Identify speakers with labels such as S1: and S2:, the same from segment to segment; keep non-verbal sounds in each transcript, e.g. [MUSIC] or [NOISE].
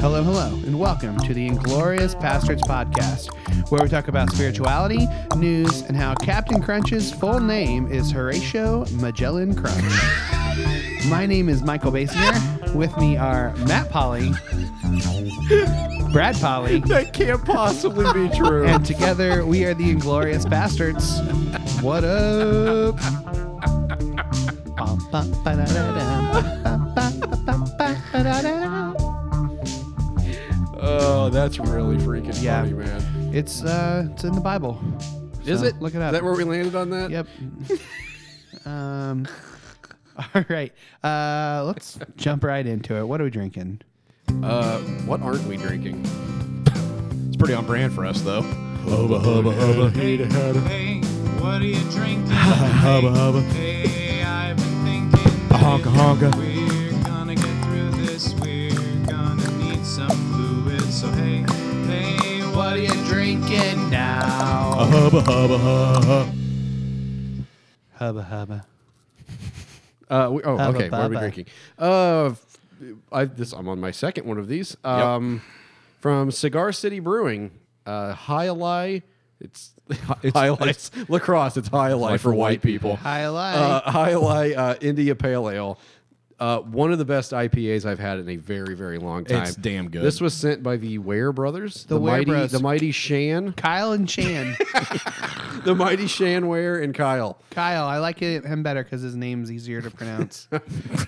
S1: Hello, hello, and welcome to the Inglorious Bastards Podcast, where we talk about spirituality, news, and how Captain Crunch's full name is Horatio Magellan Crunch. My name is Michael Basinger. With me are Matt Polly, Brad Polly,
S2: That can't possibly be true.
S1: and together we are the Inglorious Bastards. What up? Bum, bum, ba-da-da-dum, bum, bum, bum, bum, ba-da-da-dum.
S2: oh, that's really freaking
S1: Yeah.
S2: funny, man.
S1: It's uh, it's in the Bible.
S2: Is
S1: So,
S2: it?
S1: Look it up.
S2: Is that where we landed on that?
S1: [LAUGHS] Yep. um. All right. Uh, let's jump right into it. What are we drinking?
S2: Uh, what aren't we drinking? it's pretty on brand for us, though.
S3: Hey, hey, what are you drinking? Hubba, hubba. Hey, I've been thinking. A honka, honka. We're gonna get through this. We're gonna need some fluid. So, hey, hey, what are you drinking now?
S1: Hubba hubba.
S2: Uh, we, oh,
S1: Have a
S2: okay. What are we
S1: baba.
S2: drinking? Uh, f- I, this I'm on my second one of these. Um, from Cigar City Brewing, uh, High Lie. It's, [LAUGHS] it's High It's lacrosse. It's High Lie for white people.
S1: High Lie.
S2: Uh, [LAUGHS] High Lie uh, India Pale Ale. Uh, one of the best IPAs I've had in a very, very long time.
S4: It's damn good.
S2: This was sent by the Ware brothers, the,
S1: Ware
S2: mighty,
S1: Bros.
S2: the mighty
S4: [LAUGHS]
S2: Shan,
S1: Kyle and [LAUGHS] Chan.
S2: the mighty Shan Ware and Kyle.
S1: Kyle, I like it, him better because his name's easier to [LAUGHS] pronounce.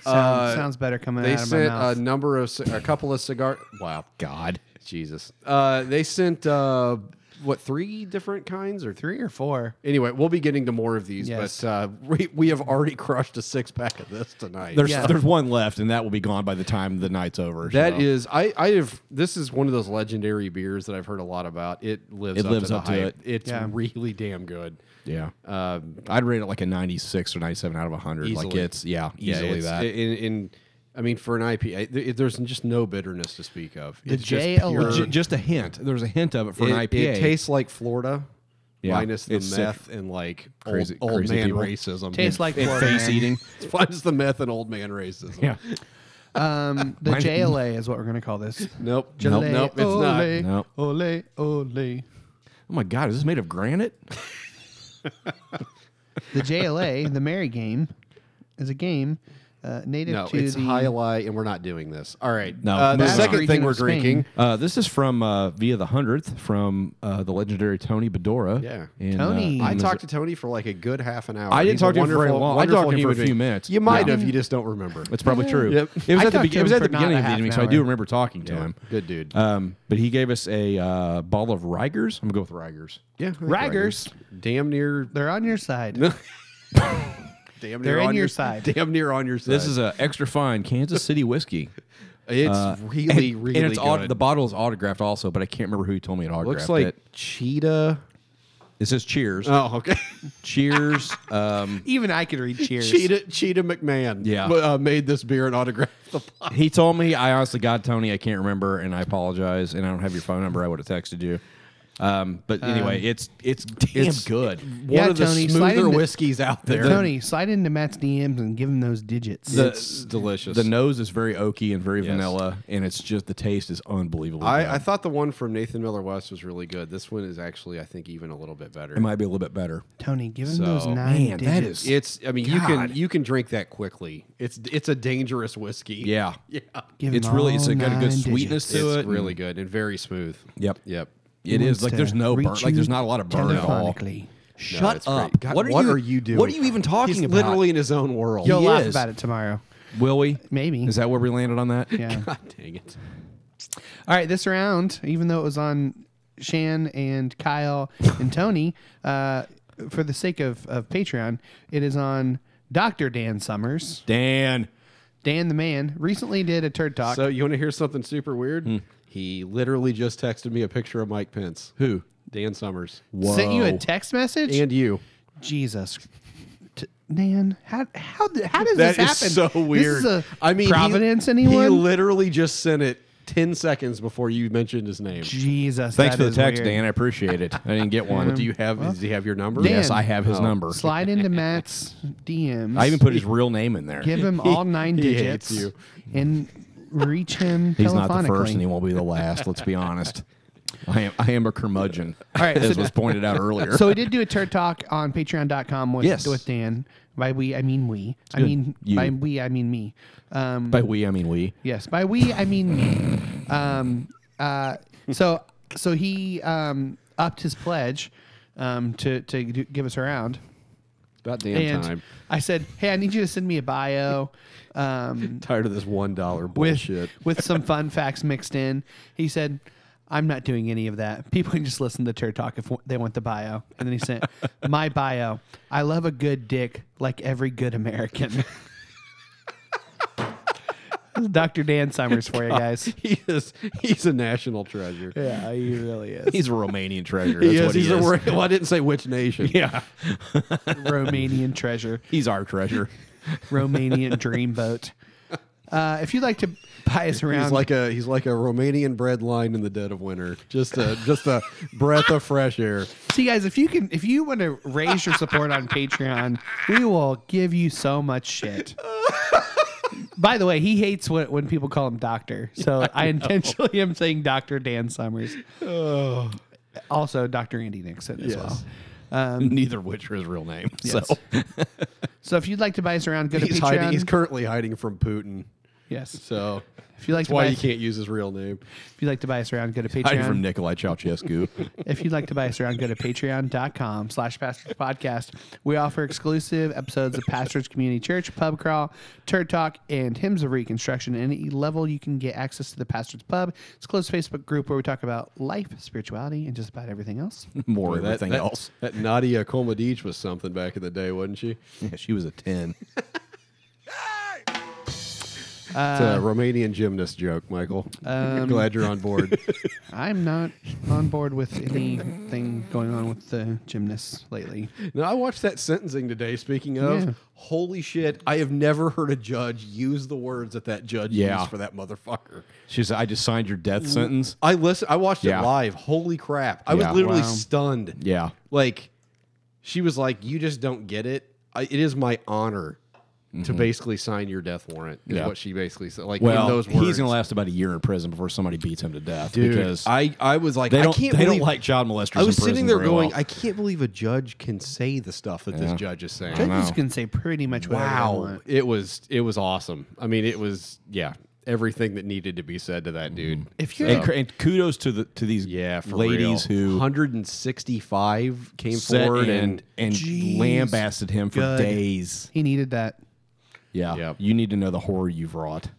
S1: Sounds, sounds better coming
S2: They
S1: out of my
S2: sent a
S1: mouth.
S2: number of ci- a couple of cigar. Wow, God, Jesus. Uh, they sent uh, what three different kinds or three?
S1: Three or four.
S2: Anyway, we'll be getting to more of these,
S1: Yes.
S2: but uh, we we have already [LAUGHS] crushed a six pack of this tonight.
S4: There's
S1: Yeah.
S4: there's one left, and that will be gone by the time the night's over.
S2: That is, I, I have. This is one of those legendary beers that I've heard a lot about. It lives.
S4: It
S2: up
S4: lives
S2: to the
S4: up to
S2: hype.
S4: it.
S2: It's
S1: Yeah.
S2: really damn good.
S4: yeah.
S2: Um,
S4: I'd rate it like a 96 or 97 out of 100. Like
S2: Easily.
S4: it's yeah,
S2: yeah,
S4: easily
S2: it's-
S4: that.
S2: In, in, I mean, for an IPA, th- there's just no bitterness to speak of.
S1: The
S2: It's just
S1: J
S2: pure-
S1: alone.
S4: Ju- just a hint. There's a hint of it for
S2: it,
S4: an IPA.
S2: It tastes like Florida,
S4: Yeah,
S2: minus the
S4: it's sick.
S2: meth and like old-
S4: Crazy-
S2: old,
S4: crazy
S2: man
S4: people.
S2: racism.
S1: Tastes like
S4: It
S1: Florida
S4: face
S1: man.
S4: eating.
S2: [LAUGHS] minus the meth and old man racism.
S4: Yeah. [LAUGHS]
S1: Um, the JLA is what we're gonna call this.
S2: Nope.
S1: Jale,
S2: Nope. Nope. It's
S1: ole,
S2: not.
S4: Nope.
S1: Ole, ole.
S4: Oh my god, is this made
S2: [LAUGHS]
S4: of granite?
S1: The
S4: [LAUGHS]
S1: JLA, the Merry Game, is a game uh, native
S2: No,
S1: to
S2: it's
S1: the
S2: high lie, and we're not doing this. All right.
S4: No,
S2: Uh, the
S4: moving
S2: second
S1: on.
S2: thing
S1: Region
S2: we're
S1: of Spain.
S2: drinking.
S4: Uh, this is from uh, via the hundredth from uh, the legendary Tony Bedora.
S2: Yeah.
S4: in, uh,
S1: Tony.
S4: in
S2: I
S1: Mm.
S4: Missouri.
S2: talked to Tony for like a good half an hour.
S4: I didn't
S2: He's
S4: talk
S2: a
S4: to him for very
S2: wonderful-
S4: long. I talked
S2: wonderful
S4: to him for
S2: human
S4: a few
S2: being.
S4: minutes.
S2: You might
S4: Yeah.
S2: have. You just don't remember.
S4: That's probably true.
S2: Yep.
S4: It was
S1: I
S4: at the
S1: talked
S4: be-
S1: to
S4: it was
S1: him
S4: at the
S1: for not
S4: beginning
S1: a
S4: of the
S1: half an
S4: meeting, so I
S1: hour.
S4: do remember talking to
S2: Yeah,
S4: him.
S2: Good dude.
S4: Um, but he gave us a uh, ball of Rigers. I'm gonna go with Rigers.
S2: yeah. I think
S1: Raggers.
S2: Damn near.
S1: They're on your side.
S4: [LAUGHS]
S2: Damn near
S1: They're in
S2: on
S1: your side.
S2: Damn near on your side.
S4: This is a extra fine Kansas City whiskey.
S2: It's
S4: Uh,
S2: [LAUGHS] really,
S4: and,
S2: really
S4: and it's
S2: good.
S4: aut- the bottle is autographed also, but I can't remember who told me it autographed
S2: Looks like
S4: it.
S2: cheetah.
S4: It says Cheers.
S2: Oh, [LAUGHS] okay. [LAUGHS]
S4: cheers. Um,
S1: Even I could read Cheers.
S2: cheetah, cheetah McMahon.
S4: Yeah.
S2: uh, made this beer and autographed the bottle.
S4: he told me. I honestly, God, Tony, I can't remember, and I apologize, and I don't have your phone number. I would have texted you. Um, but anyway, it's it's damn
S2: it's-
S4: good.
S1: Yeah,
S2: One of the
S1: Tony, slide
S2: smoother
S1: into-
S2: whiskeys out there.
S1: Tony, slide into Matt's DMs and give him those digits.
S2: it's delicious.
S4: The nose is very oaky and very
S2: Yes.
S4: vanilla, and it's just the taste is unbelievable.
S2: I, I thought the one from Nathan Miller West was really good. This one is actually, I think, even a little bit better.
S4: it might be a little bit better.
S1: Tony, give him those
S2: So-
S1: nine
S4: Man,
S1: digits.
S4: that is-
S2: It's. I mean, you can
S4: God.
S2: you can drink that quickly. It's it's a dangerous whiskey.
S4: Yeah,
S2: [LAUGHS] Yeah.
S1: Give him
S4: it's really it's
S1: all
S4: got a
S1: nine
S4: good sweetness
S1: digits.
S4: to
S2: It's
S4: it.
S2: really good and very smooth.
S4: Yep.
S2: Yep.
S4: It
S1: He wants
S4: is like
S1: to
S4: there's no burn.
S1: reach
S4: Like there's
S1: you
S4: not a lot of burn at all.
S1: telephonically.
S4: Shut
S2: it's great.
S4: up!
S2: God,
S4: what, are,
S2: what
S4: you,
S2: are you doing?
S4: What are you even talking
S2: He's
S4: about?
S2: literally in his own world.
S1: You'll
S4: He
S1: laugh
S4: is.
S1: about it tomorrow.
S4: will we?
S1: Maybe.
S4: Is that where we landed on that?
S1: Yeah.
S2: [LAUGHS] God dang it.
S1: All right, this round, even though it was on Shan and Kyle and Tony, uh, for the sake of, of Patreon, it is on Dr. Dan Summers.
S4: Dan.
S1: Dan the man recently did a turd talk.
S2: So you want to hear something super weird?
S4: Hmm.
S2: He literally just texted me a picture of Mike Pence. Who? Dan Summers.
S1: Sent you a
S4: Whoa.
S1: text message?
S2: And you.
S1: Jesus. T- Nan, how how th- how does
S2: That is
S1: this happen?
S2: so weird.
S1: This is a
S2: I mean, he-
S1: Providence.
S2: He
S1: anyone?
S2: literally just sent it ten seconds before you mentioned his name.
S1: Jesus.
S4: Thanks
S1: that
S4: for the
S1: is
S4: text,
S1: weird.
S4: Dan. I appreciate it. I didn't get
S1: [LAUGHS]
S4: one.
S2: Do you have? does he have your number?
S1: Dan.
S4: Yes, I have his
S2: Oh.
S4: number.
S1: Slide into Matt's DMs.
S4: I even put his real name in there.
S1: give him all nine
S2: he
S1: digits
S2: hates you.
S1: and reach him
S4: He's
S1: telephonically.
S4: not the first, and he won't be the last. Let's be honest. I am, I am a curmudgeon,
S1: [LAUGHS] All right,
S4: as
S1: so-
S4: was pointed out [LAUGHS] earlier.
S1: so we did do a turd talk on patreon.com with,
S4: Yes.
S1: with Dan. By we, I mean we. I
S4: good.
S1: mean,
S4: You.
S1: by we, I mean me. Um,
S4: by we, I mean we.
S1: Yes, by we I mean me. Um, uh, so so he um, upped his pledge um, to to do, give us a round,
S2: About damn
S1: and
S2: time.
S1: I said, "Hey, I need you to send me a bio um,
S2: Tired of this one dollar
S1: with [LAUGHS]
S2: bullshit. [LAUGHS]
S1: with some fun facts mixed in." He said. I'm not doing any of that. [LAUGHS] People can just listen to Turd Talk if w- they want the bio. And then he [LAUGHS] sent my bio. I love a good dick like every good American. [LAUGHS] Dr. [LAUGHS] Dan Summers for you guys.
S2: he is he's a national treasure.
S1: Yeah, he really [LAUGHS] is.
S4: He's a Romanian treasure. That's
S2: He is.
S4: what he
S2: He's
S4: is.
S2: [LAUGHS] a, well, I didn't say which nation.
S4: yeah,
S1: Romanian treasure, [LAUGHS]
S4: he's our treasure.
S1: Romanian dreamboat. Uh, if you'd like to buy us around,
S2: He's like a he's like a Romanian bread line in the dead of winter. Just a just [LAUGHS] a breath of fresh air.
S1: see guys, if you can, if you want to raise your support on Patreon, we will give you so much shit. By the way, he hates when, when people call him doctor, so I, intentionally am saying Doctor Dan Summers. Also, Doctor Andy Nixon as
S2: Yes.
S1: well.
S4: Neither of which are his real name. So
S1: So if you'd like to buy us around, go to
S2: He's
S1: Patreon.
S2: hiding. He's currently hiding from Putin.
S1: yes.
S2: [LAUGHS] So
S1: If you'd like
S2: that's
S1: to
S2: why
S1: buy
S2: you
S1: us,
S2: can't use his real name.
S1: if you'd like to buy us around, go to Patreon.
S4: hiding from Nikolai
S2: [LAUGHS]
S4: Ceausescu.
S1: If you'd like to buy us around, go to patreon.com slash pastors podcast. We offer exclusive episodes of Pastors Community Church, Pub Crawl, Turd Talk, and Hymns of Reconstruction. At any level, you can get access to the Pastors Pub. It's a closed Facebook group where we talk about life, spirituality, and just about everything
S2: [LAUGHS]
S1: else.
S4: More
S2: That-
S4: everything
S2: that-
S4: else.
S2: [LAUGHS] That Nadia Comaneci was something back in the day, wasn't she?
S4: Yeah, she was a ten.
S2: It's a Romanian gymnast joke, Michael. I'm Glad you're on [LAUGHS] board.
S1: I'm not on board with anything going on with the gymnasts lately.
S2: now, I watched that sentencing today. Speaking of,
S1: Yeah.
S2: holy shit, I have never heard a judge use the words that that judge
S4: Yeah.
S2: used for that motherfucker.
S4: She said, "I just signed your death sentence."
S2: I listened. I watched
S4: Yeah.
S2: it live. Holy crap! I
S4: Yeah.
S2: was literally
S1: Wow.
S2: stunned.
S4: Yeah.
S2: like she was like, "You just don't get it. I, it is my honor to basically sign your death warrant." Is
S4: Mm-hmm. Yeah.
S2: what she basically said. Like,
S4: Well,
S2: in those words,
S4: he's gonna last about a year in prison before somebody beats him to death.
S2: Dude,
S4: because
S2: I I was like,
S4: they
S2: I
S4: don't
S2: can't
S4: they
S2: believe,
S4: don't like child molesters.
S2: I was
S4: in
S2: sitting
S4: prison
S2: there
S4: very
S2: going,
S4: well.
S2: I can't believe a judge can say the stuff that this
S4: Yeah.
S2: judge is saying.
S4: I know.
S1: Judges can say pretty much whatever they
S2: Wow,
S1: want.
S2: it was it was awesome. I mean, it was yeah, everything that needed to be said to
S4: Mm-hmm.
S2: that dude.
S1: If you're
S4: and, cr- and kudos to the to these
S2: yeah, for
S4: ladies
S2: real.
S4: who
S2: 165 came
S4: sat
S2: forward
S4: and
S2: and,
S4: and
S1: Jeez.
S4: lambasted him for
S1: Good.
S4: days.
S1: he needed that.
S4: Yeah,
S2: Yep.
S4: you need to know the horror you've wrought.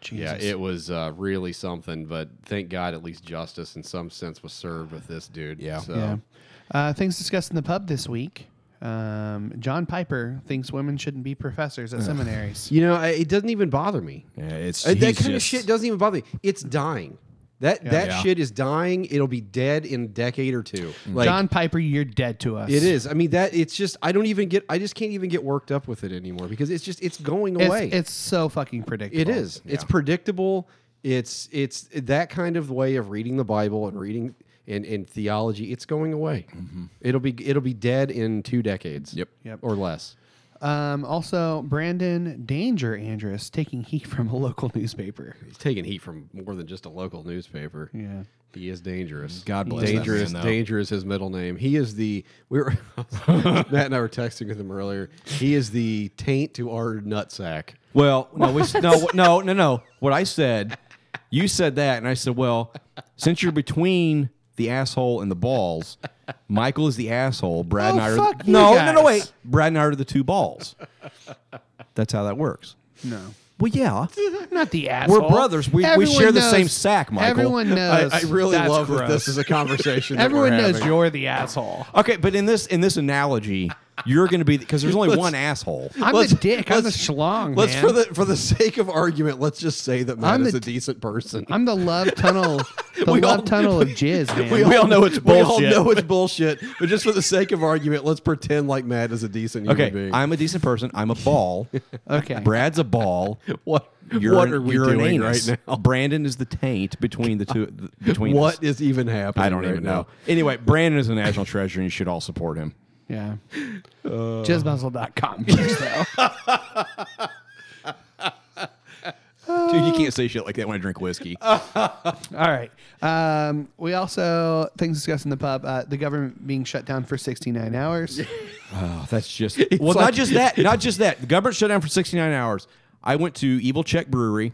S1: Jesus.
S2: Yeah, it was uh, really something, but thank God at least justice in some sense was served with this dude.
S4: Yeah.
S2: So
S1: Yeah. Uh, things discussed in the pub this week. Um, John Piper thinks women shouldn't be professors at
S2: [LAUGHS]
S1: seminaries.
S2: you know, I, it doesn't even bother me.
S4: Yeah, it's
S2: Uh, that
S4: he's
S2: kind of
S4: just-
S2: shit doesn't even bother me. It's dying. That that
S4: Yeah. Mm-hmm.
S2: shit is dying. It'll be dead in a decade or two. Like
S1: John Piper, you're dead to us.
S2: it is. I mean that it's just I don't even get I just can't even get worked up with it anymore because it's just it's going
S1: It's,
S2: away.
S1: it's so fucking predictable.
S4: Oh,
S2: It is. It's predictable. It's it's that kind of way of reading the Bible and reading and, and theology. It's going away. It'll be it'll be dead in two decades.
S4: Mm-hmm. Yep.
S1: Yep.
S2: Or less.
S1: Um, also, Brandon Danger Andrus taking heat from a local newspaper.
S2: He's taking heat from more than just a local newspaper.
S1: Yeah.
S2: He is dangerous.
S4: God bless that
S2: dangerous.
S4: man, though.
S2: danger is his middle name. He is the we were [LAUGHS] Matt and I were texting with him earlier. He is the taint to our nutsack.
S4: Well, no, we, no, no, no, no. What I said, you said that, and I said, well, since you're between the asshole and the balls, Michael is the asshole.
S2: Oh,
S4: Brad and I are
S1: fuck you
S4: no, no, no,
S1: guys.
S4: wait. Brad and I are the two balls. That's how that works.
S1: No. [LAUGHS]
S4: Well, yeah.
S1: Not the asshole.
S4: We're brothers. We, we
S1: Everyone
S4: share the
S1: knows-
S4: same sack, Michael.
S1: Everyone knows.
S2: [LAUGHS] I, I really
S1: that's
S2: love
S1: gross.
S2: that this is a conversation. that we're
S1: Everyone knows
S2: having.
S1: you're the asshole.
S4: Okay, but in this in this analogy, you're going to be because there's only one asshole.
S1: I'm
S2: Let's-
S1: a dick. I'm a
S2: let's-
S1: schlong.
S2: Let's
S1: man.
S2: for the for the sake of argument, let's just say that Matt
S1: I'm
S2: is
S1: the
S2: a decent person.
S1: I'm the love tunnel. The
S2: We
S1: love
S2: all-
S1: tunnel of jizz, man.
S4: We all know
S2: [LAUGHS]
S4: it's
S2: We
S4: bullshit.
S2: all know it's bullshit. But just for the sake of argument, let's pretend like Matt is a decent human
S4: Okay,
S2: being.
S4: I'm a decent person. I'm a ball.
S1: okay.
S4: Brad's a ball.
S2: what
S4: You're
S2: what
S4: an-
S2: are we
S4: you're an
S2: doing
S4: anus.
S2: right now?
S4: Brandon is the taint between the two. th- Between
S2: What
S4: us.
S2: is even happening?
S4: I don't
S2: right
S4: even
S2: now?
S4: know. Anyway, Brandon is a national treasure, and you should all support him.
S1: Yeah. Jizzmuzzle.com. first, though.
S4: Two you can't say shit like that when I drink whiskey.
S1: All right. Um, we also things discussed in the pub. Uh, the government being shut down for 69 hours.
S4: Oh, that's [LAUGHS] just well, not
S2: like-
S4: just that, not just that. The government shut down for 69 hours. I went to Evil Check Brewery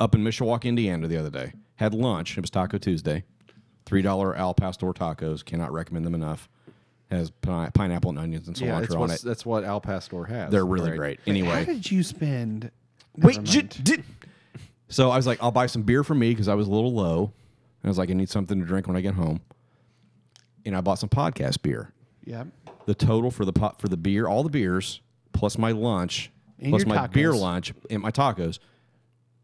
S4: up in Mishawaka, Indiana, the other day. Had lunch. It was Taco Tuesday. Three dollar Al Pastor tacos. Cannot recommend them enough. Has pine- pineapple and onions and
S2: Yeah, that's
S4: cilantro on
S2: what,
S4: it.
S2: that's what Al Pastor has.
S4: They're really
S2: Right.
S4: great.
S1: How
S4: Anyway,
S1: did you spend?
S4: Wait,
S1: Never
S4: j-
S1: mind.
S4: did so I was like, I'll buy some beer for me because I was a little low. And I was like, I need something to drink when I get home. And I bought some podcast beer.
S1: Yeah.
S4: The total for the pot for the beer, all the beers, plus my lunch,
S1: And
S4: plus
S1: your
S4: my beer
S1: tacos.
S4: lunch and my tacos,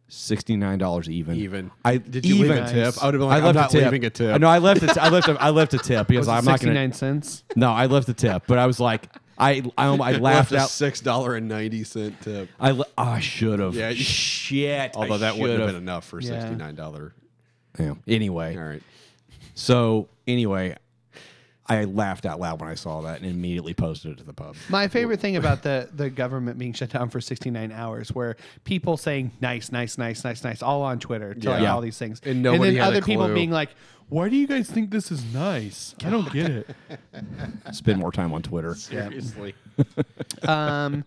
S4: sixty nine dollars even.
S2: Even.
S4: I
S2: Did you leave
S4: even.
S2: a tip? I would have been like,
S4: I
S2: I'm
S4: left
S2: not
S4: a tip.
S2: leaving a tip.
S4: I know I left a t- I left a, I left a tip because
S1: Was it
S4: I'm not
S1: 69
S4: gonna.
S1: cents.
S4: No, I left a tip, but I was like, I I, [LAUGHS] I
S2: Left
S4: laughed
S2: a
S4: out.
S2: six dollar and ninety cent tip.
S4: I le- oh, I should have.
S2: Yeah, you-
S4: shit. I
S2: Although that wouldn't
S4: should've.
S2: have been enough for
S1: Yeah.
S2: sixty nine dollar.
S4: Yeah. Anyway,
S2: All right.
S4: so anyway, I laughed out loud when I saw that and immediately posted it to the pub.
S1: My favorite thing about the the government being shut down for 69 hours, where people saying nice, nice, nice, nice, nice, all on Twitter to like
S2: Yeah.
S1: all these things,
S2: And nobody
S1: then
S2: had a
S1: other people
S2: clue.
S1: being like, "Why do you guys think this is nice? I don't get it."
S4: Spend more time on Twitter.
S2: Seriously.
S1: [LAUGHS] um,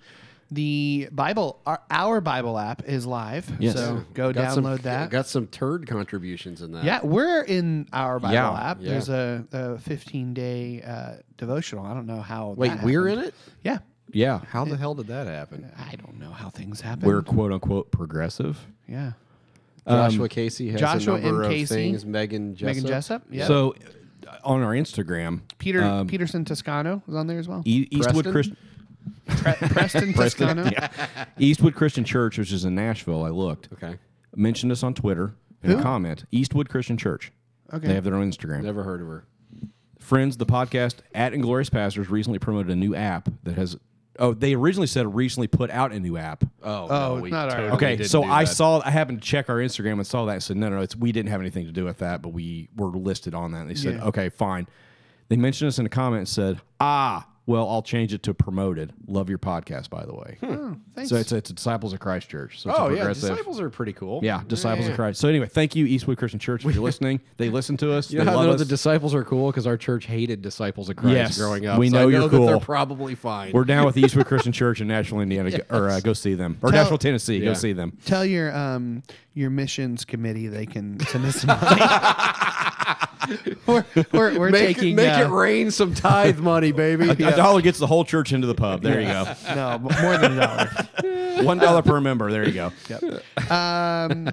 S1: the Bible, our, our Bible app is live,
S4: Yes.
S1: so go
S2: Got some-
S1: download that.
S2: Got some turd contributions in that.
S1: Yeah, we're in our Bible
S4: Yeah,
S1: app.
S2: yeah.
S1: There's a, a 15 day uh, devotional. I don't know how.
S2: Wait,
S1: that
S2: we're in
S1: happened.
S2: it?
S1: Yeah,
S4: Yeah.
S2: How the hell did that happen?
S1: I don't know how things happen.
S4: We're quote unquote progressive.
S1: yeah.
S2: Joshua Casey has
S1: Um, Joshua
S2: a number
S1: M.
S2: of
S1: Casey,
S2: things. Megan Jessup.
S1: Megan Jessup. Yeah.
S4: So uh, on our Instagram,
S1: Peter
S4: um,
S1: Peterson Toscano was on there as
S2: [LAUGHS]
S1: well.
S4: E- Eastwood
S2: Preston?
S4: Christian.
S1: Pre- Preston
S4: [LAUGHS]
S1: Toscano.
S4: Eastwood Christian Church, which is in Nashville, I looked.
S2: Okay.
S4: Mentioned us on Twitter in
S1: Who?
S4: a comment. Eastwood Christian Church.
S1: Okay.
S4: They have their own Instagram.
S2: Never heard of her.
S4: Friends, the podcast at Inglorious Pastors recently promoted a new app that has. Oh, they originally said recently put out a new app.
S2: Oh,
S1: Oh, it's not our-
S4: okay, so I saw. I happened to check our Instagram and saw that. and said no, no, it's, we didn't have anything to do with that, but we were listed on that. And they said,
S1: Yeah.
S4: okay, fine. They mentioned us in a comment and said, ah, well, I'll change it to promoted. Love your podcast, by the way.
S1: Thanks.
S4: So it's, it's Disciples of Christ Church. So it's a
S2: Hmm, Oh yeah,
S4: progressive.
S2: disciples are pretty cool.
S4: Yeah, Disciples of Christ. So anyway, thank you, Eastwood Christian Church,
S2: [LAUGHS]
S4: if you're listening. They listen to us.
S2: You know
S4: they
S2: how I
S4: love
S2: know
S4: us.
S2: the disciples are cool because our church hated disciples of Christ
S4: Yes,
S2: growing up.
S4: we
S2: so I
S4: know you're
S2: that they're
S4: cool.
S2: probably fine.
S4: We're down with the
S2: [LAUGHS]
S4: Eastwood Christian Church in Nashville, Indiana, or uh, go see them, or
S1: Tell-
S4: Nashville, Tennessee, go
S2: Yeah. [LAUGHS]
S4: see them.
S1: Tell your um your missions committee they
S2: [LAUGHS]
S1: can send us some money. we're we're, we're
S2: make
S1: taking
S2: it, make
S1: uh,
S2: it rain some tithe money,
S4: [LAUGHS]
S2: baby.
S4: A
S1: [LAUGHS]
S4: dollar gets the whole church into the pub. There
S2: [LAUGHS]
S1: no more than a dollar.
S4: you go. One dollar per member. There you go.
S2: [LAUGHS]
S1: Yep. Um,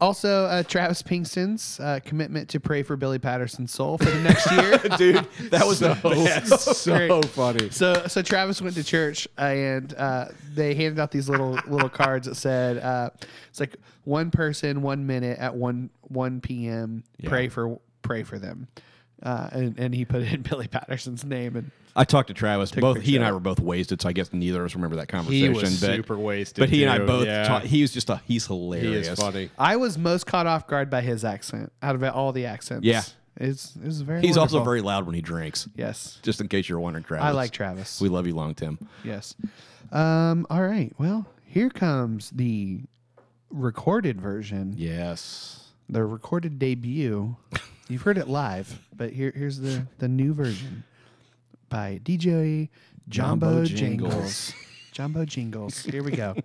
S1: also, uh, Travis Pinkston's uh, commitment to pray for Billy Patterson's soul for the next year.
S4: Dude, that was the [LAUGHS] best.
S1: [LAUGHS]
S2: so funny.
S1: So, so Travis went to church and uh, they handed out these little little cards that said, uh, "It's like one person, one minute at one one p.m. Pray for pray for them." Uh, and, and he put in [LAUGHS] Billy Patterson's name and
S4: I talked to Travis. both he and I
S1: picture.
S4: were both wasted, so I guess neither of us remember that conversation.
S2: was
S4: but,
S2: super wasted,
S4: But he and I
S2: too.
S4: both.
S2: Yeah.
S4: Talked, he was just a. He's hilarious.
S2: He is funny.
S1: I was most caught off guard by his accent out of all the accents.
S4: Yeah.
S1: it's it was very.
S4: He's also
S1: wonderful.
S4: very loud when he drinks.
S1: yes.
S4: Just in case you're wondering, Travis.
S1: I like Travis.
S4: We love you, long Tim.
S1: Yes. Um, all right. Well, here comes the recorded version,
S4: Yes.
S1: the recorded debut. You've heard it live, but here, here's the, the new version by DJ Jumbo
S4: Jumbo
S1: Jingles.
S4: Jingles.
S1: [LAUGHS] Jumbo Jingles. Here we go.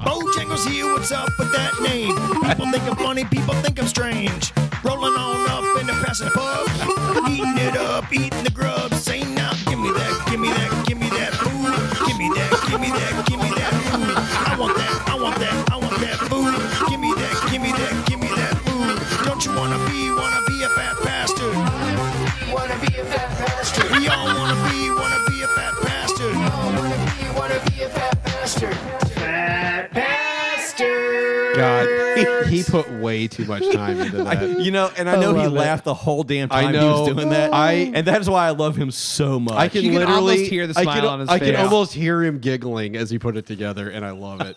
S5: Bojangles here, what's up with that name? People think I'm funny, people think I'm strange. Rolling on up in the passing pub, eating it up, eating the grub. Say now, give me that, give me that, give me that food. Give me that, give me that, give me that food. I want that, I want that, I want that food. Give me that, give me that, give me that food. Don't you wanna be, wanna be a fat bastard?
S6: Wanna be a fat bastard.
S5: We all wanna be, wanna be a fat bastard.
S6: Wanna be, wanna be a fat bastard. Fat bastard.
S2: God, he, he put way too much time into that.
S4: You know, and [LAUGHS] I know he
S1: love it.
S4: laughed the whole damn time
S2: I
S4: he
S2: know.
S4: was doing that.
S2: I-
S4: and that's why I love him so much.
S2: I can,
S1: You can
S2: literally
S1: almost hear the
S2: I
S1: smile
S2: can,
S1: on his
S2: I can
S1: face.
S2: almost hear him giggling as he put it together, and I love
S4: [LAUGHS]
S2: it.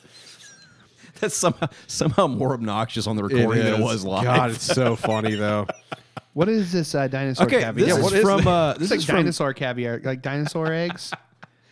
S4: [LAUGHS] that's somehow somehow more obnoxious on the recording than it was live. [LAUGHS]
S2: God, it's so funny though.
S1: What is this uh, dinosaur
S4: Okay,
S1: caviar?
S4: this
S2: Yeah, what
S4: is
S2: is
S4: from
S2: that?
S4: uh,
S1: It's
S4: this
S1: like
S4: is from
S1: dinosaur caviar, like dinosaur eggs.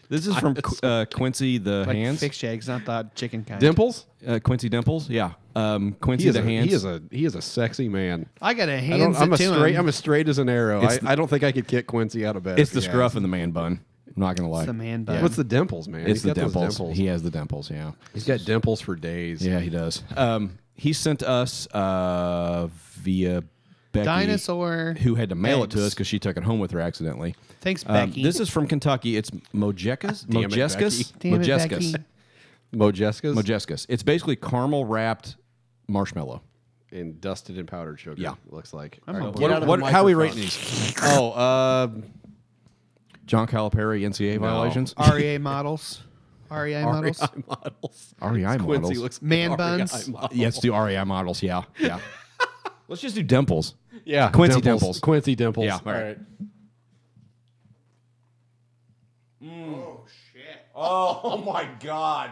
S4: This is
S2: [LAUGHS]
S4: from Qu- uh, Quincy the
S1: Like
S4: Hands.
S1: fixed eggs, not the chicken kind.
S2: Dimples?
S4: Uh, Quincy Dimples. Yeah. Um, Quincy
S2: He is,
S4: the
S2: a,
S4: Hands.
S2: he is a he is a sexy man.
S1: I got a
S2: I don't,
S1: hand.
S2: I'm a
S1: to
S2: straight.
S1: him.
S2: I'm as straight as an arrow. I,
S4: It's the-
S2: I don't think I could kick Quincy out of bed.
S4: it's the
S2: if he
S4: scruff
S2: asked.
S4: and the man bun. I'm not gonna lie.
S1: the man bun.
S2: What's the dimples, man?
S4: It's
S2: He's
S4: the
S2: got those
S4: dimples. He has the dimples. Yeah.
S2: He's got dimples for days.
S4: Yeah, he does. Um, he sent us uh, via Becky,
S1: Dinosaur
S4: who had to mail it to
S1: eggs.
S4: us because she took it home with her accidentally.
S1: Thanks,
S4: Um,
S1: Becky. [LAUGHS]
S4: This is from Kentucky. It's Mojescus.
S2: Damn it,
S4: Mojescus.
S1: Damn it,
S4: Mojescus. [LAUGHS]
S1: Becky.
S2: Mojescas
S4: Mojescus. It's basically caramel wrapped marshmallow.
S2: and dusted and powdered sugar.
S4: Yeah.
S2: looks like.
S1: I'm
S2: All
S1: a-
S2: get
S1: What-
S2: out of the
S4: what- how we
S2: microphone.
S4: rating these?
S2: oh, uh,
S4: John Calipari NCAA violations.
S1: REA E models. REI models.
S4: [LAUGHS]
S2: REI models.
S4: REI
S2: Quincy
S4: E models.
S2: looks like
S1: Man
S4: E
S2: an
S1: buns.
S2: REI model.
S4: Yeah, let's do REI models. Yeah, yeah. let's just do dimples.
S2: Yeah,
S4: Quincy Uh, dimples.
S2: Quincy dimples.
S4: Yeah, all
S2: all
S4: right.
S2: right.
S4: Oh my god.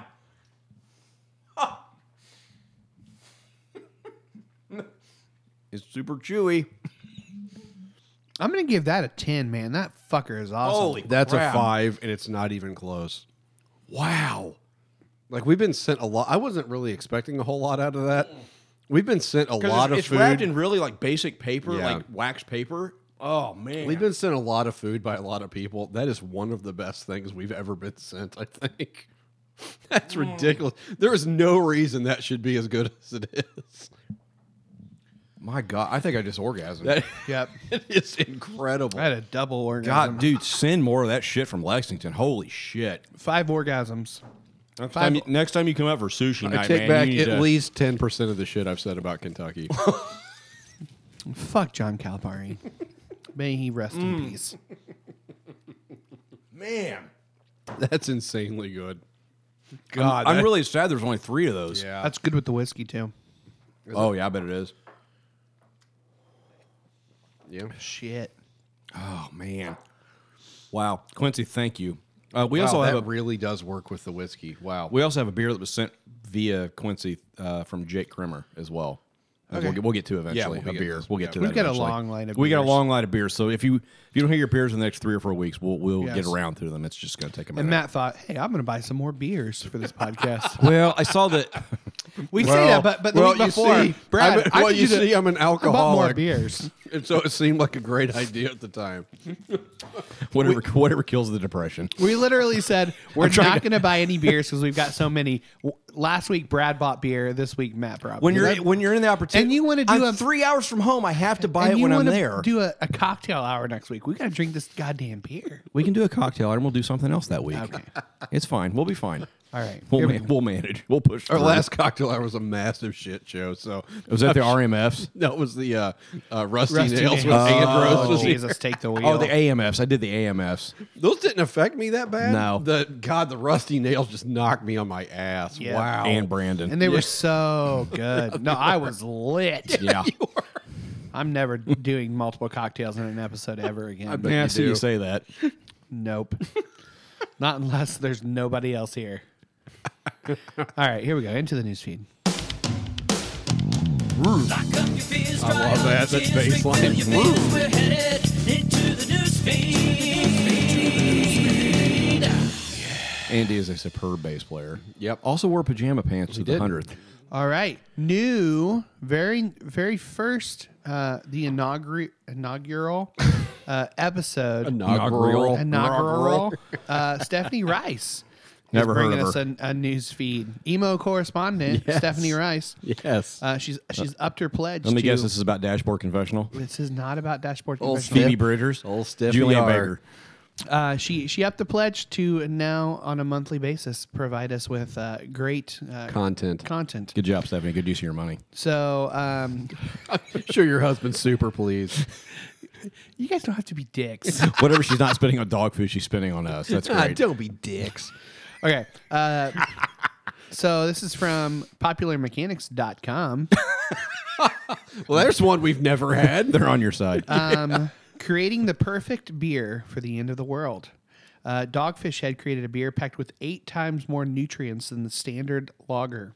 S4: it's super chewy.
S1: I'm gonna give that a ten, man. That fucker is awesome.
S2: That's
S4: crap.
S2: a five, and it's not even close. Wow. Like we've been sent a lot. I wasn't really expecting a whole lot out of that. We've been sent a lot of
S4: it's,
S2: food.
S4: wrapped in really like basic paper,
S2: Yeah.
S4: like wax paper. Oh man.
S2: we've been sent a lot of food by a lot of people. That is one of the best things we've ever been sent. I think. [LAUGHS] That's
S4: Mm.
S2: ridiculous. There is no reason that should be as good [LAUGHS] as it is.
S4: My god, I think I just orgasmed.
S2: That
S1: Yep.
S2: it is incredible.
S1: I had a double orgasm.
S4: god, dude, send more of that shit from Lexington. Holy shit.
S1: Five orgasms.
S4: Next
S1: Five-
S4: time, you, next time you come out for sushi
S2: I
S4: night,
S2: take
S4: man,
S2: back
S4: you need
S2: at
S4: to-
S2: least ten percent of the shit I've said about Kentucky. [LAUGHS]
S1: Fuck John Calipari. May he rest in
S2: Mm.
S1: peace.
S4: man.
S2: That's insanely good.
S4: God, I'm,
S2: that-
S4: really sad. There's only three of those.
S2: Yeah.
S1: That's good with the whiskey too.
S4: Oh yeah, I bet it is.
S2: yeah.
S1: Shit.
S4: Oh man. Wow, Quincy, thank you. Uh, we also
S2: wow,
S4: have
S2: that
S4: a
S2: really does work with the whiskey. Wow.
S4: we also have a beer that was sent via Quincy uh, from Jake Grimmer as well. Uh, We'll, get, we'll get to eventually
S2: Yeah, we'll
S4: a
S2: get
S4: beer.
S2: to this.
S4: We'll get
S2: Yeah.
S4: to
S1: We've
S4: that
S1: got a
S4: eventually.
S1: long line of
S4: we got a
S1: beers.
S4: long line of beers. So if you if you don't hear your beers in the next three or four weeks, we'll we'll
S1: Yes.
S4: get around to them. It's just going to take a minute.
S1: And Matt thought, hey, I'm gonna buy some more beers for this
S2: [LAUGHS]
S1: podcast.
S4: well, I saw
S1: [LAUGHS]
S4: that.
S1: we say that, but but the
S2: well,
S1: week
S2: you
S1: before,
S2: see,
S1: Brad,
S2: I'm-
S1: I
S2: well,
S1: need
S2: you
S1: to-
S2: see, I'm an
S1: I bought more
S2: alcoholic. [LAUGHS]
S1: beers.
S2: [LAUGHS] And so it seemed like a great idea at the time.
S4: whatever whatever kills the depression.
S1: We literally said we're
S4: trying
S1: not
S4: to-
S1: going to buy any beers
S2: [LAUGHS]
S1: because we've got so many. W- Last week Brad bought beer. This week Matt brought.
S4: When
S1: beer.
S4: you're when you're in the opportunity,
S1: And you wanna do
S4: I'm
S1: a-
S4: three hours from home, I have to buy
S1: and
S4: it
S1: you
S4: when I'm
S1: wanna
S4: there.
S1: do a, a cocktail hour next week. We got to drink this goddamn beer.
S4: we can do a cocktail and we'll do something else that week.
S1: Okay.
S4: It's fine. We'll be fine.
S1: All right.
S4: We'll,
S1: Here we
S4: man-
S1: go.
S4: we'll manage. We'll push.
S2: Our
S4: through.
S2: last cocktail hour was a massive shit show. So
S4: was that the RMFs.
S2: no, it was the uh, uh, Rusty,
S1: Rusty
S2: Nails
S1: Nails.
S2: with Andros.
S1: Oh,
S2: Was here.
S1: Jesus, take the wheel.
S4: Oh, the AMFs. I did the AMFs.
S2: Those didn't affect me that bad.
S4: No.
S2: The God, the Rusty Nails just knocked me on my ass.
S1: Yeah.
S2: Wow.
S4: And Brandon.
S1: and they were so
S4: [LAUGHS]
S1: good. No, I was lit.
S2: [LAUGHS]
S4: yeah.
S1: I'm never doing multiple cocktails in an episode ever again.
S2: bet
S4: yeah, I
S2: you
S4: see
S2: do.
S4: you say that.
S1: Nope. [LAUGHS] Not unless there's nobody else
S4: [LAUGHS]
S1: here. All right, here we go. Into the newsfeed.
S2: I love that. That's baseline.
S4: Andy is a superb bass player.
S2: Yep.
S4: Also wore pajama pants to the
S2: did.
S4: 100th.
S1: All right, new, very, very first, uh, the inaugural inaugural uh, episode, [LAUGHS]
S2: Inaugural.
S1: inaugural. Uh, Stephanie Rice.
S4: Never
S1: is
S4: heard
S1: bringing
S4: of
S1: us
S4: her.
S1: a, a news feed. Emo
S4: [LAUGHS]
S1: correspondent Stephanie Rice.
S2: Yes.
S1: Uh, she's she's upped her pledge.
S4: Let me
S1: to-
S4: guess this is about Dashboard Confessional.
S1: This is not about dashboard
S2: Old
S1: confessional.
S4: Phoebe
S2: Stiff.
S4: Bridgers.
S2: Old Stiff
S4: Julian
S2: ER.
S4: Baker.
S1: Uh, she she upped the pledge to now on a monthly basis provide us with uh, great uh,
S2: Content.
S1: content.
S4: Good job, Stephanie. Good use of your money.
S1: So um,
S2: I'm sure your husband's super pleased.
S1: you guys don't have to be
S4: [LAUGHS]
S1: dicks.
S4: Whatever she's not spending on dog food, she's spending on
S2: [LAUGHS]
S4: us. That's
S2: Ah,
S4: great.
S2: don't be dicks.
S1: Okay. Uh, so this is from popularmechanics.com.
S2: Well, there's one we've never had.
S4: [LAUGHS] They're on your side.
S1: Um, creating the perfect beer for the end of the world. Uh, Dogfish Head created a beer packed with eight times more nutrients than the standard lager.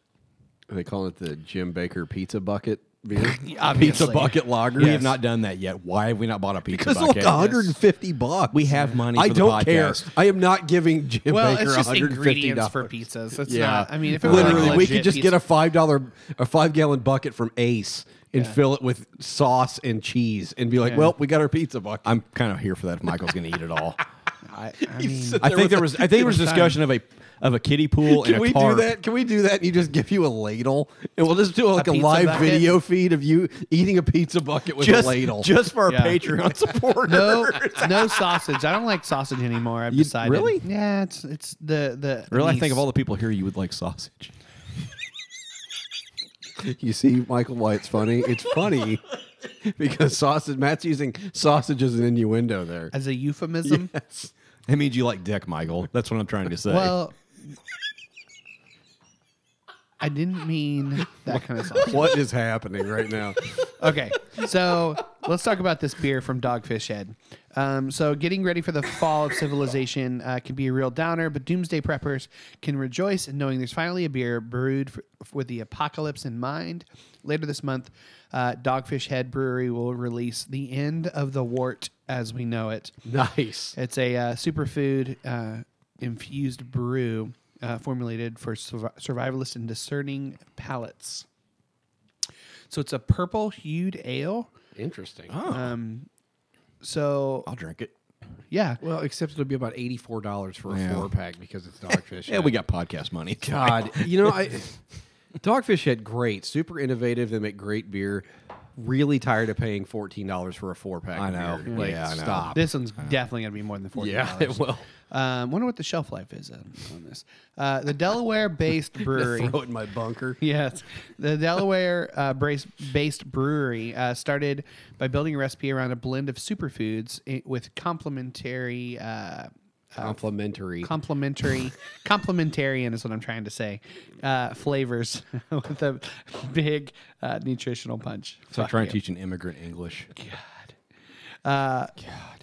S2: They call it the Jim Baker pizza bucket.
S4: [LAUGHS]
S2: beer?
S4: Pizza
S5: Obviously.
S4: bucket lager. We have not done that yet. Why have we not bought a pizza
S2: Because
S4: bucket?
S2: like 150 bucks.
S4: We have money.
S2: I
S4: for the
S2: don't care.
S4: podcast.
S2: I am not giving Jim
S1: Well,
S2: Baker
S1: it's just
S2: 150
S1: ingredients for pizzas. It's not. I mean, if it were
S2: literally,
S1: like
S2: we could just [LAUGHS] get a five dollar, a five gallon bucket from Ace and fill it with sauce and cheese and be like,
S1: Yeah.
S2: "Well, we got our pizza bucket."
S4: I'm kind of here for that. If Michael's going to eat it all.
S1: [LAUGHS] I, I mean,
S4: I think there was. I think
S2: [LAUGHS]
S4: there was
S1: Good time.
S4: discussion of a of a kiddie pool
S2: Can
S4: and a
S2: we
S4: tarp.
S2: do that? Can we do that? And you just give you a ladle, and we'll just do like a,
S1: pizza
S2: live
S1: bucket?
S2: video feed of you eating a pizza bucket with
S4: Just,
S2: a ladle.
S4: just for our
S1: Yeah.
S4: [LAUGHS] Patreon supporters.
S1: [LAUGHS] no, no sausage. I don't like sausage anymore. I've
S2: You-
S1: decided.
S2: really?
S1: Yeah, it's it's the the.
S4: Really, I
S1: anise.
S4: think of all the people here, you would like sausage.
S2: you see, Michael, why it's funny? It's
S1: [LAUGHS]
S2: funny because sausage. Matt's using sausage as an innuendo there.
S1: as a
S2: [LAUGHS]
S1: euphemism.
S4: That means you like dick, Michael. That's what I'm trying to say.
S1: Well, I didn't mean that kind of sausage.
S2: What is happening right now?
S1: Okay, so let's talk about this beer from Dogfish Head. Um, so, getting ready for the fall of civilization uh, can be a real downer, but doomsday preppers can rejoice in knowing there's finally a beer brewed for, with the apocalypse in mind. Later this month, uh, Dogfish Head Brewery will release the end of the wart as we know it.
S2: Nice.
S1: It's a uh, superfood uh, infused brew uh, formulated for survi- survivalist and discerning palates. So it's a purple hued ale.
S2: Interesting.
S1: Oh. So
S4: [LAUGHS] I'll drink it.
S1: yeah,
S2: Well, except it'll be about eighty-four dollars for a
S4: Yeah.
S2: four pack because it's [LAUGHS] dogfish.
S4: Yeah, we got podcast money.
S2: God, you know, [LAUGHS] I Dogfish Head great, super innovative. They make great beer. Really tired of paying fourteen dollars for a four pack.
S4: I know.
S2: Beer. Like,
S4: Yeah, I know.
S2: stop.
S1: this one's definitely gonna be more than forty.
S2: Yeah, it will.
S1: Um, wonder what the shelf life is on, on this. Uh, the
S2: [LAUGHS]
S1: Delaware-based brewery.
S2: Throw it in my bunker.
S1: [LAUGHS] Yes, the Delaware uh, brace- based brewery uh, started by building a recipe around a blend of superfoods eh, with complementary uh,
S2: Complimentary.
S1: complementary complementarian is what I'm trying to say uh, flavors [LAUGHS] with a big uh, nutritional punch.
S4: So I
S1: Fuck
S4: try and
S1: you.
S4: teach an immigrant English.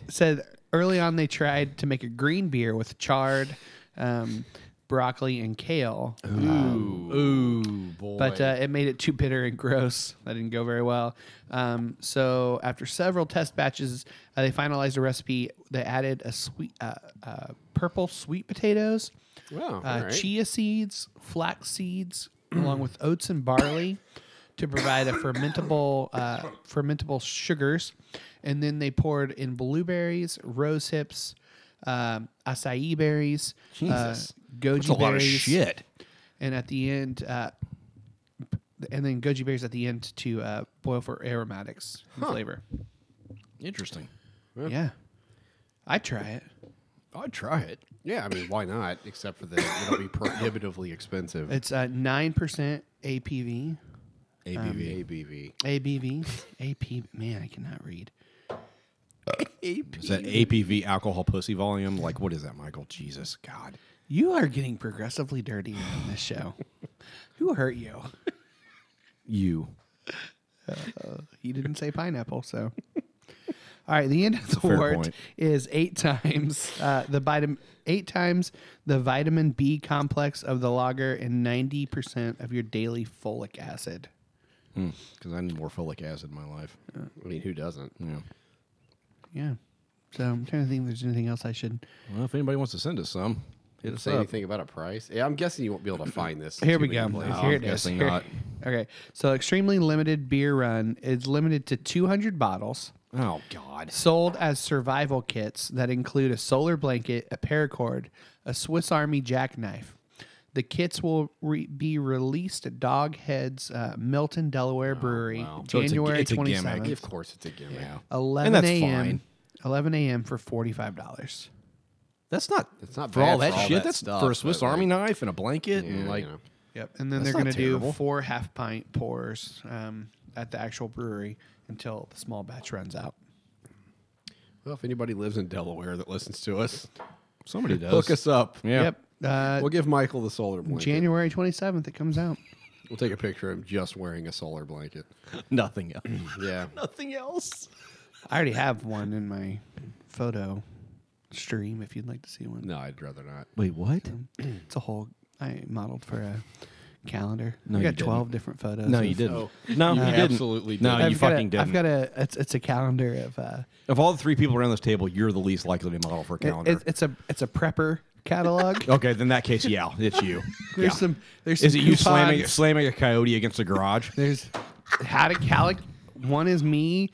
S1: said early on they tried to make a green beer with chard, um, broccoli, and kale. Um,
S2: boy.
S1: but uh, it made it too bitter and gross. That didn't go very well. Um, so after several test batches, uh, they finalized a recipe that added a sweet, uh, uh, purple sweet potatoes,
S2: Wow,
S1: uh,
S2: alright.
S1: chia seeds, flax seeds, along with oats and barley, to provide a fermentable uh, fermentable sugars, and then they poured in blueberries, rose hips. Um, acai berries,
S4: Jesus.
S1: uh, goji
S4: That's a lot of
S1: berries,
S4: shit.
S1: and at the end, uh, and then goji berries at the end to uh, boil for aromatics and flavor.
S4: Interesting.
S1: Yeah, I try it.
S4: I'd try it.
S2: yeah, I mean, why not? Except for that, it'll be prohibitively expensive.
S1: It's uh, nine percent APV, um,
S2: ABV. ABV.
S1: ABV, AP. Man, I cannot read.
S4: Is that APV alcohol pussy volume? Like, what is that, Michael? Jesus, God.
S1: You are getting progressively dirtier on this show. Who hurt you?
S4: You.
S1: He didn't say pineapple, so. All right, the end of the
S4: fair
S1: wart
S4: point.
S1: is eight times uh, the vitamin eight times the vitamin B complex of the lager and ninety percent of your daily folic acid.
S4: Because I need more folic acid in my life.
S2: I mean, who doesn't?
S4: Yeah.
S1: Yeah. So I'm trying to think if there's anything else I should.
S4: Well, if anybody wants to send us some, hit us
S2: Say
S4: up.
S2: anything about a price? Yeah, I'm guessing you won't be able to find this.
S1: Here
S2: too
S1: we
S2: many
S1: go.
S2: places.
S1: Here
S4: I'm
S1: it is.
S4: guessing
S1: Oh, Here-
S4: not.
S1: Okay. So extremely limited beer run is limited to 200 bottles.
S4: Oh, God.
S1: sold as survival kits that include a solar blanket, a paracord, a Swiss Army jackknife. The kits will re- be released at Doghead's uh, Milton, Delaware brewery,
S4: Oh, So it's a-
S1: January
S4: it's a
S1: twenty
S4: gimmick.
S2: Of
S1: seventh,
S2: course, it's a gimmick.
S1: eleven
S4: And that's
S1: a.m.
S4: fine.
S1: eleven a.m. for forty five dollars.
S4: That's not. That's
S2: It's not
S4: for
S2: bad
S4: all that shit. that's
S2: stuff,
S4: for a Swiss
S2: but, like,
S4: Army knife and a blanket
S2: yeah,
S4: and like.
S2: you know.
S1: Yep. And then
S4: That's
S1: they're going
S4: not
S1: to do
S4: terrible.
S1: four half pint pours um, at the actual brewery until the small batch runs out.
S2: Well, if anybody lives in Delaware that listens to us,
S4: Somebody does.
S2: hook us up.
S4: Yeah.
S1: Yep. Uh,
S2: We'll give Michael the solar blanket.
S1: January twenty seventh, it comes out.
S2: We'll take a picture of him just wearing a solar blanket.
S4: [LAUGHS] Nothing else.
S2: Yeah. [LAUGHS]
S4: Nothing else.
S1: I already have one in my photo stream. If you'd like to see one, [LAUGHS]
S2: No, I'd rather not.
S4: Wait, what?
S1: it's a whole. I modeled for a calendar. I got
S4: you didn't.
S1: 12 different photos.
S4: No,
S1: of-
S4: you didn't. No, you,
S1: You
S4: didn't.
S2: absolutely
S4: No,
S2: didn't.
S4: you
S1: got
S4: fucking
S1: a,
S4: didn't.
S1: I've got a it's, it's a calendar of uh,
S4: of all the three people around this table, you're the least likely to model for a
S1: it-
S4: calendar. Oh.
S1: it's- it's a it's a prepper catalog.
S4: okay, then in that case, yeah, it's you.
S1: [LAUGHS] There's
S4: Yeah.
S1: some there's
S4: Is it
S1: some
S4: you slamming
S1: coupons.
S4: slamming a coyote against the garage?
S1: There's how to calic. One is me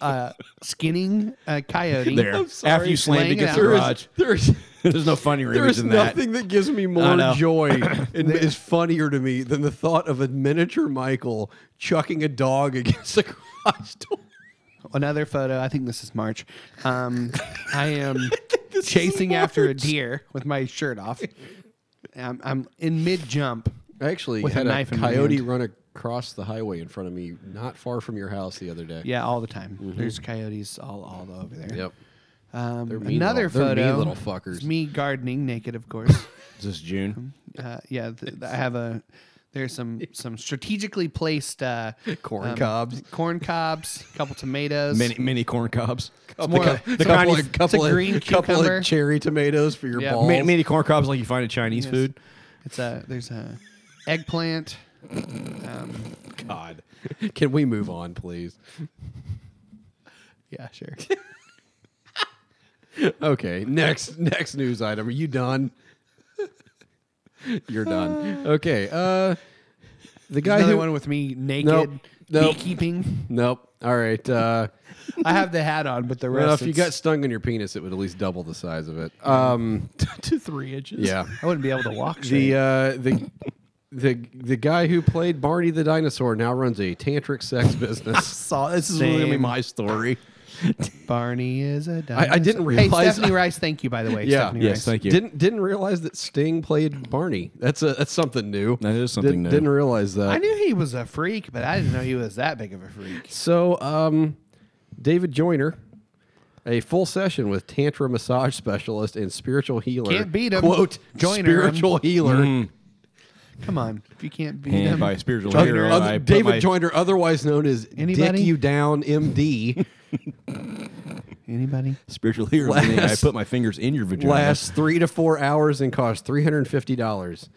S1: uh, skinning a coyote.
S4: There, after you slammed
S1: Laying it
S4: against
S1: out.
S4: the
S1: There is-
S4: garage,
S2: There is,
S4: [LAUGHS] there's no funny
S2: there
S4: reason
S2: is
S4: in that.
S2: nothing that gives me more
S4: know.
S1: [COUGHS]
S2: joy and is funnier to me than the thought of a miniature Michael chucking a dog against a garage door.
S1: Another photo. I think this is March. Um, I am chasing after a deer with my shirt off. I'm, I'm in mid jump.
S2: I actually
S1: With a
S2: had a,
S1: knife in my
S2: coyote
S1: hand.
S2: run across the highway in front of me, not far from your house the other day.
S1: Yeah, all the time. There's coyotes all, all over there.
S2: Mm-hmm. Yep.
S1: Um,
S2: mean
S1: another
S2: little- they're
S1: photo.
S2: mean little fuckers.
S1: It's me gardening naked, of
S2: [LAUGHS]
S1: course.
S4: Is this June?
S1: uh, yeah, th- th- I have a. There's some some strategically placed uh,
S2: Corn cobs.
S1: corn cobs, a couple tomatoes,
S4: Many many corn cobs.
S1: It's more
S2: the,
S1: like-
S2: cou-
S1: it's
S2: the
S1: a
S2: kind
S1: couple
S2: you-
S1: of-
S2: couple
S1: it's a
S2: of-
S1: green
S2: couple
S1: cucumber.
S2: of cherry tomatoes for your
S1: Yeah.
S2: balls.
S4: Many, many corn cobs like you find in Chinese
S1: Yes.
S4: food.
S1: It's a there's a eggplant.
S2: God, can we move on, please?
S1: Yeah, sure.
S2: Okay, next [LAUGHS] next news item. Are you done? [LAUGHS]
S1: [SIGHS]
S2: You're done. Okay. Uh, the guy
S1: Another
S2: who
S1: one with me naked
S2: nope.
S1: beekeeping.
S2: nope. All right.
S4: [LAUGHS]
S2: Uh,
S1: I have the hat on, but the rest.
S2: well, if you
S1: it's-
S2: got stung in your penis, it would at least double the size of it. Um,
S4: to three inches.
S2: yeah.
S1: I wouldn't be able to walk.
S2: The
S1: Straight.
S2: uh, the the the guy who played Barney the dinosaur now runs a tantric
S4: [LAUGHS]
S2: sex business.
S4: Saw this is really gonna be
S1: Same.
S4: my story.
S1: Barney is a.
S2: I didn't
S1: dinosaur. Hey,
S2: realize-
S1: Stephanie Rice. Thank you, by the way.
S2: Yeah.
S1: Stephanie
S4: Yes,
S1: Rice.
S4: thank you.
S2: Didn't didn't realize that Sting played Barney. That's a that's something new.
S4: That is something
S2: Didn't-
S4: new.
S2: Didn't realize that.
S1: I knew he was a freak, but I didn't know he was that big of a freak.
S2: So, um, David Joyner, a full session with tantra massage specialist and spiritual healer.
S1: Can't beat 'em.
S2: Quote
S1: Joyner 'em.
S2: spiritual healer.
S4: Mm.
S1: Come on, if you can't beat
S4: And
S1: him,
S4: by spiritual
S2: Other-
S4: hero,
S2: other-
S4: uh, I put
S2: David
S4: my-
S2: Joyner, otherwise known as
S1: Anybody?
S2: Dick You Down
S4: [LAUGHS]
S2: MD,
S1: anybody.
S4: spiritual hero. meaning I
S2: Last-
S4: put my fingers in your vagina.
S2: lasts three to four hours and costs three hundred and fifty dollars.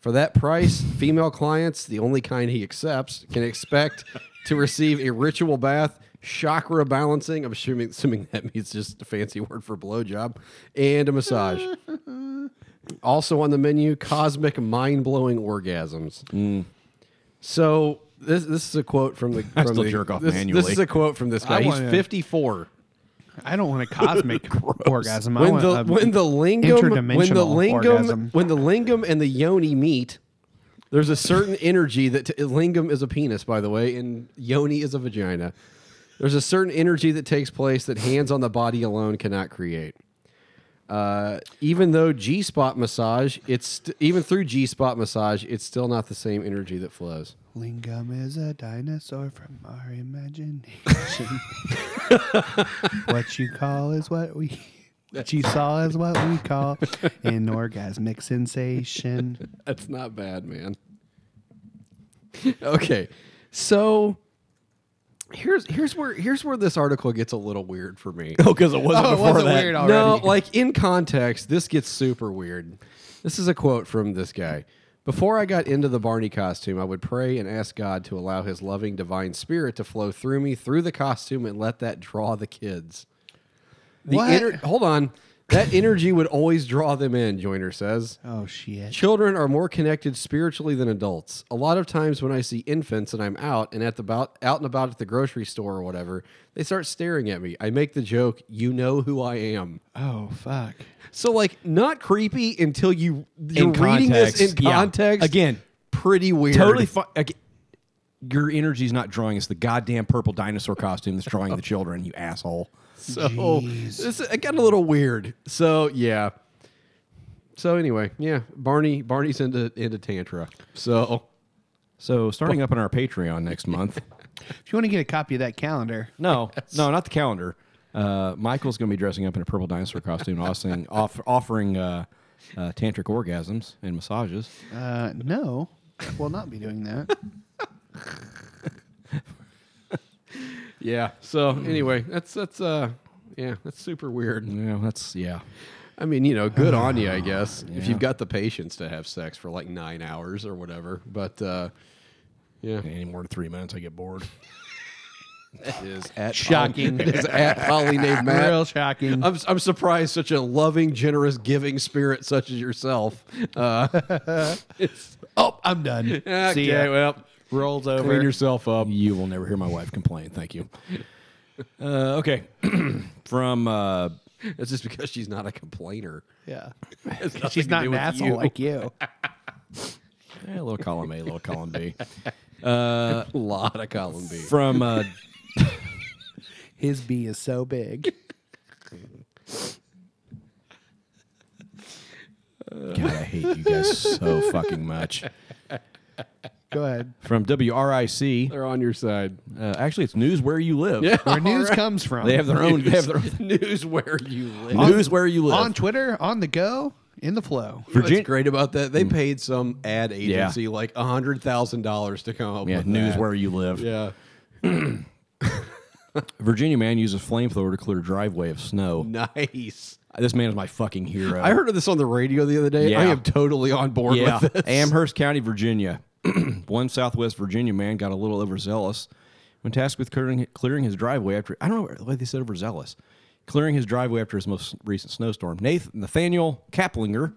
S2: For that price, female clients, the only kind he accepts, can expect to receive a ritual bath, chakra balancing. I'm assuming, assuming that means just a fancy word for blowjob, and a massage. also on the menu, cosmic mind blowing orgasms. So this this is a quote from the. From
S4: Mm. I still
S2: the-
S4: jerk off
S2: this, This
S4: manually.
S2: is a quote from this guy. He's
S1: wanna-
S2: 54.
S1: I don't want a cosmic orgasm. I
S2: When
S1: want
S2: the
S1: a
S2: when the lingam when the
S1: interdimensional
S2: lingam
S1: orgasm.
S2: when the lingam and the yoni meet, there's a certain energy that t- lingam is a penis, by the way, and yoni is a vagina. There's a certain energy that takes place that hands on the body alone cannot create. Uh, even though G spot massage, it's st- even through G spot massage, it's still not the same energy that flows.
S1: Lingam is a dinosaur from our imagination. what you call is what we. What you saw is what we call an orgasmic sensation.
S2: That's not bad, man. okay. So here's here's where here's where this article gets a little weird for me.
S4: [LAUGHS] Oh, because it wasn't
S1: Oh, it
S4: before
S1: wasn't
S4: that.
S1: weird
S2: No,
S1: already.
S2: like in context, this gets super weird. This is a quote from this guy. Before I got into the Barney costume, I would pray and ask God to allow his loving divine spirit to flow through me through the costume and let that draw the kids. The
S1: What?
S2: ener- hold on. That energy would always draw them in, Joyner says.
S1: Oh shit!
S2: Children are more connected spiritually than adults. A lot of times when I see infants and I'm out and at the about out and about at the grocery store or whatever, they start staring at me. I make the joke, "You know who I am."
S1: Oh fuck!
S2: So like not creepy until you you're
S4: In
S2: reading this in
S4: context, yeah.
S2: context.
S4: Again,
S2: pretty weird.
S4: Totally fine. Your energy's not drawing us the goddamn purple dinosaur costume that's drawing the children, you asshole.
S2: So this it got a little weird. So yeah. So anyway, yeah, Barney Barney's into into tantra. So
S4: So starting up on our Patreon [LAUGHS] next month.
S1: If you want to get a copy of that calendar,
S4: No, no, not the calendar. Uh, Michael's going to be dressing up in a purple dinosaur costume, and offering, off, offering uh, uh, tantric orgasms and massages.
S1: uh, no, we'll not be doing that.
S4: Hmm.
S2: yeah. So anyway, that's that's uh yeah, that's super weird.
S4: Yeah, that's yeah.
S2: I mean, you know, good on [SIGHS] you, I guess, if you've got the patience to have sex for like nine hours or whatever. But uh, yeah,
S4: Any more than three minutes, I get [LAUGHS] bored.
S2: it is
S1: [LAUGHS]
S2: at
S1: Shocking.
S2: Poly, it [LAUGHS] is at Polly named Matt.
S1: Real shocking.
S2: I'm, I'm surprised such a loving, generous, giving spirit such as yourself. [LAUGHS] Uh,
S1: oh, I'm done. [LAUGHS] See ya.
S2: okay, well,
S1: Rolls over.
S2: uh, [LAUGHS] clean yourself up.
S4: You will never hear my wife complain. Thank [LAUGHS] you. Uh, okay. [CLEARS THROAT] From uh,
S2: It's just because she's not a [LAUGHS] complainer.
S1: yeah.
S2: It's
S1: She's not an
S2: nothing to do with
S1: asshole
S2: you.
S1: like you.
S4: eh, little column A, little column [LAUGHS] B.
S2: [LAUGHS] a lot of column B.
S4: From uh,
S1: His B is so big.
S4: [LAUGHS] God, I hate you guys so fucking much.
S1: Go ahead.
S4: From WRIC.
S2: They're on your side.
S4: Uh, actually, it's news where you live.
S2: Yeah.
S1: Where news comes from.
S4: They have their own. They
S2: [LAUGHS]
S4: have their own
S2: News where you live.
S4: news where you live.
S1: on Twitter, on the go, in the flow.
S4: Virgin- Mm.
S2: What's great about that? They paid some ad
S4: Yeah.
S2: agency like a hundred thousand dollars to come up
S4: yeah,
S2: with
S4: news
S2: that.
S4: where you live.
S2: Yeah,
S4: Virginia man uses flamethrower to clear driveway of snow.
S2: nice.
S4: This man is my fucking hero.
S2: I heard of this on the radio the other day.
S4: Uh, Yeah.
S2: I am totally on board
S4: Yeah,
S2: with this.
S4: Amherst County, Virginia. [CLEARS THROAT] One Southwest Virginia man got a little overzealous when tasked with clearing clearing his driveway after I don't know why they said overzealous, clearing his driveway after his most recent snowstorm. Nathan, Nathaniel Kaplinger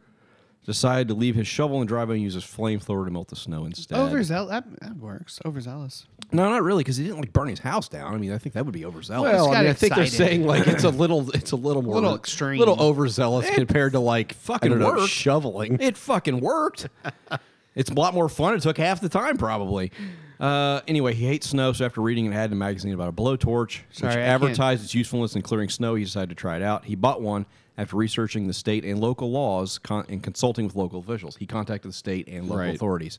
S4: decided to leave his shovel in the driveway and use his flamethrower to melt the snow instead.
S1: Overzealous. That, that works. Overzealous.
S4: no, not really, because he didn't like burn his house down. I mean, I think that would be overzealous.
S2: Well,
S1: [LAUGHS]
S2: I,
S1: got
S2: mean, I think they're
S1: excited.
S2: saying like
S4: [CLEARS THROAT]
S2: it's a little, it's a little more,
S1: little extreme.
S2: little overzealous compared to like fucking
S4: don't know, [LAUGHS]
S2: shoveling.
S4: It fucking worked. it's a lot more fun. It took half the time, probably. Uh, anyway, he hates snow, so after reading an ad in a magazine about a blowtorch,
S1: Sorry, I
S4: which
S1: can't-
S4: advertised its usefulness in clearing snow, he decided to try it out. He bought one after researching the state and local laws con- and consulting with local officials. He contacted the state and local
S2: Right.
S4: authorities.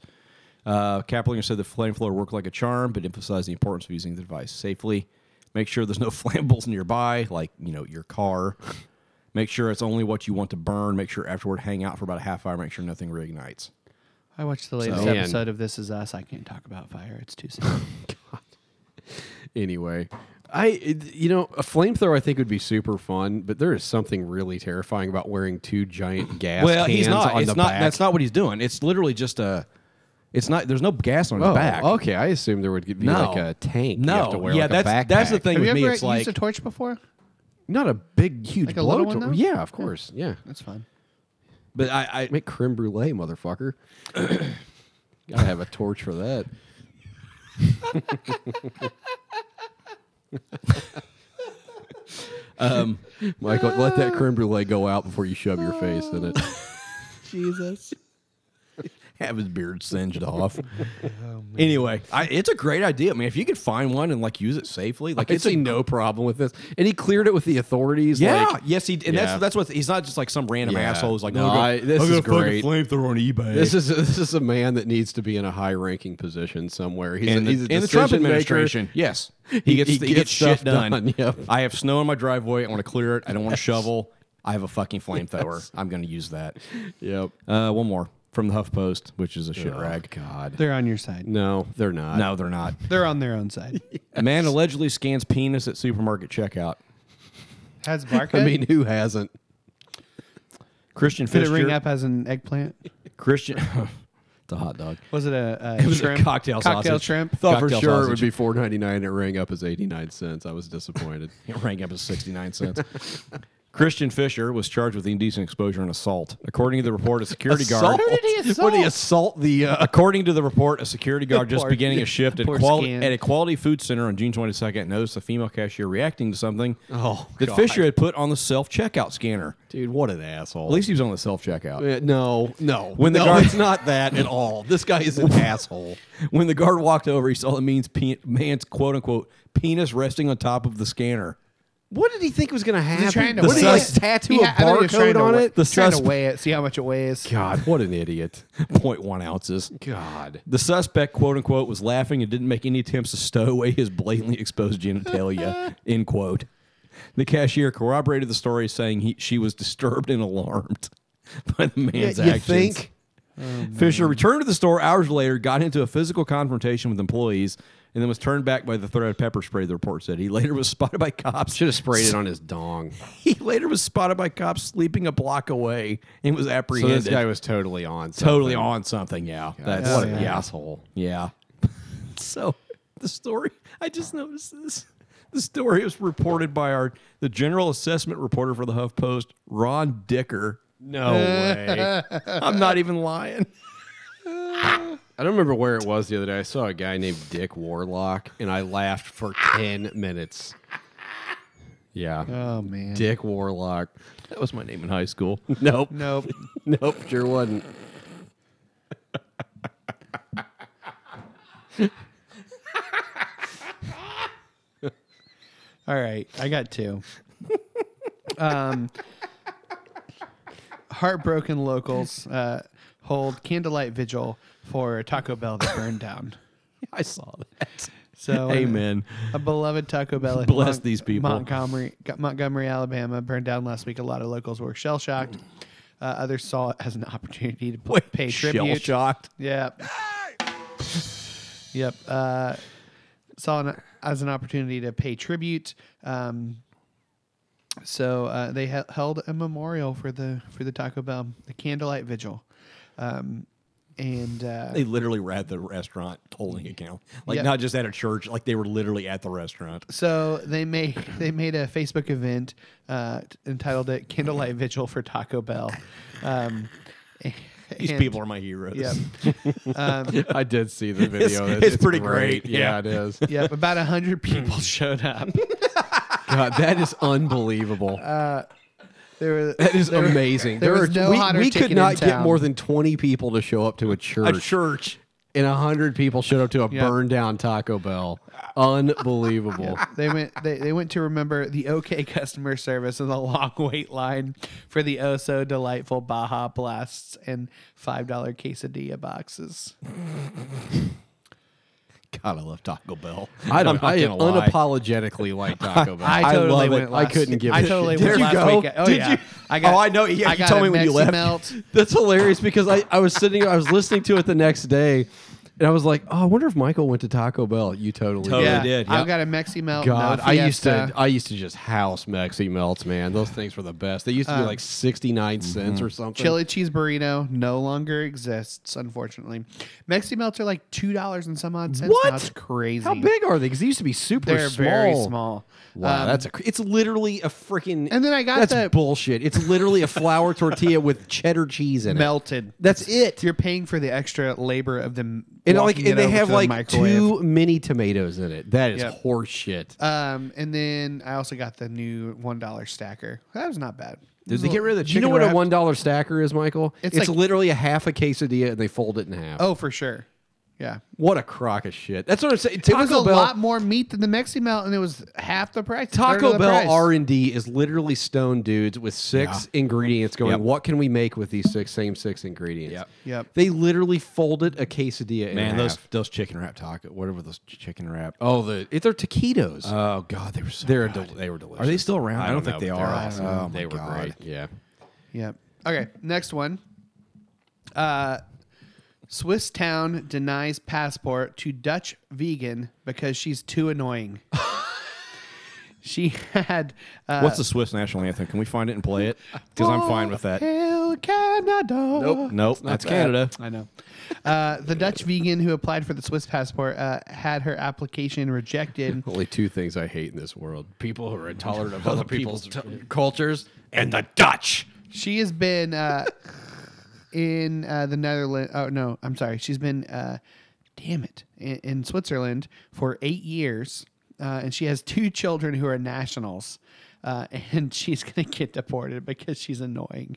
S4: Uh, Kaplinger said the flamethrower worked like a charm, but emphasized the importance of using the device safely. Make sure there's no [LAUGHS] flammables nearby, like you know your car. Make sure it's only what you want to burn. Make sure afterward, hang out for about a half hour. Make sure nothing reignites.
S1: I watched the latest
S2: Man.
S1: episode of This Is Us. I can't talk about fire. It's too soon.
S2: anyway, I it- you know a flamethrower I think would be super fun, but there is something really terrifying about wearing two giant gas.
S4: well,
S2: cans
S4: he's not.
S2: On
S4: It's
S2: the
S4: not.
S2: back.
S4: That's not what he's doing. It's literally just a. It's not. There's no gas on his
S2: Oh,
S4: back.
S2: okay. [LAUGHS] I assume there would be
S4: No.
S2: like a tank.
S4: No.
S2: you have to wear
S4: Yeah,
S2: like
S4: that's-
S2: a backpack.
S4: that's the thing.
S1: have you
S4: with me,
S1: ever
S4: it's
S1: used
S4: like-
S1: a torch before?
S2: Not a big, huge
S1: Like a little
S2: blow.
S1: one,
S2: to-
S1: though?
S2: yeah, of course. Yeah,
S1: That's fun.
S4: But I. I
S2: make creme brulee, [COUGHS] motherfucker. Gotta have a torch for [LAUGHS] that. um, Michael, let that creme brulee go out before you shove your face in it.
S1: Jesus.
S4: have his beard singed [LAUGHS] off. anyway, I, it's a great idea, man. If you could find one and like use it safely, like
S2: I
S4: it's a
S2: see
S4: [LAUGHS]
S2: no problem with this, and he cleared it with the authorities.
S4: Yeah.
S2: like,
S4: yes, he. And
S2: Yeah.
S4: that's that's what he's not just like some random
S2: Yeah.
S4: asshole who's like, "Oh,
S2: No,
S4: I'm gonna-
S2: I- this
S4: I'm gonna
S2: is great.
S4: Fucking flamethrower on eBay.
S2: This is this is a man that needs to be in a high ranking position somewhere. He's
S4: in
S2: a,
S4: the,
S2: he's a
S4: in the Trump
S2: decision maker.
S4: administration. Yes, he gets
S2: he gets
S4: he, gets
S2: stuff
S4: shit done.
S2: done, yep.
S4: I have snow in my driveway. I want to clear it. I don't want to shovel. I have
S2: [LAUGHS]
S4: a fucking flamethrower. I'm going to use that.
S2: Yep.
S4: Uh, one more from the HuffPost, which is a shit rag.
S2: God.
S1: They're on your side.
S2: No, they're not.
S4: No, they're not.
S1: They're on their own side.
S4: A Man allegedly scans penis at supermarket checkout.
S1: Has barcode?
S2: I mean, who hasn't?
S4: Christian
S1: did it
S4: Fisher.
S1: ring up as an eggplant?
S4: Christian. [LAUGHS] it's a hot dog.
S1: Was it a, a
S4: It was a
S1: shrimp?
S4: cocktail sausage.
S1: shrimp?
S4: Thought
S2: Oh, for
S4: Cocktail
S2: sure it would
S4: sausage.
S2: be four ninety nine. It rang up as eighty nine cents. I was disappointed.
S4: It rang up as 69 cents. [LAUGHS] Christian Fisher was charged with indecent exposure and assault. According to the report, a security guard.
S1: Who did he
S2: Would he
S1: assault?
S2: assault the? Uh,
S4: According to the report, a security guard just
S1: Poor-
S4: beginning a shift at,
S1: poor
S4: quali-
S1: skin.
S4: at a quality food center on June 22nd noticed a female cashier reacting to something
S2: Oh,
S4: that
S2: God.
S4: Fisher had put on the self checkout scanner.
S2: [LAUGHS] dude, what an asshole!
S4: At least he was on the self checkout.
S2: Uh, no, no.
S4: When the
S2: no,
S4: guard-
S2: it's not that at all. This guy is [LAUGHS] an asshole.
S4: [LAUGHS] When the guard walked over, he saw the means pe- man's quote unquote penis resting on top of the scanner. [LAUGHS]
S2: What did he think was going to happen?
S1: Is he trying to
S2: what did
S1: weigh
S2: he
S1: it?
S2: tattoo
S1: He
S2: a
S1: ha- I think he was trying
S2: barcode
S1: to
S2: on
S1: weigh-
S2: it?
S4: The
S1: trying to
S4: sus-
S1: weigh it, see how much it weighs.
S2: [LAUGHS] God, what an idiot!
S4: 0.1 ounces.
S2: God,
S4: The suspect, quote unquote, was laughing and didn't make any attempts to stow away his blatantly
S2: [LAUGHS]
S4: exposed genitalia, end quote. The cashier corroborated the story, saying he, she was disturbed and alarmed [LAUGHS] by the man's
S2: you
S4: actions.
S2: think?
S4: Fisher returned to the store hours later, got into a physical confrontation with employees, and then was turned back by the threat of pepper spray. The report said he later was [LAUGHS] spotted by cops.
S2: Should have sprayed it on his dong.
S4: [LAUGHS] He later was spotted by cops sleeping a block away and was
S2: So
S4: apprehended.
S2: this guy was totally on. something.
S4: totally on something. Yeah, that's
S2: What
S4: yeah.
S2: an asshole.
S4: Yeah. [LAUGHS] so the story, I just noticed this. The story was reported by our the general assessment reporter for the HuffPost, Ron Dicker.
S2: No
S1: Eh. [LAUGHS]
S2: way.
S4: I'm not even lying.
S2: I don't remember where it was the other day. I saw a guy named Dick Warlock, and I laughed for ten minutes. Yeah,
S1: Oh man.
S2: Dick Warlock.
S4: [LAUGHS] That was my name in high school.
S2: Nope,
S1: Nope.
S2: nope, sure wasn't.
S1: All right, I got two. um, heartbroken locals uh, hold candlelight vigil for Taco Bell that burned down.
S4: [LAUGHS] I saw that. uh,
S1: So,
S4: Amen.
S1: A beloved Taco Bell in
S4: Bless these people.
S1: Montgomery, Montgomery, Alabama, burned down last week. A lot of locals were shell shocked. Uh, others saw it as an opportunity to pay
S4: Shell
S1: tribute.
S4: shocked.
S1: Yep. yep. Uh, saw an, as an opportunity to pay tribute. Um, so uh, they he- held a memorial for the for the Taco Bell, the candlelight vigil, um, and uh,
S4: They literally were at the restaurant holding account. Like
S1: Yeah.
S4: not just at a church, like they were literally at the restaurant.
S1: so they made they made a Facebook event uh, t- entitled it "Candlelight Vigil for Taco Bell." Um,
S4: These
S1: and-
S4: people are my heroes.
S1: Yep.
S2: I did see
S1: [LAUGHS]
S2: the video.
S4: It's- it's pretty great. Yeah.
S2: Yeah, it is.
S1: Yep. About hundred
S2: [LAUGHS]
S1: people showed up.
S2: God, that is unbelievable.
S1: There were
S2: that is
S1: Uh, there were-
S2: amazing.
S1: there was
S2: are-
S1: no
S2: we,
S1: hotter
S2: we
S1: chicken
S2: could
S1: in
S2: not get
S1: town.
S2: more than twenty people to show up to a church,
S4: [LAUGHS] A church.
S2: and hundred people showed up to a
S1: Yeah.
S2: burned down Taco Bell. Unbelievable.
S1: [LAUGHS] They went. They, they went to remember the OK [LAUGHS] customer service and the long wait line for the oh so delightful Baja Blasts and five dollar quesadilla boxes.
S4: God, I love Taco Bell.
S2: [LAUGHS] I
S4: I'm
S2: don't.
S4: not
S2: I
S4: gonna lie.
S1: [LAUGHS]
S2: unapologetically like Taco Bell.
S1: I totally
S2: love
S1: went
S2: it.
S1: last-
S2: I couldn't give.
S1: I
S2: a
S1: totally
S2: shit.
S1: went
S2: There you
S1: last
S2: go.
S1: weekend. Oh,
S4: Did
S1: yeah.
S4: you?
S1: I got-
S4: oh, I know. Yeah,
S1: I
S4: you
S1: got
S4: told
S1: a
S4: me when you
S1: Mexi
S4: left.
S1: melt. [LAUGHS]
S2: That's hilarious because I, I was sitting. I was listening to it the next day, and I was like, oh, I wonder if Michael went to Taco Bell. You totally.
S4: Totally.
S2: did.
S1: yeah,
S4: did,
S1: I've
S4: yep.
S1: got a Mexi melt. no
S2: God, I used to
S1: fiesta.
S2: I used to just house Mexi melts, man. Those things were the best. They
S1: Uh,
S2: used to be like sixty
S1: mm-hmm.
S2: cents or something.
S1: Chili cheese burrito no longer exists, unfortunately. Mexi melts are like two dollars and some odd cents.
S2: What?
S1: Now. It's crazy.
S2: How big are they? Because they used to be super
S1: They're
S2: small.
S1: very small.
S2: Wow,
S1: Um,
S2: that's a. cr- It's literally a freaking.
S1: And then I got
S2: that's
S1: the-
S2: bullshit. It's literally a flour tortilla with cheddar cheese in it.
S1: melted.
S2: That's it.
S1: You're paying for the extra labor of them.
S2: And like,
S1: walking it
S2: and they
S1: over to
S2: have
S1: the
S2: like
S1: microwave.
S2: two mini tomatoes in it. That is
S1: Yep.
S2: horseshit.
S1: Um, and then I also got the new one dollar stacker. That was not bad.
S4: Does he get rid of the
S2: Do you
S4: chicken?
S2: know what
S4: wrap?
S2: a one dollar stacker is, Michael?
S1: It's
S2: It's,
S1: like-
S2: literally a half a quesadilla, and they fold it in half.
S1: Oh, for sure. Yeah,
S2: what a crock of shit! That's what I'm saying.
S1: it
S2: Taco
S1: was a
S2: Bell,
S1: lot more meat than the Mexi Melt, and it was half the price. a third of
S2: Taco
S1: the
S2: Bell
S1: price.
S2: R and D is literally stone dudes with six ingredients going.
S4: Yep.
S2: What can we make with these six same six ingredients?
S4: Yep.
S1: Yep.
S2: They literally folded a quesadilla.
S4: Man,
S2: in
S4: those
S2: half.
S4: those chicken wrap taco, whatever those ch- chicken wrap.
S2: oh the it, they're taquitos.
S4: Oh God, they were so
S2: they're
S4: good.
S2: del- they were delicious.
S4: Are they still around? I don't,
S2: know,
S4: think they
S2: but
S4: are.
S2: they're awesome.
S4: Oh,
S2: they
S4: my
S2: were
S4: God.
S2: great. Yeah.
S1: Yep. Okay. Next one. Uh, Swiss town denies passport to Dutch vegan because she's too
S2: [LAUGHS]
S1: annoying. she had. Uh,
S4: What's the Swiss national anthem? Can we find it and play it? Because I'm fine
S2: [LAUGHS]
S4: with that.
S1: Hail Canada. Nope.
S4: Nope, that's Canada.
S1: I know. Uh, the Dutch vegan who applied for the Swiss passport uh, had her application
S2: [LAUGHS]
S1: rejected.
S2: Only two things I hate in this world: people who are intolerant
S4: [LAUGHS]
S2: of other people's t- cultures and the Dutch.
S1: She has been uh, in uh, the Netherlands. Oh no, I'm sorry. She's been, uh, damn it, in, in Switzerland for eight years, uh, and she has two children who are nationals, uh, [LAUGHS] and she's gonna get deported because she's annoying.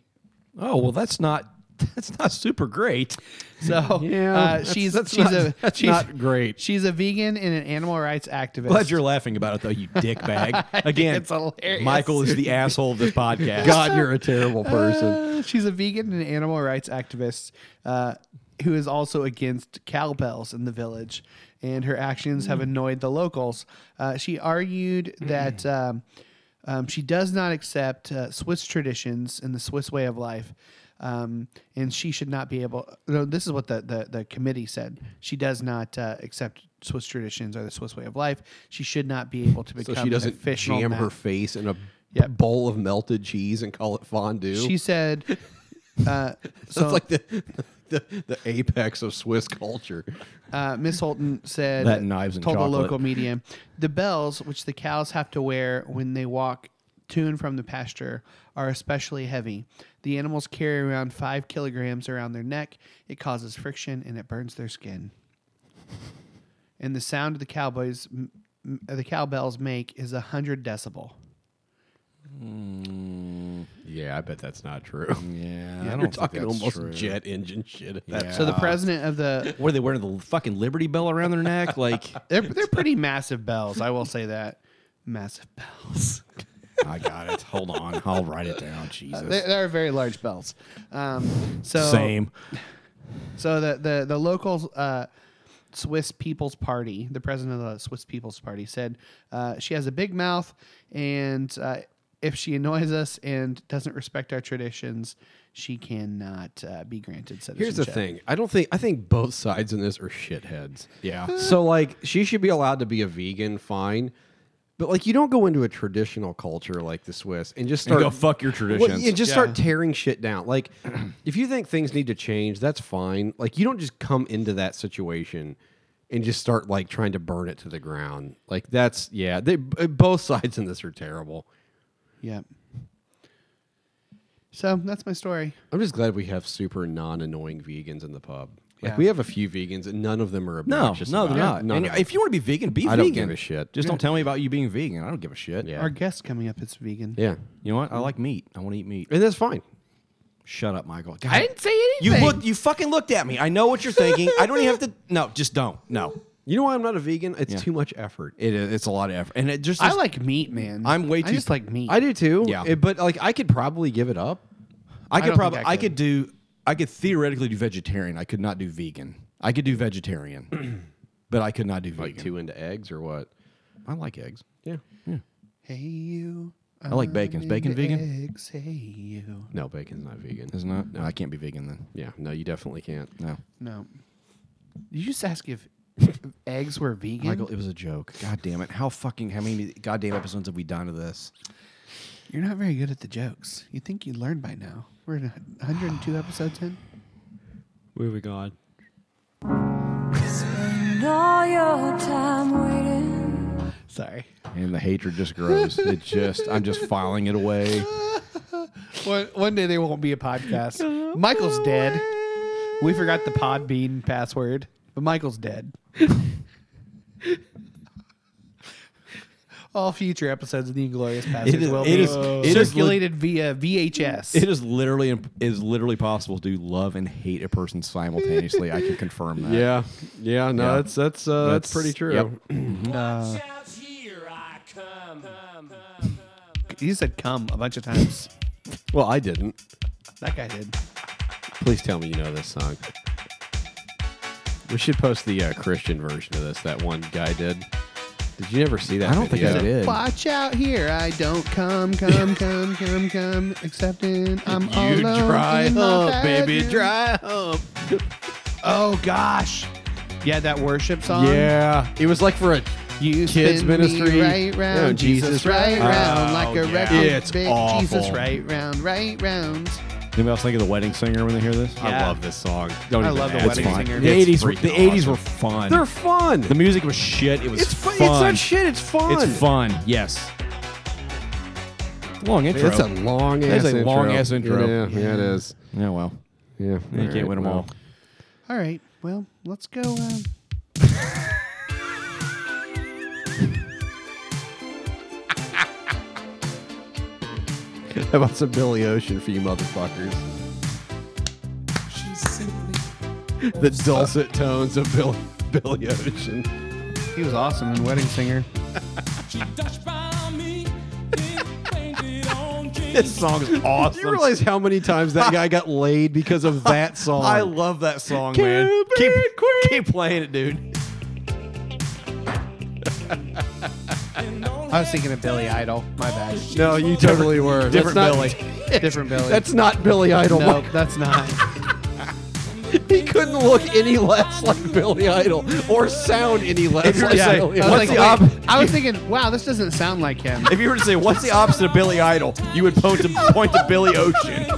S4: Oh well, that's not [LAUGHS] that's not super great.
S1: So
S2: Yeah,
S1: uh,
S2: that's-
S1: she's
S2: that's
S1: she's
S2: not-
S1: a
S2: that's
S1: she's,
S2: not great.
S1: She's a vegan and an animal rights activist.
S4: Glad you're laughing about it though,
S2: [LAUGHS]
S4: you dickbag. Again,
S1: it's hilarious.
S4: Michael is the asshole of this podcast.
S2: God, you're a terrible person.
S1: Uh, she's a vegan and animal rights activist uh, who is also against cowbells in the village, and her actions
S2: Hmm.
S1: have annoyed the locals. Uh, she argued that um, um, she does not accept uh, Swiss traditions and the Swiss way of life. um, and she should not be able. No, this is what the the, the committee said. She does not uh, accept Swiss traditions or the Swiss way of life. She should not be able to
S2: So
S1: become
S2: she
S1: an
S2: doesn't
S1: official
S2: jam
S1: mem-
S2: her face in a
S1: Yep.
S2: bowl of melted cheese and call it fondue.
S1: She said. Uh, so
S2: [LAUGHS] That's like the, the the apex of Swiss culture.
S1: uh, Miss Holton said
S4: That and knives and
S1: told the
S4: chocolate.
S1: local media the bells which the cows have to wear when they walk to and from the pasture are especially heavy. The animals carry around five kilograms around their neck. It causes friction and it burns their skin. And the sound the cowboys, m- m- the cowbells make is a hundred decibel.
S2: Yeah, I bet that's not true. [LAUGHS]
S4: Yeah,
S2: You're talking almost jet engine shit. That's
S1: So the president of the
S4: What are they wearing? The fucking Liberty Bell around their
S2: [LAUGHS]
S4: neck? Like,
S1: they're, they're pretty massive bells. I will say that massive bells.
S4: I got it. Hold on, I'll write it
S2: [LAUGHS]
S4: down. Jesus.
S1: They, they are very large bells. Um, so
S4: Same.
S1: So the the the local uh, Swiss People's Party, the president of the Swiss People's Party, said uh, she has a big mouth, and uh, if she annoys us and doesn't respect our traditions, she cannot uh, be granted citizenship.
S2: Here's the thing. I don't think I think both sides in this are shitheads. Yeah. so like she should be allowed to be a vegan, fine. But like you don't go into a traditional culture like the Swiss and just
S4: And
S2: start
S4: go fuck your
S2: Well,
S4: traditions.
S2: yeah, just start tearing shit down. Like if you think things need to change, that's fine. Like you don't just come into that situation and just start like trying to burn it to the ground. Like that's yeah, they b- both [LAUGHS] sides in this are terrible.
S1: Yep. So that's my story.
S2: I'm just glad we have super non-annoying vegans in the pub. Like
S1: Yeah.
S2: we have a few vegans, and none of them are
S4: [LAUGHS] No,
S2: obnoxious.
S4: no,
S2: about
S4: they're
S2: it.
S4: not.
S2: None
S4: And
S2: of
S4: if you want to be vegan, be
S2: I
S4: vegan.
S2: don't give a shit.
S4: Just don't tell me about you being vegan. I don't give a shit.
S2: Yeah.
S1: Our guest coming up is vegan.
S2: Yeah,
S4: You know what? I like meat. I want to eat meat.
S2: and that's fine.
S4: Shut up, Michael. God.
S1: I didn't say
S4: You
S1: anything.
S4: look. You fucking looked at me. I know what you're thinking. I don't even have to. No, just don't. No.
S2: You know why I'm not a vegan? It's
S4: Yeah.
S2: too much effort.
S4: It is. It's a lot of effort, and it just.
S1: I like meat, man.
S4: I'm way
S1: I
S4: too-
S1: just like meat.
S2: I do too.
S4: Yeah.
S2: It- but like I could probably give it up.
S4: I
S1: don't
S4: could
S1: think
S4: probably.
S1: I
S4: I
S1: could.
S4: could do. I could theoretically do vegetarian. I could not do vegan. I could do
S1: [CLEARS THROAT]
S4: vegetarian, but I could not do vegan.
S2: Like two into eggs or what?
S4: I like eggs.
S2: Yeah.
S1: Hey you.
S4: I like bacon. Is bacon vegan?
S1: Eggs. Hey you.
S2: No, bacon's not vegan.
S4: Is not. No, I can't be vegan then.
S2: Yeah. No, you definitely can't.
S4: No,
S1: No. Did you just ask
S4: [LAUGHS]
S1: if eggs were vegan?
S4: Michael, it was a joke. God damn it! How fucking how many goddamn episodes have we done of this?
S1: You're not very good at the jokes. You think you'd learn by now. We're in
S4: [SIGHS]
S1: 102 episodes in.
S2: Moving on.
S7: all your time waiting.
S1: Sorry.
S4: And the hatred just [LAUGHS] grows. it just. I'm just filing it away.
S1: One, one day there won't be a
S4: [LAUGHS]
S1: podcast. Michael's dead. We forgot the Podbean password, but Michael's
S4: [LAUGHS]
S1: dead. All future episodes of the Inglorious Passage
S4: is-
S1: will
S4: it
S1: be
S4: is- it is lit-
S1: circulated via VHS.
S4: It is literally it is literally possible to love and hate a person simultaneously. I can confirm that.
S2: Yeah. Yeah. No,
S4: Yeah.
S2: that's that's uh, that's,
S4: That's-
S2: pretty true.
S4: yep.
S1: you said "come" a bunch of times.
S2: Well, I didn't.
S1: That guy did.
S2: Please tell me you know this song. We should post the uh, Christian version of this that one guy did. Did you ever see that?
S4: I don't think
S2: video?
S4: I did.
S1: Watch out here! I don't come,
S2: [LAUGHS]
S1: come, come, come, come. Accepting I'm all
S2: You
S1: alone
S2: dry
S1: in my
S2: hump, baby,
S1: bedroom.
S2: dry hump.
S1: Oh gosh. Yeah, that worship song.
S2: Yeah, it was like for a
S1: You
S2: Kids
S1: spin me
S2: ministry.
S1: right round,
S2: Oh,
S1: Jesus,
S2: Jesus,
S1: right
S2: right
S1: round,
S2: round.
S1: like a
S2: Oh,
S1: record
S2: yeah. It's
S1: big Jesus
S2: awful.
S1: right round, right round.
S4: Anybody else think of the wedding singer when they hear this?
S1: Yeah.
S2: I love this song. Don't
S1: I
S2: even
S1: love the
S2: ask.
S1: wedding
S2: It's fine.
S1: singer.
S4: The
S2: It's
S4: eighties were
S2: freaking
S4: the eighties were
S2: awesome.
S4: fun.
S2: They're fun.
S4: the music was shit. It was
S2: it's fun.
S4: fun.
S2: It's not shit. It's fun.
S4: It's fun. Yes. Long intro.
S2: It's a long ass.
S4: That's a
S2: intro.
S4: long-ass intro.
S2: Yeah, yeah, it is.
S4: yeah. Well,
S2: Yeah,
S4: you can't win them all.
S1: All right, well, let's go. Um,
S2: all. How about some Billy Ocean for you
S4: [LAUGHS]
S2: motherfuckers? the dulcet tones of Billy, Billy Ocean.
S1: he was awesome in Wedding Singer. [LAUGHS]
S4: This song is awesome.
S2: Do [LAUGHS] you realize how many times that guy got laid because of that song?
S4: [LAUGHS] I love that song, man.
S2: Cupid
S4: Keep, keep playing it, dude.
S3: And don't
S1: I was thinking of Billy Idol. My bad.
S2: No, you totally were.
S1: Different
S2: That's
S1: Billy. [LAUGHS]
S2: not-
S1: Different Billy.
S2: That's not Billy Idol.
S1: no, that's not.
S2: He couldn't look any less like Billy Idol or sound any less
S4: you were
S2: like
S4: to say,
S1: I, was
S2: Billy
S4: what's
S2: Idol.
S1: like,
S4: the
S1: wait,
S4: op-
S1: I was thinking, wow, this doesn't sound like him.
S4: If you were to say, what's the opposite of Billy Idol? You would point to, point to Billy Ocean.
S2: [LAUGHS]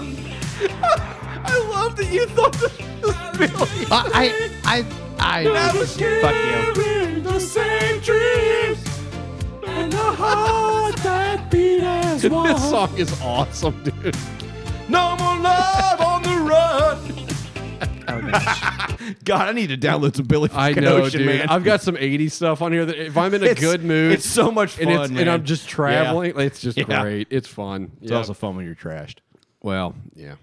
S2: I love that you thought that Billy
S1: Uh, I, I, I, I fuck you.
S2: [LAUGHS] This song is awesome, dude.
S4: No more love on the run. [LAUGHS] God, I need to download some Billy
S2: I
S4: fucking
S2: know,
S4: Ocean,
S2: dude.
S4: man.
S2: I've got some 80s stuff on here that if I'm in a
S4: [LAUGHS] It's-
S2: good mood,
S4: it's so much
S2: and, it's-
S4: fun,
S2: and
S4: man.
S2: I'm just traveling, it's just
S4: Yeah.
S2: great. It's fun.
S4: It's
S2: Yep.
S4: also fun when you're trashed.
S2: well, yeah.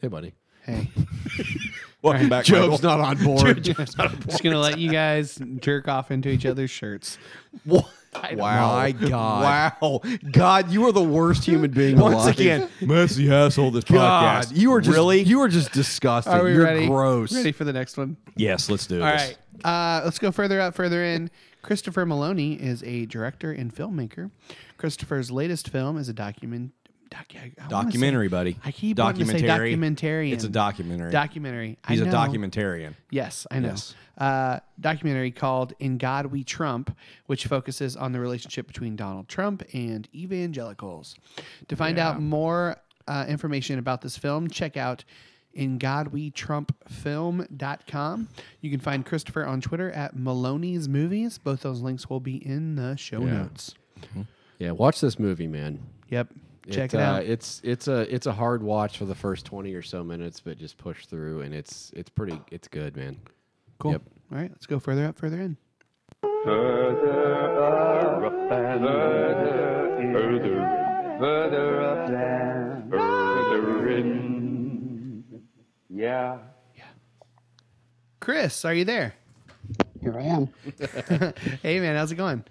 S2: Hey, buddy.
S1: Hey,
S4: Welcome back,
S2: Job's
S4: Michael.
S2: not on board. [LAUGHS]
S1: just gonna let you guys jerk off into each other's shirts.
S4: Wow. My God.
S2: Wow, God, you are the worst human being.
S4: Once
S2: alive.
S4: again, messy asshole this
S2: God,
S4: podcast.
S2: you are just,
S4: really?
S2: you are just disgusting.
S1: Are we
S2: You're
S1: ready?
S2: gross.
S1: Ready for the next one?
S4: yes, let's do
S1: All
S4: this.
S1: right. Uh, let's go further out, further in. Christopher Maloney is a director and filmmaker. Christopher's latest film is a document. Docu- I wanna say-
S4: Documentary, buddy.
S1: I keep wanting to say documentarian.
S4: It's a documentary.
S1: Documentary. I
S4: He's a
S1: know.
S4: documentarian.
S1: Yes, I know.
S4: Yes.
S1: Uh, documentary called "In God We Trump," which focuses on the relationship between Donald Trump and evangelicals. To find out more uh, information about this film, check out in godwetrumpfilm.com. You can find Christopher on Twitter at Maloney's Movies. Both those links will be in the show notes.
S2: Yeah, watch this movie, man.
S1: Yep. Check it,
S2: uh,
S1: out.
S2: It's it's a it's a hard watch for the first twenty or so minutes, but just push through, and it's it's pretty it's good, man.
S1: cool.
S2: yep.
S1: All right, let's go further up, further in.
S8: Yeah.
S1: Chris, are you there?
S8: Here I am.
S1: Hey, man, how's it going?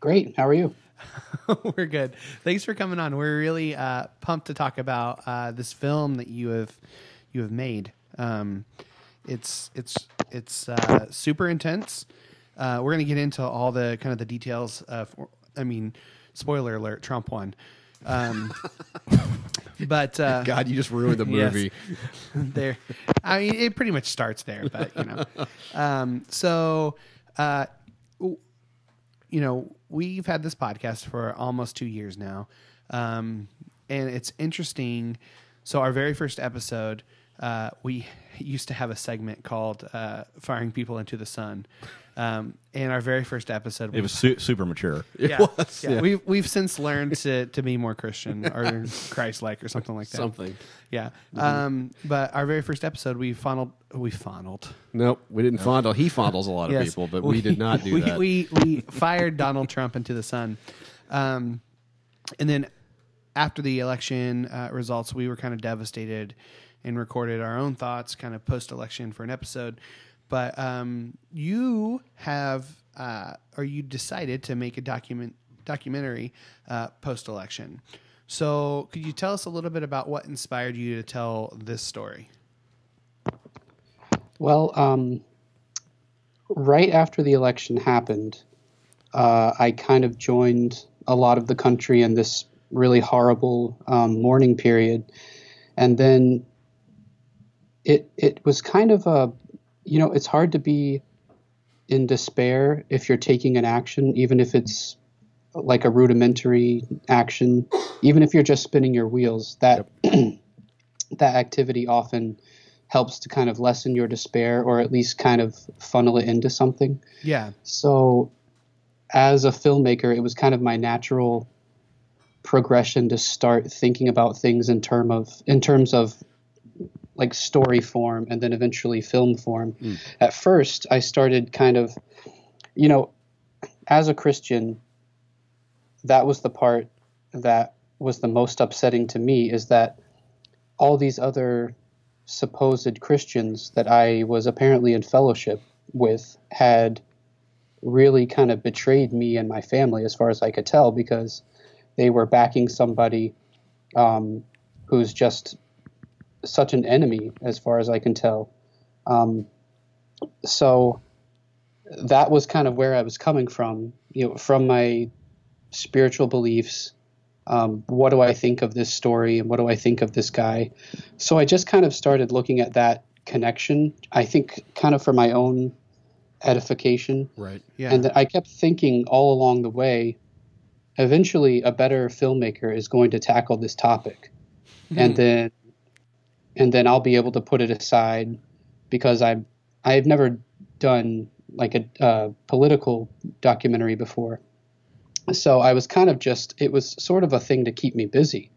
S8: Great. How are you?
S1: [LAUGHS] We're good. Thanks for coming on. We're really uh, pumped to talk about uh, this film that you have you have made. Um, it's it's it's uh, super intense. Uh, we're gonna get into all the kind of the details of. I mean, spoiler alert: Trump won. Um, [LAUGHS] but uh,
S2: God, you just ruined [LAUGHS] the
S1: Yes.
S2: movie.
S1: [LAUGHS] there. I mean, it pretty much starts there, but you know. Um, so, uh, w- you know, we've had this podcast for almost two years now, um, and it's interesting. So, our very first episode, uh, we [LAUGHS] used to have a segment called uh, "Firing People into the Sun," um, and our very first episode,
S4: It was su- super
S2: [LAUGHS]
S4: mature.
S1: [LAUGHS] yeah, yeah. We've we've since learned to to be more Christian or [LAUGHS] Christ-like or something like that.
S2: Something.
S1: Yeah. Um, but our very first episode, we fondled. We fondled.
S2: Nope, we didn't fondle. He fondles a
S4: [LAUGHS]
S2: lot of people, but we,
S1: [LAUGHS]
S2: did not do
S1: we,
S2: that.
S1: We we fired Donald Trump into the sun, um, and then after the election uh, results, we were kind of devastated and recorded our own thoughts, kind of post election for an episode. But um, you have, uh, or you decided to make a document documentary uh, post election. So, could you tell us a little bit about what inspired you to tell this story?
S8: Well, um, right after the election happened, uh, I kind of joined a lot of the country in this really horrible um, mourning period, and then it it was kind of a, you know, it's hard to be in despair if you're taking an action, even if it's like a rudimentary action, even if you're just spinning your wheels. That [CLEARS THROAT] that activity often helps to kind of lessen your despair or at least kind of funnel it into something.
S1: Yeah,
S8: So, as a filmmaker, it was kind of my natural progression to start thinking about things in term of in terms of like story form and then eventually film form. At first, I started kind of, you know, as a Christian, that was the part that was the most upsetting to me is that all these other supposed Christians that I was apparently in fellowship with had really kind of betrayed me and my family as far as I could tell because they were backing somebody um, who's just such an enemy as far as I can tell. Um, so that was kind of where I was coming from you know, from my spiritual beliefs. Um, what do I think of this story and what do I think of this guy? So I just kind of started looking at that connection. I think kind of for my own edification.
S2: Right.
S1: Yeah.
S8: And I kept thinking all along the way, eventually a better filmmaker is going to tackle this topic. And then and then I'll be able to put it aside because I'm I've never done like a uh, political documentary before. So I was kind of just it was sort of a thing to keep me busy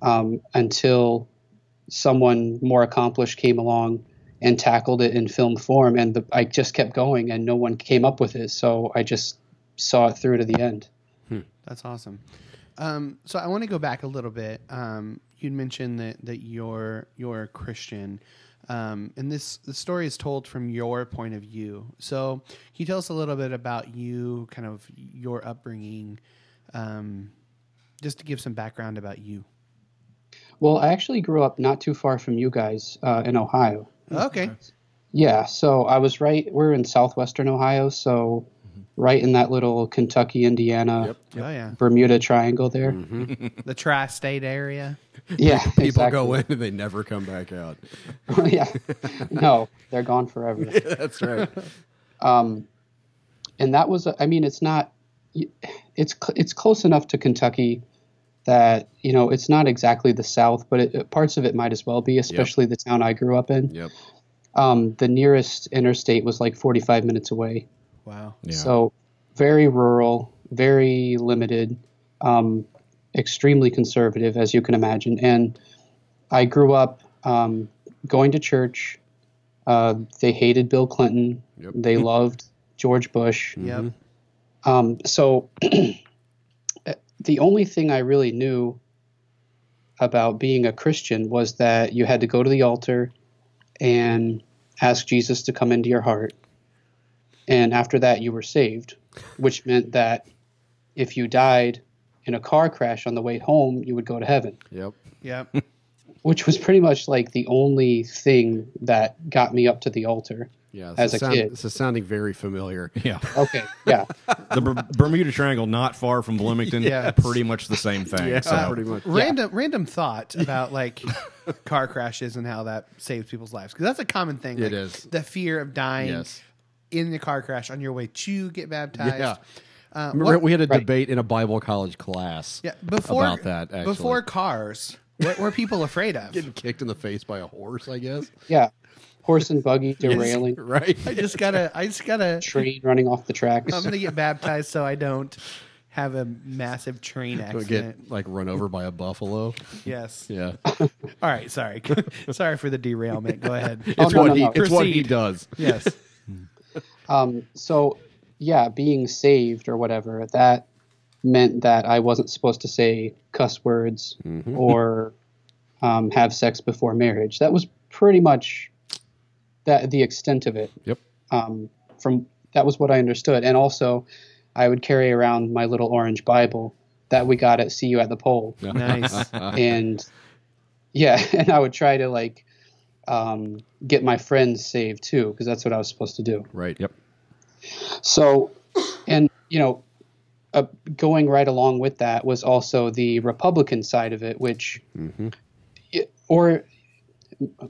S8: um, until someone more accomplished came along and tackled it in film form and the, I just kept going and no one came up with it so I just saw it through to the end.
S1: That's awesome. Um, so I want to go back a little bit. Um, you'd mentioned that that you're you're a Christian, um, and this the story is told from your point of view. So can you tell us a little bit about you, kind of your upbringing, um, just to give some background about you.
S8: Well, I actually grew up not too far from you guys uh, in Ohio.
S1: Okay.
S8: Yeah, so I was right. We're in southwestern Ohio, so
S2: Mm-hmm.
S8: right in that little Kentucky, Indiana,
S1: Oh yeah,
S8: Bermuda Triangle there.
S1: the tri-state area.
S8: Yeah,
S2: Mm-hmm. People
S8: exactly.
S2: go in and they never come back out. [LAUGHS]
S8: [LAUGHS] yeah, no, they're gone forever.
S2: That's
S4: [LAUGHS]
S2: right.
S8: and that was i mean it's not it's cl- it's close enough to kentucky that you know it's not exactly the south but it, parts of it might as well be especially the town i grew up in
S2: Yep.
S8: um, the nearest interstate was like 45 minutes away
S1: Wow.
S8: so very rural very limited um, extremely conservative as you can imagine and i grew up um, going to church uh, they hated bill clinton
S2: Yep.
S8: they loved george bush
S1: Yep.
S8: um, so [CLEARS THROAT] the only thing I really knew about being a Christian was that you had to go to the altar and ask Jesus to come into your heart. And after that, you were saved, which meant that if you died in a car crash on the way home, you would go to heaven,
S2: Yep.
S1: Yep.
S8: which was pretty much like the only thing that got me up to the altar.
S2: Yeah.
S8: As
S2: this is
S8: a
S2: [LAUGHS]
S8: kid.
S2: This is sounding very
S4: [LAUGHS]
S2: familiar.
S4: Yeah.
S8: Okay, yeah.
S4: the Ber- Bermuda Triangle, not far
S2: [LAUGHS]
S4: from Bloomington,
S1: Yes.
S4: pretty much the same thing.
S2: Yeah.
S4: so.
S2: Pretty much.
S1: Random random
S2: [LAUGHS]
S1: thought about like car crashes and how that saves people's lives because that's a common thing.
S2: It
S1: like,
S2: is.
S1: the fear of dying
S2: Yes.
S1: in the car crash on your way to get baptized.
S2: Yeah.
S1: Uh,
S2: Remember,
S1: what-
S2: we had a
S8: Right.
S2: debate in a Bible college class
S1: yeah, before
S2: about that. Actually.
S1: before cars, what were people afraid of?
S2: getting kicked in the face by a horse, I guess.
S8: Yeah. Horse and buggy
S2: [LAUGHS]
S8: derailing,
S2: Right.
S1: I
S2: [LAUGHS]
S1: just gotta, I just gotta.
S8: train running off the tracks.
S1: I'm gonna get baptized so I don't have a massive
S2: [LAUGHS]
S1: train
S2: Don't
S1: accident.
S2: get like run over by a buffalo.
S1: Yes.
S2: Yeah.
S1: All right. Sorry. [LAUGHS] sorry for the derailment. Go ahead.
S2: [LAUGHS]
S1: Oh,
S2: It's
S8: no,
S2: what
S8: no,
S2: he
S8: no.
S2: it's what he
S1: Proceed.
S2: does. [LAUGHS]
S1: Yes.
S8: Um, so, yeah, being saved or whatever, that meant that I wasn't supposed to say cuss words or um, have sex before marriage. That was pretty much that the extent of it.
S2: Yep.
S8: Um, from that was what I understood, and also I would carry around my little orange Bible that we got at See You at the Pole
S1: Nice.
S8: and yeah, [LAUGHS] and I would try to like um, get my friends saved too, because that's what I was supposed to do.
S2: Right. Yep.
S8: So, and you know, uh, going right along with that was also the Republican side of it, which, it- or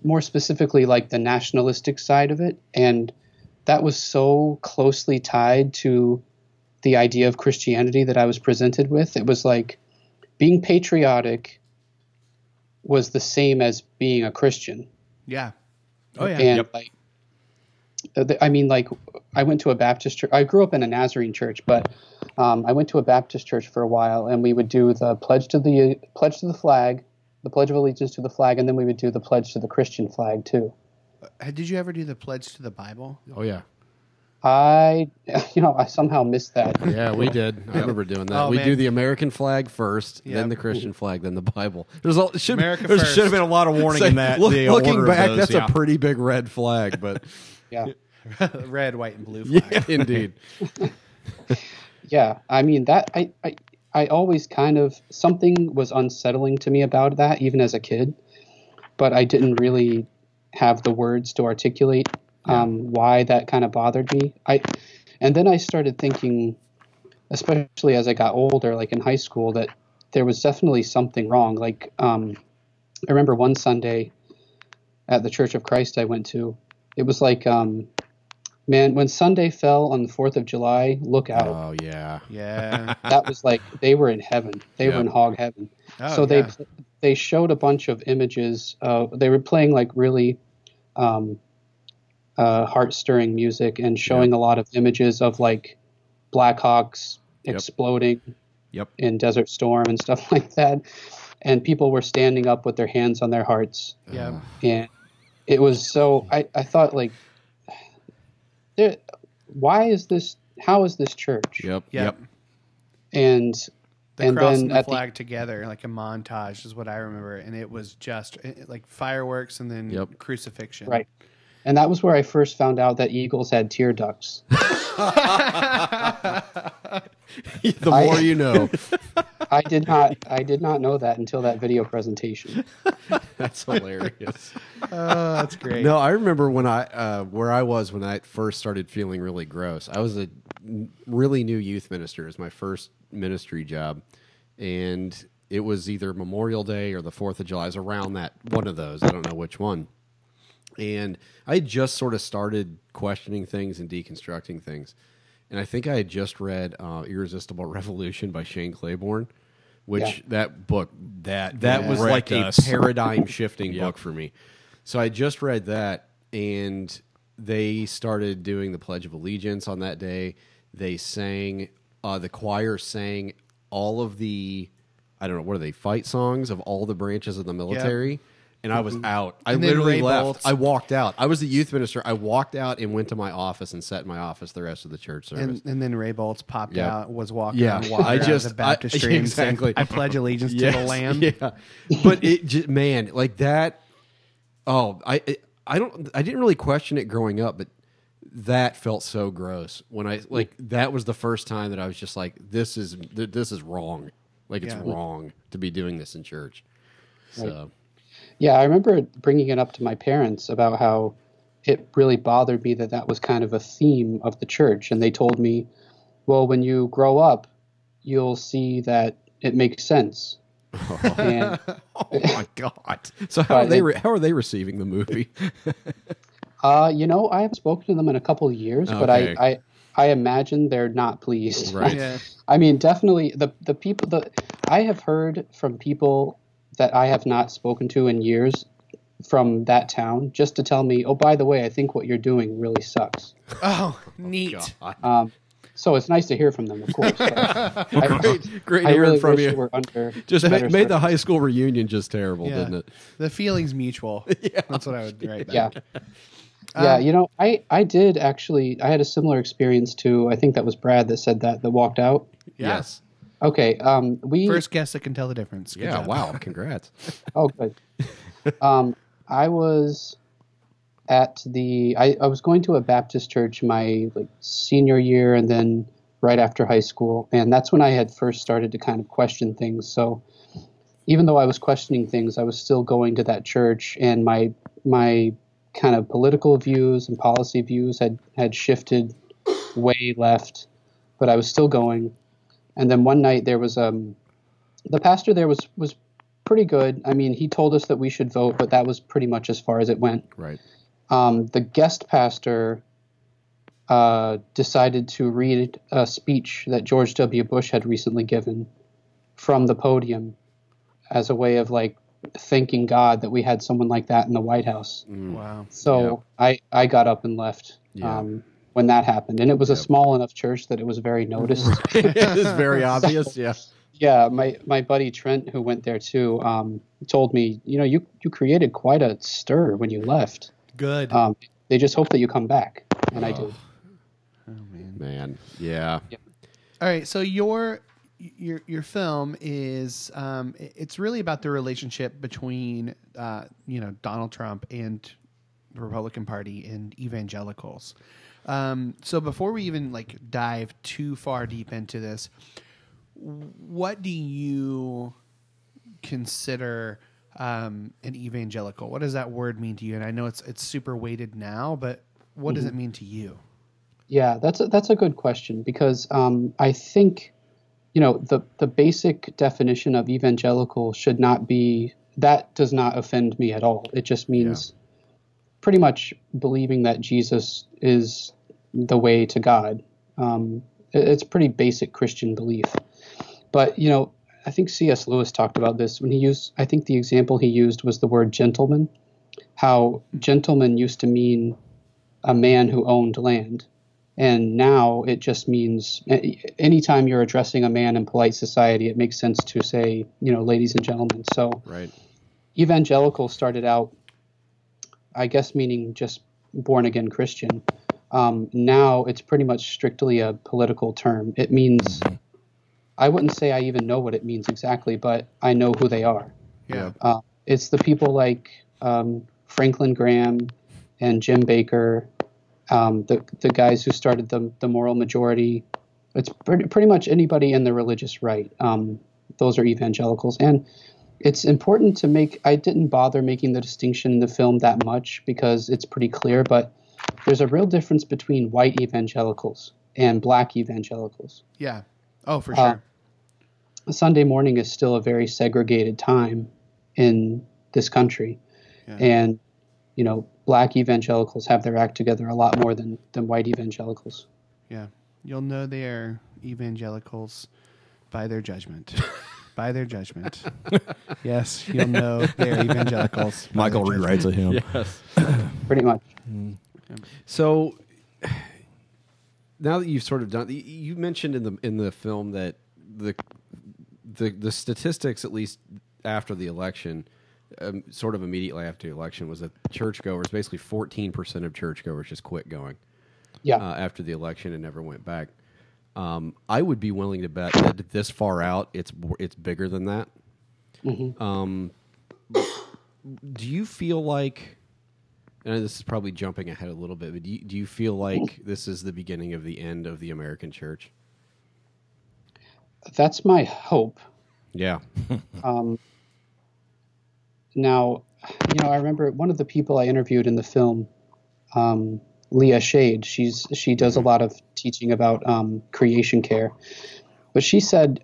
S8: more specifically, like the nationalistic side of it, and that was so closely tied to the idea of Christianity that I was presented with. It was like being patriotic was the same as being a Christian
S1: Yeah. Oh yeah.
S8: and like uh, the- i mean like i went to a baptist church i grew up in a nazarene church but um, i went to a baptist church for a while and we would do the pledge to the pledge to the flag the pledge of allegiance to the flag and then we would do the pledge to the christian flag too
S1: Uh, Did you ever do the pledge to the
S2: [LAUGHS]
S1: Bible?
S2: Oh yeah.
S8: i [LAUGHS] you know i somehow missed that
S2: Yeah, we did. I remember doing that.
S1: Oh,
S2: we
S1: man.
S2: do the American flag first, then
S1: Yep.
S2: the Christian flag, then the Bible. There's a it should
S1: America
S2: there
S1: first.
S2: should have been a lot
S4: of warning
S2: of
S4: in that.
S2: Look,
S4: the uh, order
S2: looking
S4: of
S2: back,
S4: those,
S2: that's
S4: yeah.
S2: a pretty big red flag, but
S8: yeah
S1: Red, white, and blue. Flag.
S2: [LAUGHS] yeah, indeed.
S8: yeah i mean that I, I i always kind of something was unsettling to me about that even as a kid but i didn't really have the words to articulate um, why that kind of bothered me i and then i started thinking especially as I got older, like in high school, that there was definitely something wrong. Like, um, I remember one Sunday at the Church of Christ I went to, it was like, um, man, when Sunday fell on the 4th of July, look out.
S2: Oh yeah.
S8: [LAUGHS]
S1: Yeah.
S8: that was like, they were in heaven. They
S4: Yeah.
S8: were in hog heaven.
S1: Oh,
S8: so they
S1: yeah.
S8: pl- they showed a bunch of images. Of, they were playing like really um, uh, heart stirring music and showing a lot of images of like Blackhawks exploding
S4: Yep.
S8: in Desert Storm and stuff [LAUGHS] like that. And people were standing up with their hands on their hearts.
S2: Oh.
S1: Yeah.
S8: And it was so, I, I thought, like, [SIGHS] there, why is this, how is this church?
S4: Yep.
S1: Yep.
S8: And,
S1: The
S8: and
S1: cross
S8: then
S1: and the
S8: at the-
S1: flag together, like a montage, is what I remember, and it was just eh, like fireworks and then
S2: Yep.
S1: crucifixion.
S8: right. And that was where I first found out that eagles had tear ducts.
S2: The
S8: I-
S2: more [LAUGHS] you know.
S8: I did not, I did not know that until that video presentation.
S2: That's hilarious.
S1: Oh, that's great.
S2: No, I remember when I uh, where I was when I first started feeling really gross. I was a n- really new youth minister. It was my first ministry job, and it was either Memorial Day or the Fourth of July. It was around that one of those. I don't know which one. And I had just sort of started questioning things and deconstructing things, and I think I had just read uh, "Irresistible [LAUGHS] Revolution" by Shane Claiborne, which
S8: Yeah.
S2: that book that
S4: That was
S2: wrecked
S4: like
S2: a
S1: [LAUGHS]
S4: us.
S2: paradigm shifting book for me. So I just read that, and they started doing the Pledge of Allegiance on that day. They sang, uh, the choir sang all of the, I don't know, what are they, fight songs of all the branches of the military. And I was out. I
S1: Mm-hmm. And then
S2: literally
S1: Ray
S2: left.
S1: Bolt's-
S2: I walked out. I was the youth minister. I walked out and went to my office and sat in my office the rest of the church service.
S1: And, and then Ray Bolts popped
S2: Yep.
S1: out, was walking
S2: Yeah.
S1: on water
S2: I [LAUGHS]
S1: out of
S2: just-
S1: the baptistry
S2: I-
S1: and saying,
S2: exactly.
S1: I pledge allegiance to the
S2: Yes,
S1: Lamb.
S2: Yeah, but it just, man, like that. Oh, I it, I don't I didn't really question it growing up, but that felt so gross when I like that was the first time that I was just like, this is th- this is wrong. Like it's
S1: Yeah.
S2: wrong to be doing this in church. So
S8: Yeah, I remember bringing it up to my parents about how it really bothered me that that was kind of a theme of the church. And they told me, well, when you grow up, you'll see that it makes sense. and
S2: [LAUGHS] oh my god! So how are
S8: But
S2: they
S8: it-
S2: re- how are they receiving
S1: [LAUGHS]
S2: the movie?
S8: uh, you know, I haven't spoken to them in a couple of years, but I,
S2: Okay.
S8: I I imagine they're not pleased. [LAUGHS]
S2: Right.
S1: Yeah.
S8: I mean, definitely the the people the I have heard from people that I have not spoken to in years from that town just to tell me, oh, by the way, I think what you're doing really sucks.
S1: Oh, neat.
S8: Um, so it's nice to hear from them,
S2: [LAUGHS]
S8: of course. but I,
S2: great, great
S8: I
S2: hearing
S8: really
S2: from
S8: wish
S2: you.
S8: it were under
S2: just
S8: better
S2: made, made the
S8: circum-
S2: high school reunion just terrible,
S1: Yeah.
S2: didn't it?
S1: The feeling's
S2: [LAUGHS]
S1: mutual. That's what I would write back.
S8: yeah. Yeah, you know, I, I did actually. I had a similar experience to I think that was Brad that said that that walked out.
S2: Yes.
S8: Okay, um, we
S1: First guest that can tell the difference. Good
S2: Yeah.
S1: job.
S2: Wow.
S1: [LAUGHS]
S2: Congrats.
S8: Oh, good. um, I was at the. I, I was going to a Baptist church my like senior year, and then right after high school, and that's when I had first started to kind of question things. So, even though I was questioning things, I was still going to that church, and my my kind of political views and policy views had had shifted way left, but I was still going. And then one night there was um, the pastor there was was pretty good. I mean, he told us that we should vote, but that was pretty much as far as it went.
S2: Right. [LAUGHS]
S8: Um, the guest pastor uh, decided to read a speech that George W. Bush had recently given from the podium as a way of like thanking God that we had someone like that in the White House.
S1: Wow.
S8: So I, I got up and left
S2: Yeah.
S8: um, when that happened. And it was a small enough church that it was very noticed.
S2: it is
S1: [LAUGHS]
S2: very obvious. Yeah.
S8: Yeah, my, my buddy Trent, who went there too, um, told me, you know, you, you created quite a stir when you left.
S1: Good.
S8: Um, they just hope that you come back, and I did.
S2: Man. Yeah.
S1: All right. So your your your film is um, i- it's really about the relationship between uh, you know Donald Trump and the Republican Party and evangelicals. Um, so before we even like dive too far deep into this, what do you consider um, an evangelical? What does that word mean to you? And I know it's it's super weighted now, but what does it mean to you?
S8: Yeah, that's a, that's a good question because um, I think, you know, the the basic definition of evangelical should not be that does not offend me at all. It just means pretty much believing that Jesus is the way to God. Um, it- it's pretty basic Christian belief, but you know, I think C.S. Lewis talked about this when he used. I think the example he used was the word gentleman, how gentleman used to mean a man who owned land. And now it just means a- anytime you're addressing a man in polite society, it makes sense to say, you know, ladies and gentlemen. So
S2: Right.
S8: evangelical started out, I guess, meaning just born again Christian. Um, now it's pretty much strictly a political term. It means, I wouldn't say I even know what it means exactly, but I know who they are.
S1: Yeah.
S8: Uh, it's the people like um, Franklin Graham and Jim Baker, um, the the guys who started the the moral majority. It's pretty, pretty much anybody in the religious right. Um, those are evangelicals, and it's important to make. I didn't bother making the distinction in the film that much because it's pretty clear, but there's a real difference between white evangelicals and black evangelicals.
S1: Yeah. Oh, for
S8: Uh,
S1: sure.
S8: Sunday morning is still a very segregated time in this country, and you know black evangelicals have their act together a lot more than than white evangelicals.
S1: Yeah. You'll know they are evangelicals by their judgment. by their judgment. yes, you'll know they're evangelicals. by
S4: Michael
S1: their judgment.
S4: rewrites a hymn.
S8: Pretty much,
S2: So [SIGHS] now that you've sort of done, you- you mentioned in the in the film that the the the statistics, at least after the election, um, sort of immediately after the election, was that churchgoers basically fourteen percent of churchgoers just quit going
S8: yeah.
S2: uh, after the election and never went back. Um, I would be willing to bet that this far out, it's it's bigger than that. Um, do you feel like? And this is probably jumping ahead a little bit, but do you, do you feel like this is the beginning of the end of the American church?
S8: That's my hope.
S2: Yeah,
S8: Now, you know, I remember one of the people I interviewed in the film, um, Leah Shade. She's she does a lot of teaching about um, creation care, but she said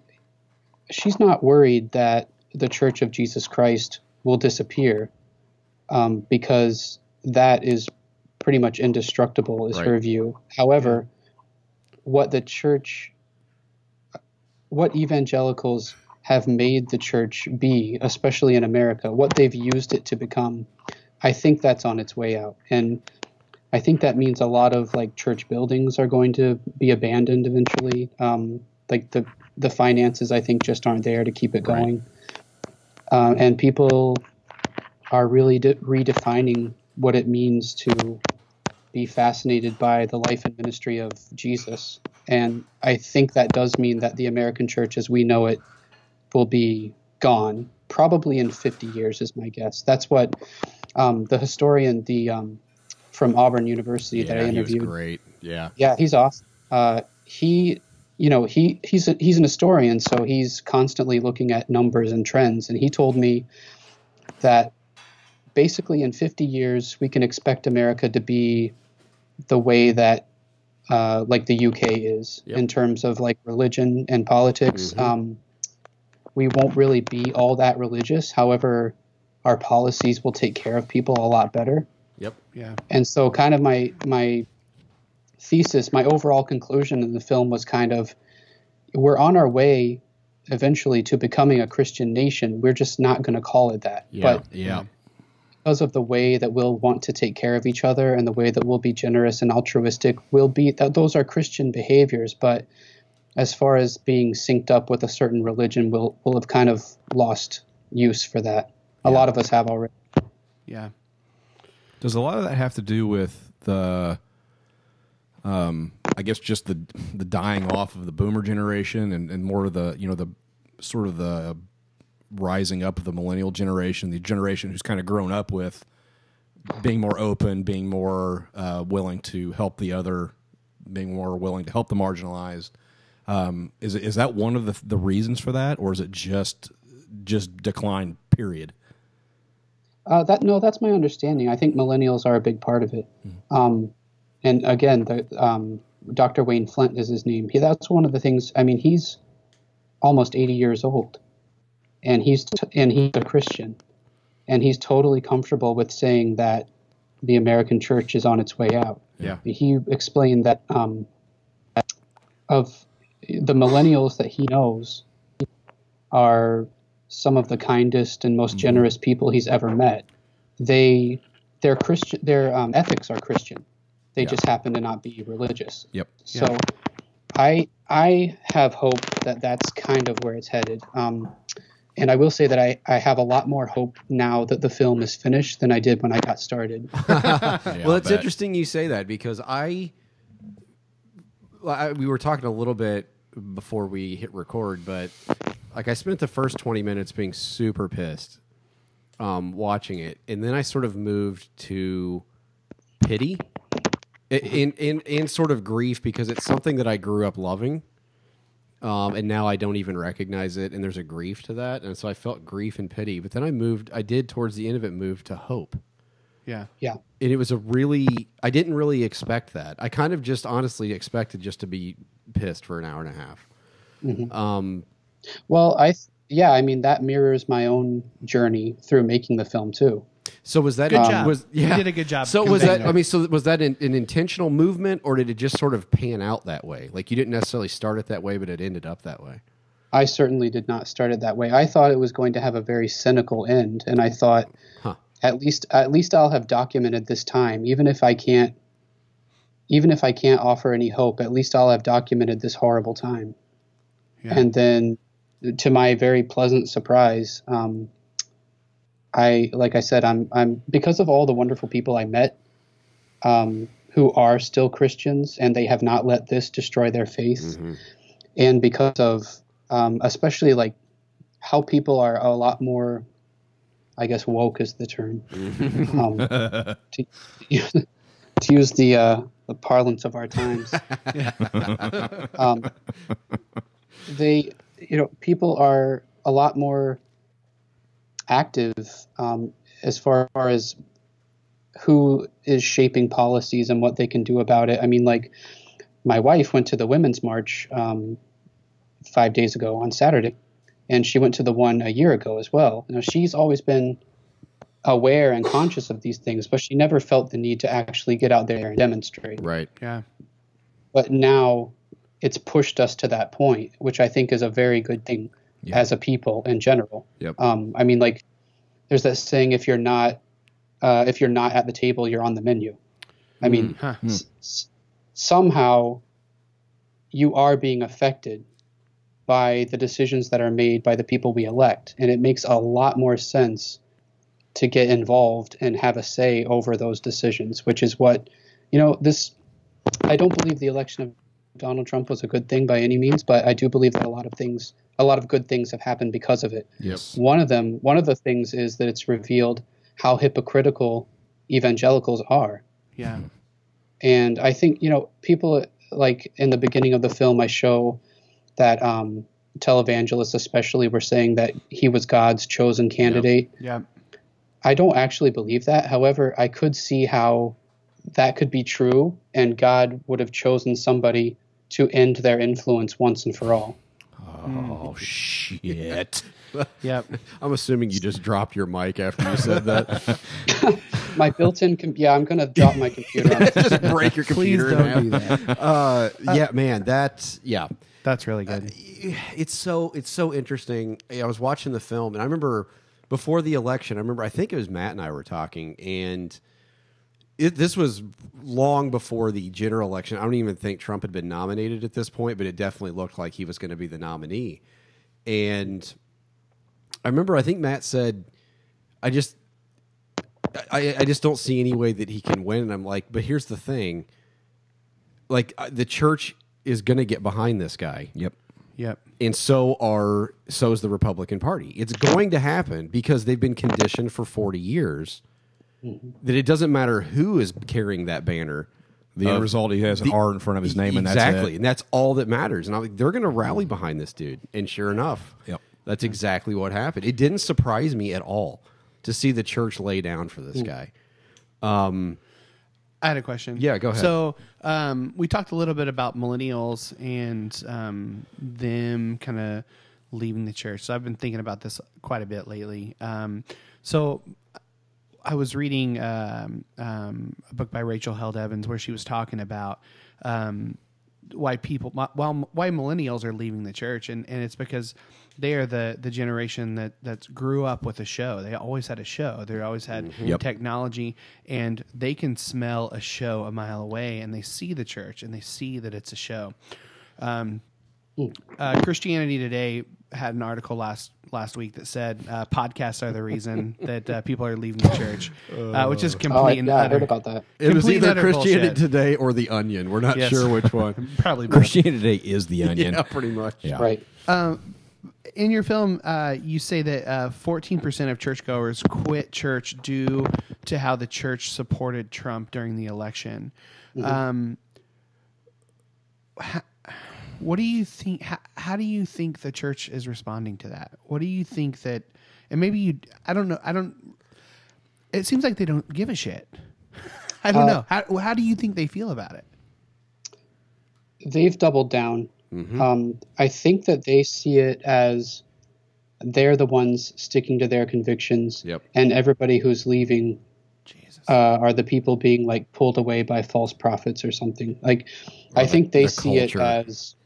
S8: she's not worried that the Church of Jesus Christ will disappear um, because that is pretty much indestructible, is her
S2: Right.
S8: view. However, what the church what evangelicals have made the church be, especially in America, what they've used it to become, I think that's on its way out. And I think that means a lot of like church buildings are going to be abandoned eventually. Um, like the the finances, I think, just aren't there to keep it going. Uh, and people are really de- redefining what it means to be fascinated by the life and ministry of Jesus. And I think that does mean that the American church as we know it will be gone, probably in 50 years, is my guess. That's what um, the historian the um, from Auburn University that I
S2: he was
S8: interviewed.
S2: great. Yeah,
S8: Yeah, he's awesome. Uh, he, you know, he he's a, he's an historian, so he's constantly looking at numbers and trends. And he told me that basically in 50 years we can expect America to be the way that uh, like the UK is in terms of like religion and politics. Um, we won't really be all that religious. However, our policies will take care of people a lot better
S2: yep.
S1: Yeah.
S8: and so kind of my my thesis my overall conclusion in the film was kind of we're on our way eventually to becoming a christian nation we're just not going to call it that but
S2: yeah,
S8: because of the way that we'll want to take care of each other and the way that we'll be generous and altruistic will be that those are christian behaviors but as far as being synced up with a certain religion we'll, we'll have kind of lost use for that a lot of us have already
S1: Yeah.
S4: Does a lot of that have to do with the, um, I guess just the the dying off of the boomer generation and, and more of the you know the sort of the rising up of the millennial generation, the generation who's kind of grown up with being more open, being more uh, willing to help the other, being more willing to help the marginalized. Um, is is that one of the the reasons for that, or is it just just decline? Period.
S8: Uh, that no, that's my understanding. I think millennials are a big part of it. Um, and again, the um, Dr. Wayne Flint is his name. He, that's one of the things. I mean, he's almost 80 years old, and he's t- and he's a Christian, and he's totally comfortable with saying that the American church is on its way out.
S2: Yeah.
S8: He explained that um, of the millennials that he knows are some of the kindest and most generous people he's ever met. They their Christian their um, ethics are Christian. They just happen to not be religious.
S4: Yep.
S8: So I I have hope that that's kind of where it's headed. Um, and I will say that I, I have a lot more hope now that the film is finished than I did when I got started.
S2: well, it's interesting you say that because I, well, I, we were talking a little bit before we hit record, but like I spent the first twenty minutes being super pissed, um, watching it, and then I sort of moved to pity, i- in in in sort of grief because it's something that I grew up loving. Um, and now I don't even recognize it, and there's a grief to that, and so I felt grief and pity. But then I moved, I did towards the end of it, move to hope,
S1: Yeah.
S8: Yeah.
S2: and it was a really i didn't really expect that i kind of just honestly expected just to be pissed for an hour and a half um,
S8: Well, I th- yeah, I mean that mirrors my own journey through making the film too.
S2: so was that
S1: Good job.
S2: was
S1: You did a good job
S2: so was that
S1: conveying
S2: i mean so was that an, an intentional movement or did it just sort of pan out that way like you didn't necessarily start it that way but it ended up that way
S8: I certainly did not start it that way. I thought it was going to have a very cynical end, and I thought at least at least I'll have documented this time, even if I can't even if I can't offer any hope, at least I'll have documented this horrible time. And then, to my very pleasant surprise, um, I like I said, I'm I'm because of all the wonderful people I met. Um, who are still Christians and they have not let this destroy their faith and because of um, especially like how people are a lot more i guess woke is the term um, to, [LAUGHS] to use the uh, the parlance of our times um, they you know people are a lot more active um, as far as who is shaping policies and what they can do about it i mean like my wife went to the women's march um, five days ago on Saturday, and she went to the one a year ago as well. Now she's always been aware and conscious of these things, but she never felt the need to actually get out there and demonstrate.
S2: right
S1: Yeah.
S8: But now it's pushed us to that point, which I think is a very good thing as a people in general.
S2: Yep.
S8: Um, I mean, like, there's that saying: if you're not uh, if you're not at the table, you're on the menu. I mean,
S2: Hmm.
S8: s- s- somehow you are being affected by the decisions that are made by the people we elect, and it makes a lot more sense to get involved and have a say over those decisions, which is what you know. This I don't believe the election of Donald Trump was a good thing by any means, but I do believe that a lot of things, a lot of good things have happened because of it.
S2: yes
S8: One of them, one of the things is that it's revealed how hypocritical evangelicals are.
S1: Yeah.
S2: Hmm.
S8: And I think, you know, people like in the beginning of the film, I show that um, televangelists, especially, were saying that he was God's chosen candidate.
S1: Yeah.
S8: I don't actually believe that. However, I could see how that could be true, and God would have chosen somebody to end their influence once and for all.
S4: Oh shit!
S1: Yep.
S2: i'm assuming you just dropped your mic after you said that
S8: My built-in, com- yeah, I'm gonna drop
S2: [LAUGHS]
S8: my computer. On
S2: [LAUGHS] just break your
S1: Please
S2: computer in
S1: don't do
S2: half.
S1: that.
S2: uh, yeah man that's yeah
S1: That's really good.
S2: Uh, [SIGHS] it's so it's so interesting. I was watching the film, and I remember before the election. I remember I think it was Matt and I were talking, and it, this was long before the general election. I don't even think Trump had been nominated at this point, but it definitely looked like he was going to be the nominee. And I remember I think Matt said, "I just." I, I just don't see any way that he can win. And I'm like, but here's the thing. Like, uh, the church is going to get behind this guy
S4: Yep.
S1: Yep.
S2: and so are so is the Republican Party. It's going to happen because they've been conditioned for 40 years that it doesn't matter who is carrying that banner.
S4: The end
S2: of-
S4: result, he has an
S2: the-
S4: R in front of his name,
S2: exactly,
S4: and that's it.
S2: and that's all that matters. And I'm like, they're going to rally behind this dude, and sure enough,
S4: Yep.
S2: that's exactly what happened. It didn't surprise me at all to see the church lay down for this guy.
S1: I had a question.
S2: Yeah, go ahead.
S1: So um, we talked a little bit about millennials and um, them kind of leaving the church. So I've been thinking about this quite a bit lately. Um, so I was reading um, um, a book by Rachel Held Evans where she was talking about um, why people while why millennials are leaving the church and, and it's because they are the the generation that that grew up with a show they always had a show they always had
S4: Yep.
S1: technology and they can smell a show a mile away and they see the church and they see that it's a show Um, uh, Christianity Today had an article last last week that said uh, podcasts are the
S8: [LAUGHS]
S1: reason that uh, people are leaving the church, uh, which is complete
S8: Oh, I,
S1: and
S8: yeah, I
S1: utter.
S8: heard about that.
S2: It was
S1: complete and
S2: either
S1: utter
S2: Christianity
S1: bullshit.
S2: Today or The Onion. We're not
S1: Yes.
S2: sure which one.
S1: Probably both.
S4: Christianity Today is [LAUGHS] the
S2: [LAUGHS]
S4: onion.
S2: yeah, pretty much.
S4: Yeah.
S8: Right.
S1: in your film, uh, you say that fourteen percent of churchgoers quit church due to how the church supported Trump during the election. Um, ha- what do you think? How, how do you think the church is responding to that? What do you think that? And maybe you. I don't know. I don't. It seems like they don't give a shit. [LAUGHS] I don't know. How, how do you think they feel about it?
S8: they've doubled down.
S2: Mm-hmm.
S8: Um, I think that they see it as they're the ones sticking to their convictions,
S2: Yep.
S8: and everybody who's leaving uh, are the people being like pulled away by false prophets or something. Like, I think they
S2: the
S8: see
S2: culture.
S8: it as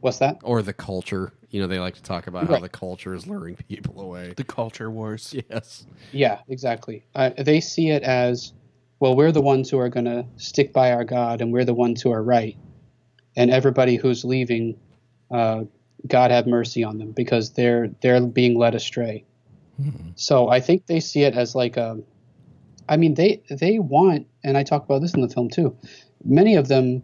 S8: what's that?
S2: Or the culture. You know, they like to talk about how
S8: Right.
S2: the culture is luring people away.
S1: The culture wars.
S2: [LAUGHS] Yes.
S8: Yeah, exactly. Uh, they see it as, well, we're the ones who are going to stick by our God, and we're the ones who are right. And everybody who's leaving, uh, God have mercy on them because they're they're being led astray. So I think they see it as like a, I mean they they want, and I talk about this in the film too. Many of them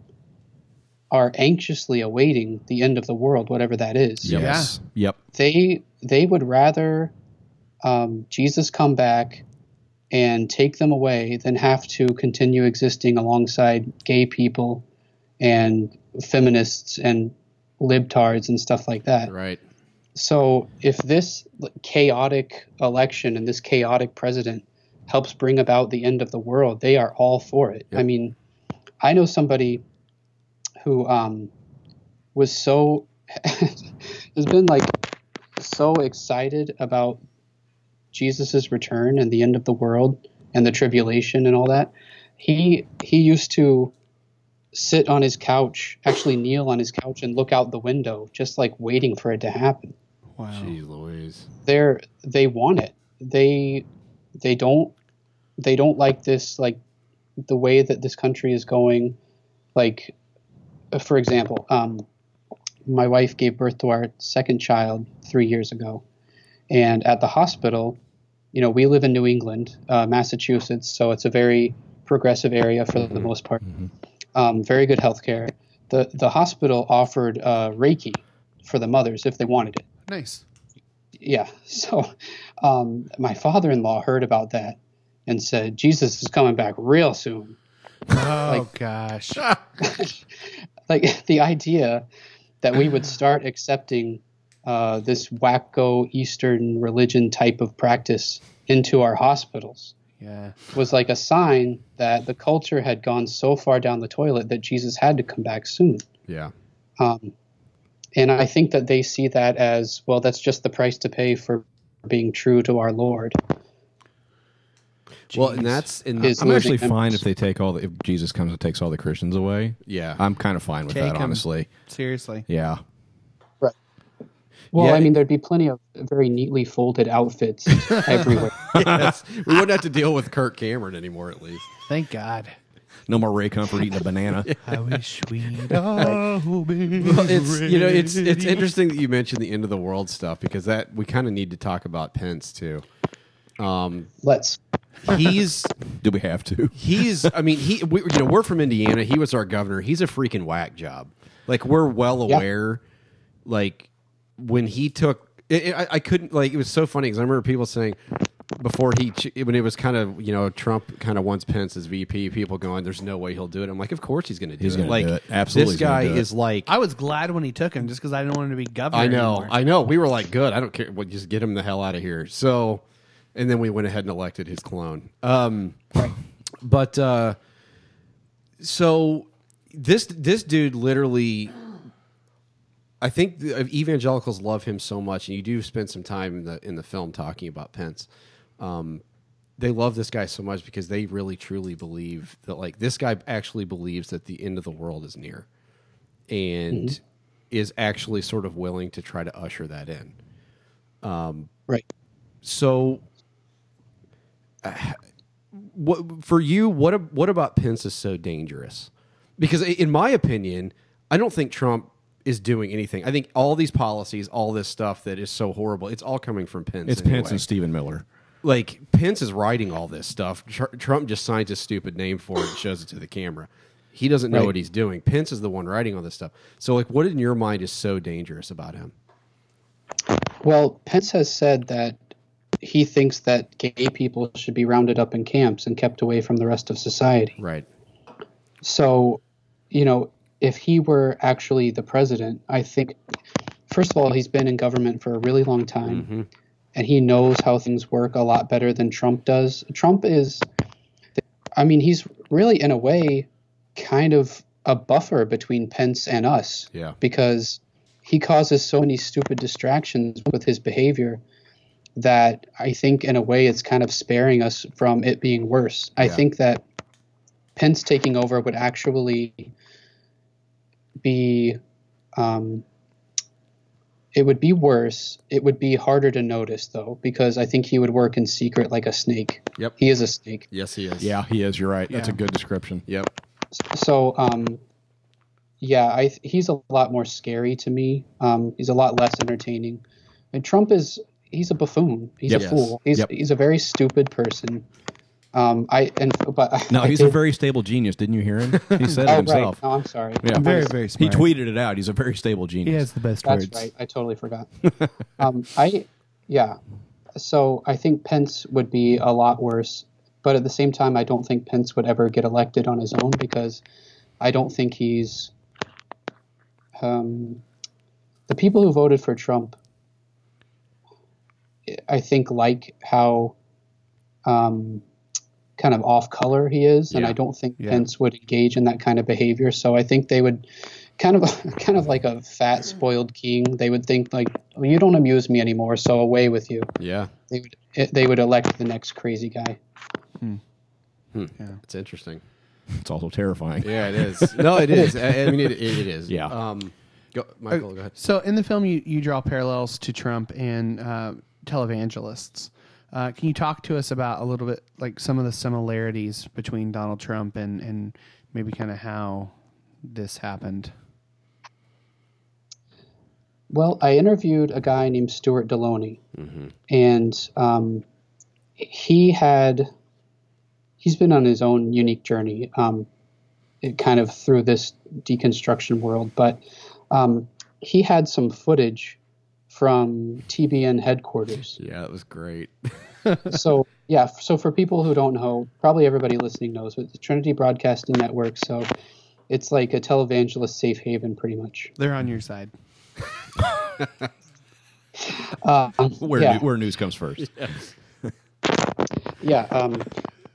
S8: are anxiously awaiting the end of the world, whatever that is
S4: Yes. Yep.
S8: they they would rather um, Jesus come back and take them away than have to continue existing alongside gay people and feminists and libtards and stuff like that.
S2: Right.
S8: So if this chaotic election and this chaotic president helps bring about the end of the world, they are all for it. I mean, I know somebody who um, was so [LAUGHS] has been like so excited about Jesus's return and the end of the world and the tribulation and all that. He he used to sit on his couch, actually kneel on his couch and look out the window, just like waiting for it to happen
S2: Jeez Louise.
S8: they're they want it they they don't they don't like this like the way that this country is going like uh, for example um, my wife gave birth to our second child three years ago and at the hospital you know we live in new england uh, massachusetts so it's a very progressive area for the most part um, very good health care the, the hospital offered uh, reiki for the mothers if they wanted it
S1: Nice.
S8: yeah. [LAUGHS] So um, my father in law heard about that and said, Jesus is coming back real soon.
S1: Oh gosh.
S8: Like [LAUGHS] the idea that we would start accepting uh, this wacko Eastern religion type of practice into our hospitals
S1: Yeah.
S8: was like a sign that the culture had gone so far down the toilet that Jesus had to come back soon.
S2: Yeah.
S8: Um, and I think that they see that as well, that's just the price to pay for being true to our Lord.
S2: Well, and that's in
S8: Is-
S4: I'm actually
S8: losing
S4: fine
S8: members.
S4: if they take all the, if Jesus comes and takes all the Christians away.
S2: Yeah.
S4: I'm kind of fine with
S1: Take
S4: that,
S1: 'em.
S4: honestly.
S1: Seriously.
S2: [LAUGHS]
S4: Yeah.
S8: Well,
S4: Yeah,
S8: I mean, there'd be plenty of very neatly folded outfits everywhere.
S2: yes. We wouldn't have to deal with Kirk Cameron anymore, at [LAUGHS] least.
S1: Thank God.
S4: No more Ray Comfort
S8: [LAUGHS]
S4: eating a banana.
S1: I [LAUGHS] wish we'd all been [LAUGHS]
S2: it's you know it's it's [LAUGHS]
S1: ready.
S2: interesting that you mentioned the end of the world stuff because that we kind of need to talk about Pence too. Um,
S8: Let's.
S2: he's
S4: Do we have to?
S2: he's I mean he we, you know we're from Indiana. He was our governor. He's a freaking whack job. Like we're well
S8: Yeah.
S2: aware. Like when he took, it, it- I, I couldn't like it was so funny because I remember people saying before he ch- when it was kind of you know Trump kind of wants Pence as VP. People going, there's no way he'll do it. I'm like, of course he's going to do
S4: He's
S2: it.
S4: gonna
S2: like
S4: do it. Absolutely
S2: this
S4: he's gonna
S2: guy
S4: do it.
S2: is like
S1: I was glad when he took him just because I didn't want him to be governor.
S2: I know,
S1: anymore.
S2: I know. We were like, good. I don't care. Well, just get him the hell out of here. So, and then we went ahead and elected his clone. Um, But uh, so this this dude literally, I think the uh, evangelicals love him so much, and you do spend some time in the in the film talking about Pence. Um, they love this guy so much because they really truly believe that like this guy actually believes that the end of the world is near, and is actually sort of willing to try to usher that in.
S8: Right.
S2: So, uh, what for you? What ab- what about Pence is so dangerous? Because i- in my opinion, I don't think Trump is doing anything. I think all these policies, all this stuff that is so horrible, it's all coming from Pence.
S4: It's
S2: anyway.
S4: Pence and Stephen Miller.
S2: like Pence is writing all this stuff. Tr- Trump just signs his stupid name for it and shows it to the camera. He doesn't know
S8: Right.
S2: what he's doing. Pence is the one writing all this stuff. So, like, what in your mind is so dangerous about him?
S8: Well, Pence has said that he thinks that gay people should be rounded up in camps and kept away from the rest of society.
S2: Right.
S8: So, you know, if he were actually the president, I think, first of all, he's been in government for a really long time and he knows how things work a lot better than Trump does. Trump is, I mean, he's really, in a way, kind of a buffer between Pence and us
S2: Yeah.
S8: because he causes so many stupid distractions with his behavior that I think, in a way, it's kind of sparing us from it being worse. I think that Pence taking over would actually be. Um, it would be worse. It would be harder to notice, though, because I think he would work in secret like a snake.
S2: Yep.
S8: He is a snake.
S2: Yes, he is.
S4: Yeah, he is. You're right. That's a good description.
S2: Yep.
S8: so um yeah i th- he's a lot more scary to me um he's a lot less entertaining and trump is he's a buffoon he's
S2: Yep.
S8: a fool he's
S4: Yep.
S8: he's a very stupid person um i and but I,
S4: No,
S8: I
S4: he's a
S8: did-
S4: very stable genius. Didn't you hear him? He said
S8: oh
S4: it himself.
S8: right no i'm sorry
S4: Yeah.
S1: Very, very
S4: He
S1: smart.
S4: tweeted it out. He's a very stable
S1: He
S4: genius.
S1: has the best
S8: that's
S1: words.
S8: right i totally forgot [LAUGHS] um i yeah so i think pence would be a lot worse but at the same time i don't think pence would ever get elected on his own because i don't think he's um, the people who voted for Trump, I think, like how um, kind of off color he is, and I don't think Pence would engage in that kind of behavior. So I think they would kind of [LAUGHS] kind of like a fat spoiled king. They would think like, well, you don't amuse me anymore, so away with you.
S2: Yeah.
S8: They would it- they would elect the next crazy guy.
S2: It's interesting.
S4: It's also terrifying.
S2: Yeah, it is. [LAUGHS] no, it is. I, I mean, it, it, it is.
S4: Yeah.
S2: Um, go, Michael, go ahead.
S1: So in the film, you, you draw parallels to Trump and uh, televangelists. Uh, can you talk to us about a little bit, like some of the similarities between Donald Trump and and maybe kind of how this happened?
S8: Well, I interviewed a guy named Stuart Deloney, and um, he had he's been on his own unique journey, um, it kind of through this deconstruction world. But um, he had some footage from TBN headquarters.
S2: Yeah, that was great.
S8: so yeah, so for people who don't know, probably everybody listening knows, but the Trinity Broadcasting Network. So it's like a televangelist safe haven, pretty much.
S1: They're on your side.
S4: Where,
S8: Yeah.
S4: new- where news comes first.
S8: Yeah. Um,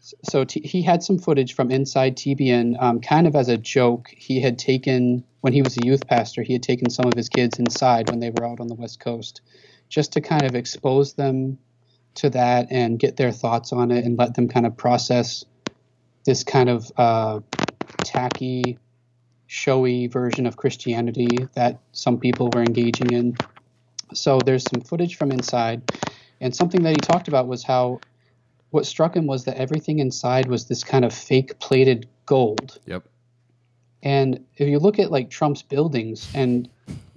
S8: s- so t- he had some footage from inside TBN, um, kind of as a joke. He had taken when he was a youth pastor, he had taken some of his kids inside when they were out on the West Coast, just to kind of expose them to that and get their thoughts on it and let them kind of process this kind of uh, tacky, showy version of Christianity that some people were engaging in. So there's some footage from inside, and something that he talked about was how what struck him was that everything inside was this kind of fake plated gold.
S2: Yep.
S8: And if you look at like Trump's buildings and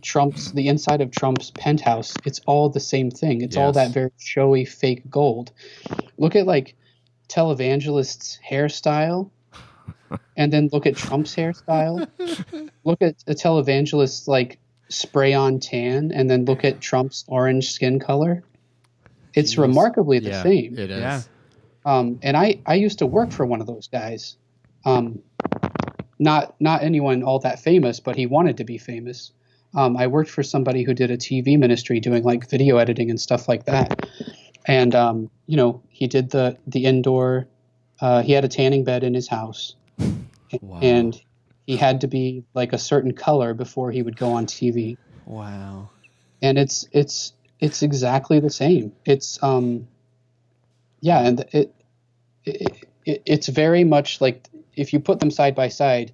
S8: Trump's the inside of Trump's penthouse, it's all the same thing. It's all
S2: Yes.
S8: that very showy fake gold. Look at like televangelists'
S2: [LAUGHS]
S8: hairstyle, and then look at Trump's hairstyle. look at a televangelist's like spray on tan, and then look at Trump's orange skin color. It's remarkably the
S2: yeah,
S8: same.
S2: It is.
S1: Yeah.
S8: Um, and I, I used to work for one of those guys. Um, not not anyone all that famous, but he wanted to be famous. Um, I worked for somebody who did a TV ministry doing like video editing and stuff like that. And um, you know, he did the the indoor Uh, he had a tanning bed in his house, and he had to be like a certain color before he would go on TV.
S1: Wow.
S8: And it's it's it's exactly the same. It's um, yeah, and it, it, it it's very much like if you put them side by side,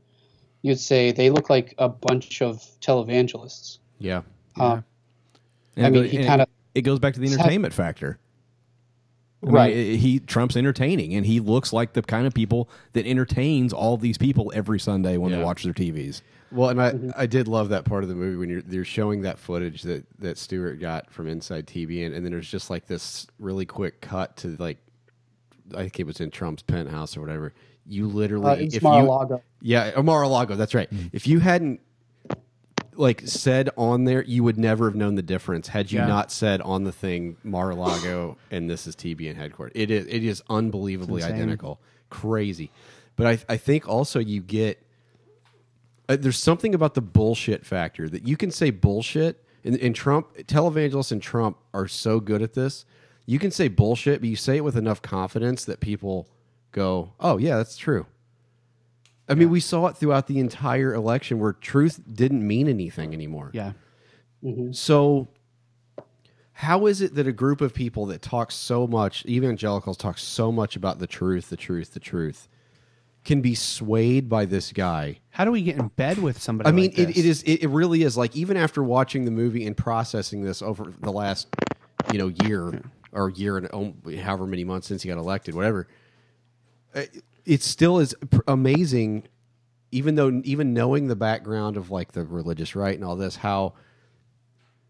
S8: you'd say they look like a bunch of televangelists.
S2: Yeah.
S8: Uh,
S4: And
S8: I mean,
S4: it-
S8: he
S4: and
S8: kinda-
S4: it goes back to the
S8: It's had-
S4: entertainment factor. I mean,
S8: Right.
S4: i- he Trump's entertaining, and he looks like the kind of people that entertains all these people every Sunday when they
S2: Yeah.
S4: watch their TVs.
S2: Well, and I,
S8: Mm-hmm.
S2: I did love that part of the movie when you're they're showing that footage that that Stewart got from Inside TV, and, and then there's just like this really quick cut to like I think it was in Trump's penthouse or whatever. You literally,
S8: Uh,
S2: if
S8: it's
S2: you-
S8: Mar-a-Lago.
S2: yeah, uh, Mar-a-Lago. That's right. If you hadn't like said on there, you would never have known the difference had you
S1: Yeah.
S2: not said on the thing Mar-a-Lago and this is TBN headquarters. It is it is unbelievably identical, crazy. But I I think also you get uh, there's something about the bullshit factor that you can say bullshit and, and Trump televangelists and Trump are so good at this. You can say bullshit, but you say it with enough confidence that people go, "Oh yeah, that's true." I mean, we saw it throughout the entire election where truth didn't mean anything anymore.
S1: Yeah.
S2: So, how is it that a group of people that talk so much, evangelicals talk so much about the truth, the truth, the truth, can be swayed by this guy?
S1: How do we get in bed with somebody?
S2: I mean,
S1: like
S2: it,
S1: this?
S2: it is, it, it really is. Like, even after watching the movie and processing this over the last, you know, year or year and um, however many months since he got elected, whatever, it- it still is pr- amazing even though even knowing the background of like the religious right and all this how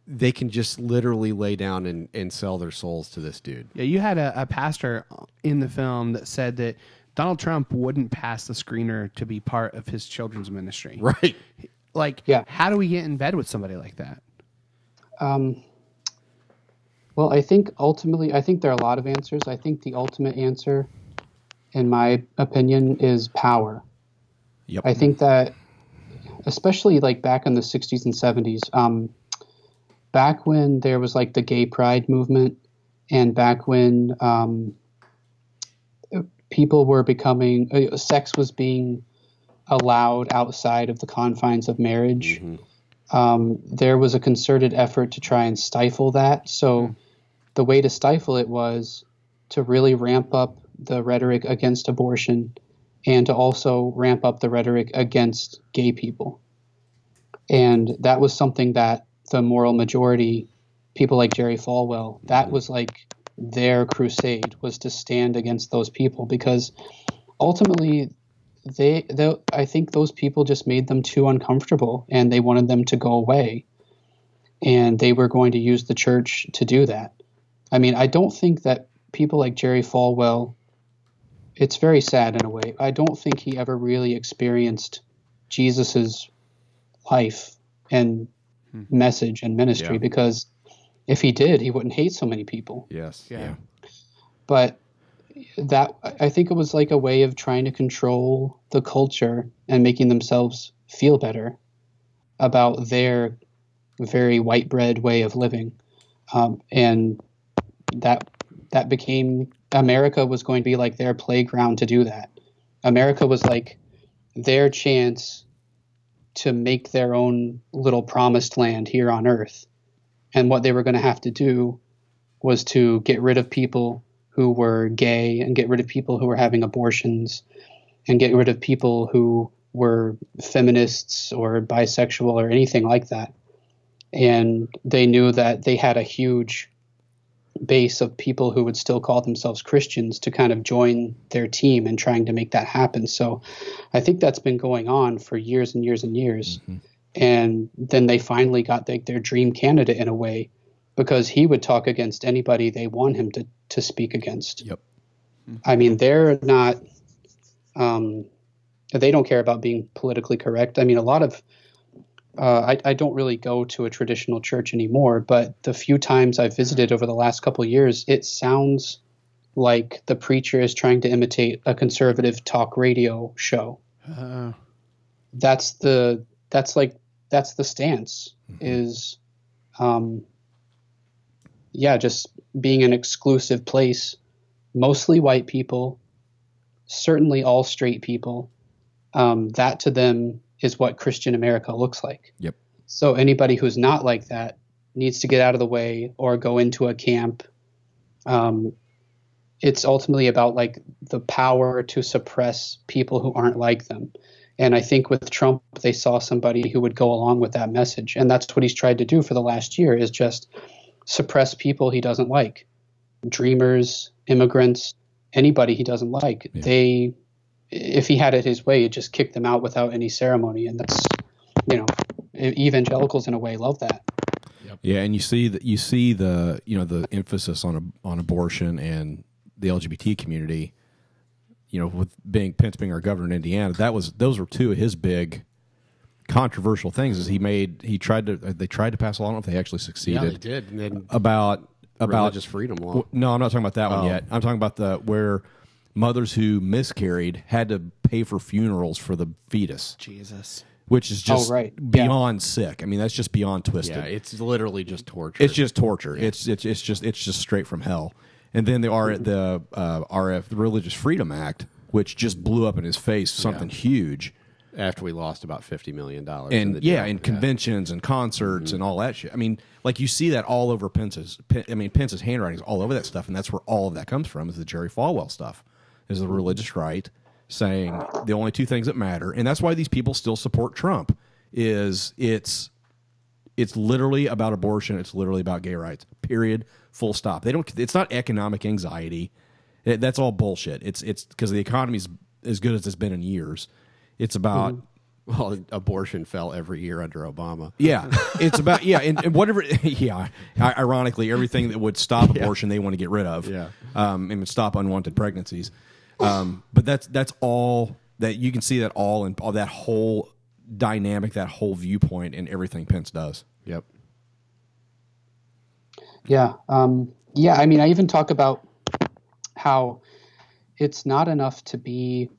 S2: they can just literally lay down and, and sell their souls to this dude [LAUGHS]
S1: Yeah, you had a, a pastor in the film that said that Donald Trump wouldn't pass the screener to be part of his children's ministry.
S2: right
S1: Like,
S8: Yeah.
S1: how do we get in bed with somebody like that?
S8: Um, well, I think ultimately, I think there are a lot of answers. I think the ultimate answer, in my opinion, is power.
S4: Yep.
S8: I think that, especially like back in the 60s and 70s, um, back when there was like the gay pride movement, and back when um, people were becoming, uh, sex was being allowed outside of the confines of marriage um, there was a concerted effort to try and stifle that. So the way to stifle it was to really ramp up the rhetoric against abortion and to also ramp up the rhetoric against gay people. And that was something that the moral majority, people like Jerry Falwell, that was like their crusade was to stand against those people because ultimately they, tho- I think those people just made them too uncomfortable and they wanted them to go away. And they were going to use the church to do that. I mean, I don't think that people like Jerry Falwell, it's very sad in a way. I don't think he ever really experienced Jesus's life and message and ministry
S2: Yeah.
S8: because if he did, he wouldn't hate so many people
S2: yes
S1: Yeah.
S8: but that I think it was like a way of trying to control the culture and making themselves feel better about their very white bread way of living, um, and that that became America was going to be like their playground to do that. America was like their chance to make their own little promised land here on earth, and what they were going to have to do was to get rid of people who were gay and get rid of people who were having abortions and get rid of people who were feminists or bisexual or anything like that. And they knew that they had a huge base of people who would still call themselves Christians to kind of join their team in trying to make that happen. So I think that's been going on for years and years and years. And then they finally got like their dream candidate in a way because he would talk against anybody they want him to, to speak against.
S2: Yep.
S8: I mean, they're not, um, they don't care about being politically correct. I mean, a lot of, uh, I, I don't really go to a traditional church anymore, but the few times I've visited over the last couple of years, it sounds like the preacher is trying to imitate a conservative talk radio show
S1: Uh,
S8: that's the that's like that's the stance is um yeah just being an exclusive place mostly white people certainly all straight people, um, that to them is what Christian America looks like.
S4: Yep.
S8: So anybody who's not like that needs to get out of the way or go into a camp. Um, it's ultimately about like the power to suppress people who aren't like them. And I think with Trump, they saw somebody who would go along with that message. And that's what he's tried to do for the last year is just suppress people he doesn't like. Dreamers, immigrants, anybody he doesn't like. They if he had it his way, he'd just kick them out without any ceremony. And that's you know, e-, evangelicals in a way love that.
S4: Yeah, and you see that you see the you know the emphasis on a, on abortion and the LGBT community. You know, with being Pence being our governor in Indiana, that was those were two of his big controversial things. Is he made he tried to uh, they tried to pass a law. I don't know if they actually succeeded.
S2: Yeah, they did. And then
S4: about about
S2: Religious freedom law. Oh.
S4: W- No, I'm not talking about that one yet. I'm talking about the where mothers who miscarried had to pay for funerals for the fetus,
S1: Jesus.
S4: which is just
S8: right. Yeah.
S4: beyond sick. I mean, that's just beyond twisted.
S2: Oh, yeah, it's literally just torture.
S4: It's just torture. It's it's it's just it's just straight from hell. And then the R the uh, RF the Religious Freedom Act, which just blew up in his face something huge.
S2: after we lost about fifty million dollars. in
S4: And
S2: the Mm-hmm.
S4: yeah,
S2: deal.
S4: and conventions and concerts and all that shit. I mean, like you see that all over Pence's. Pen, I mean, Pence's handwriting is all over that stuff, and that's where all of that comes from. Is the Jerry Falwell stuff? Is the religious right saying the only two things that matter? And that's why these people still support Trump. Is it's it's literally about abortion. It's literally about gay rights. Period. Full stop. They don't. It's not economic anxiety. It- that's all bullshit. It's it's because the economy's as good as it's been in years. It's about
S2: Mm-hmm. well, abortion fell every year under Obama. [LAUGHS]
S4: yeah, it's about yeah, and, and whatever. [LAUGHS] Yeah, I- ironically, everything that would stop abortion, they want to get rid of.
S2: Yeah.
S4: um, and would stop unwanted pregnancies. Um, but that's that's all that you can see that all and all that whole dynamic, that whole viewpoint, and everything Pence does.
S2: Yep.
S8: Yeah. Um, yeah. I mean, I even talk about how it's not enough to be,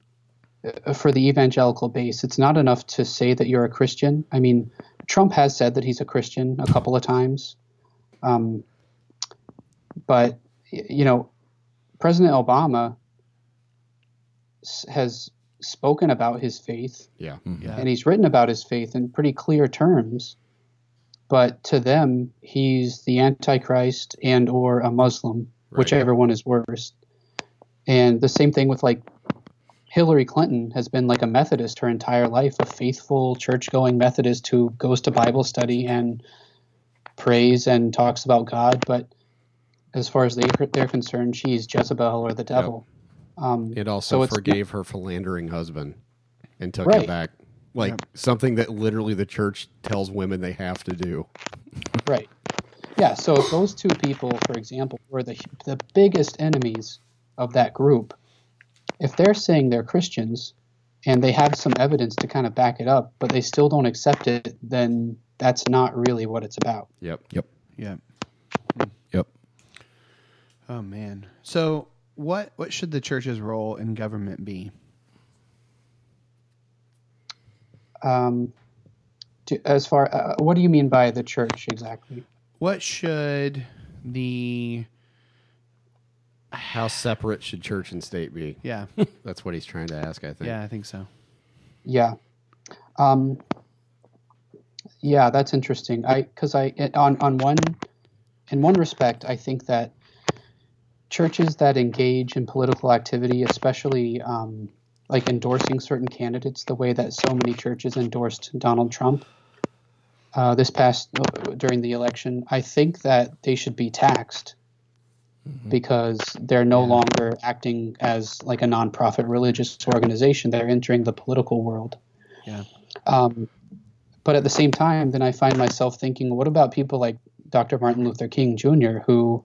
S8: uh, for the evangelical base, it's not enough to say that you're a Christian. I mean, Trump has said that he's a Christian a couple of times. Um, but, y- you know, President Obama s- has spoken about his faith
S2: Yeah.
S4: Mm-hmm.
S8: and he's written about his faith in pretty clear terms but to them he's the antichrist and or a muslim whichever one is worse and the same thing with like hillary clinton has been like a methodist her entire life a faithful church going methodist who goes to bible study and prays and talks about god but as far as they, they're concerned she's jezebel or the devil um,
S2: It also
S8: So it's-
S2: forgave her philandering husband and took
S8: Right.
S2: him back. Like something that literally the church tells women they have to do.
S8: Right. Yeah. So if those two people, for example, were the the biggest enemies of that group, if they're saying they're Christians and they have some evidence to kind of back it up, but they still don't accept it, then that's not really what it's about.
S2: Yep.
S4: Yep,
S1: Yeah.
S4: yep.
S1: Oh man. So what what should the church's role in government be?
S8: Um, do, as far, uh, what do you mean by the church exactly?
S1: What should the
S2: How separate should church and state be?
S1: yeah
S2: That's what he's trying to ask, I think.
S1: yeah I think so.
S8: Yeah. Um, yeah, that's interesting. I because I it- on on one in one respect, I think that churches that engage in political activity, especially um, like endorsing certain candidates, the way that so many churches endorsed Donald Trump uh, this past during the election, I think that they should be taxed because they're no longer acting as like a nonprofit religious organization. They're entering the political world.
S1: Yeah.
S8: Um, but at the same time, then I find myself thinking, what about people like Dr. Martin Luther King Jr., who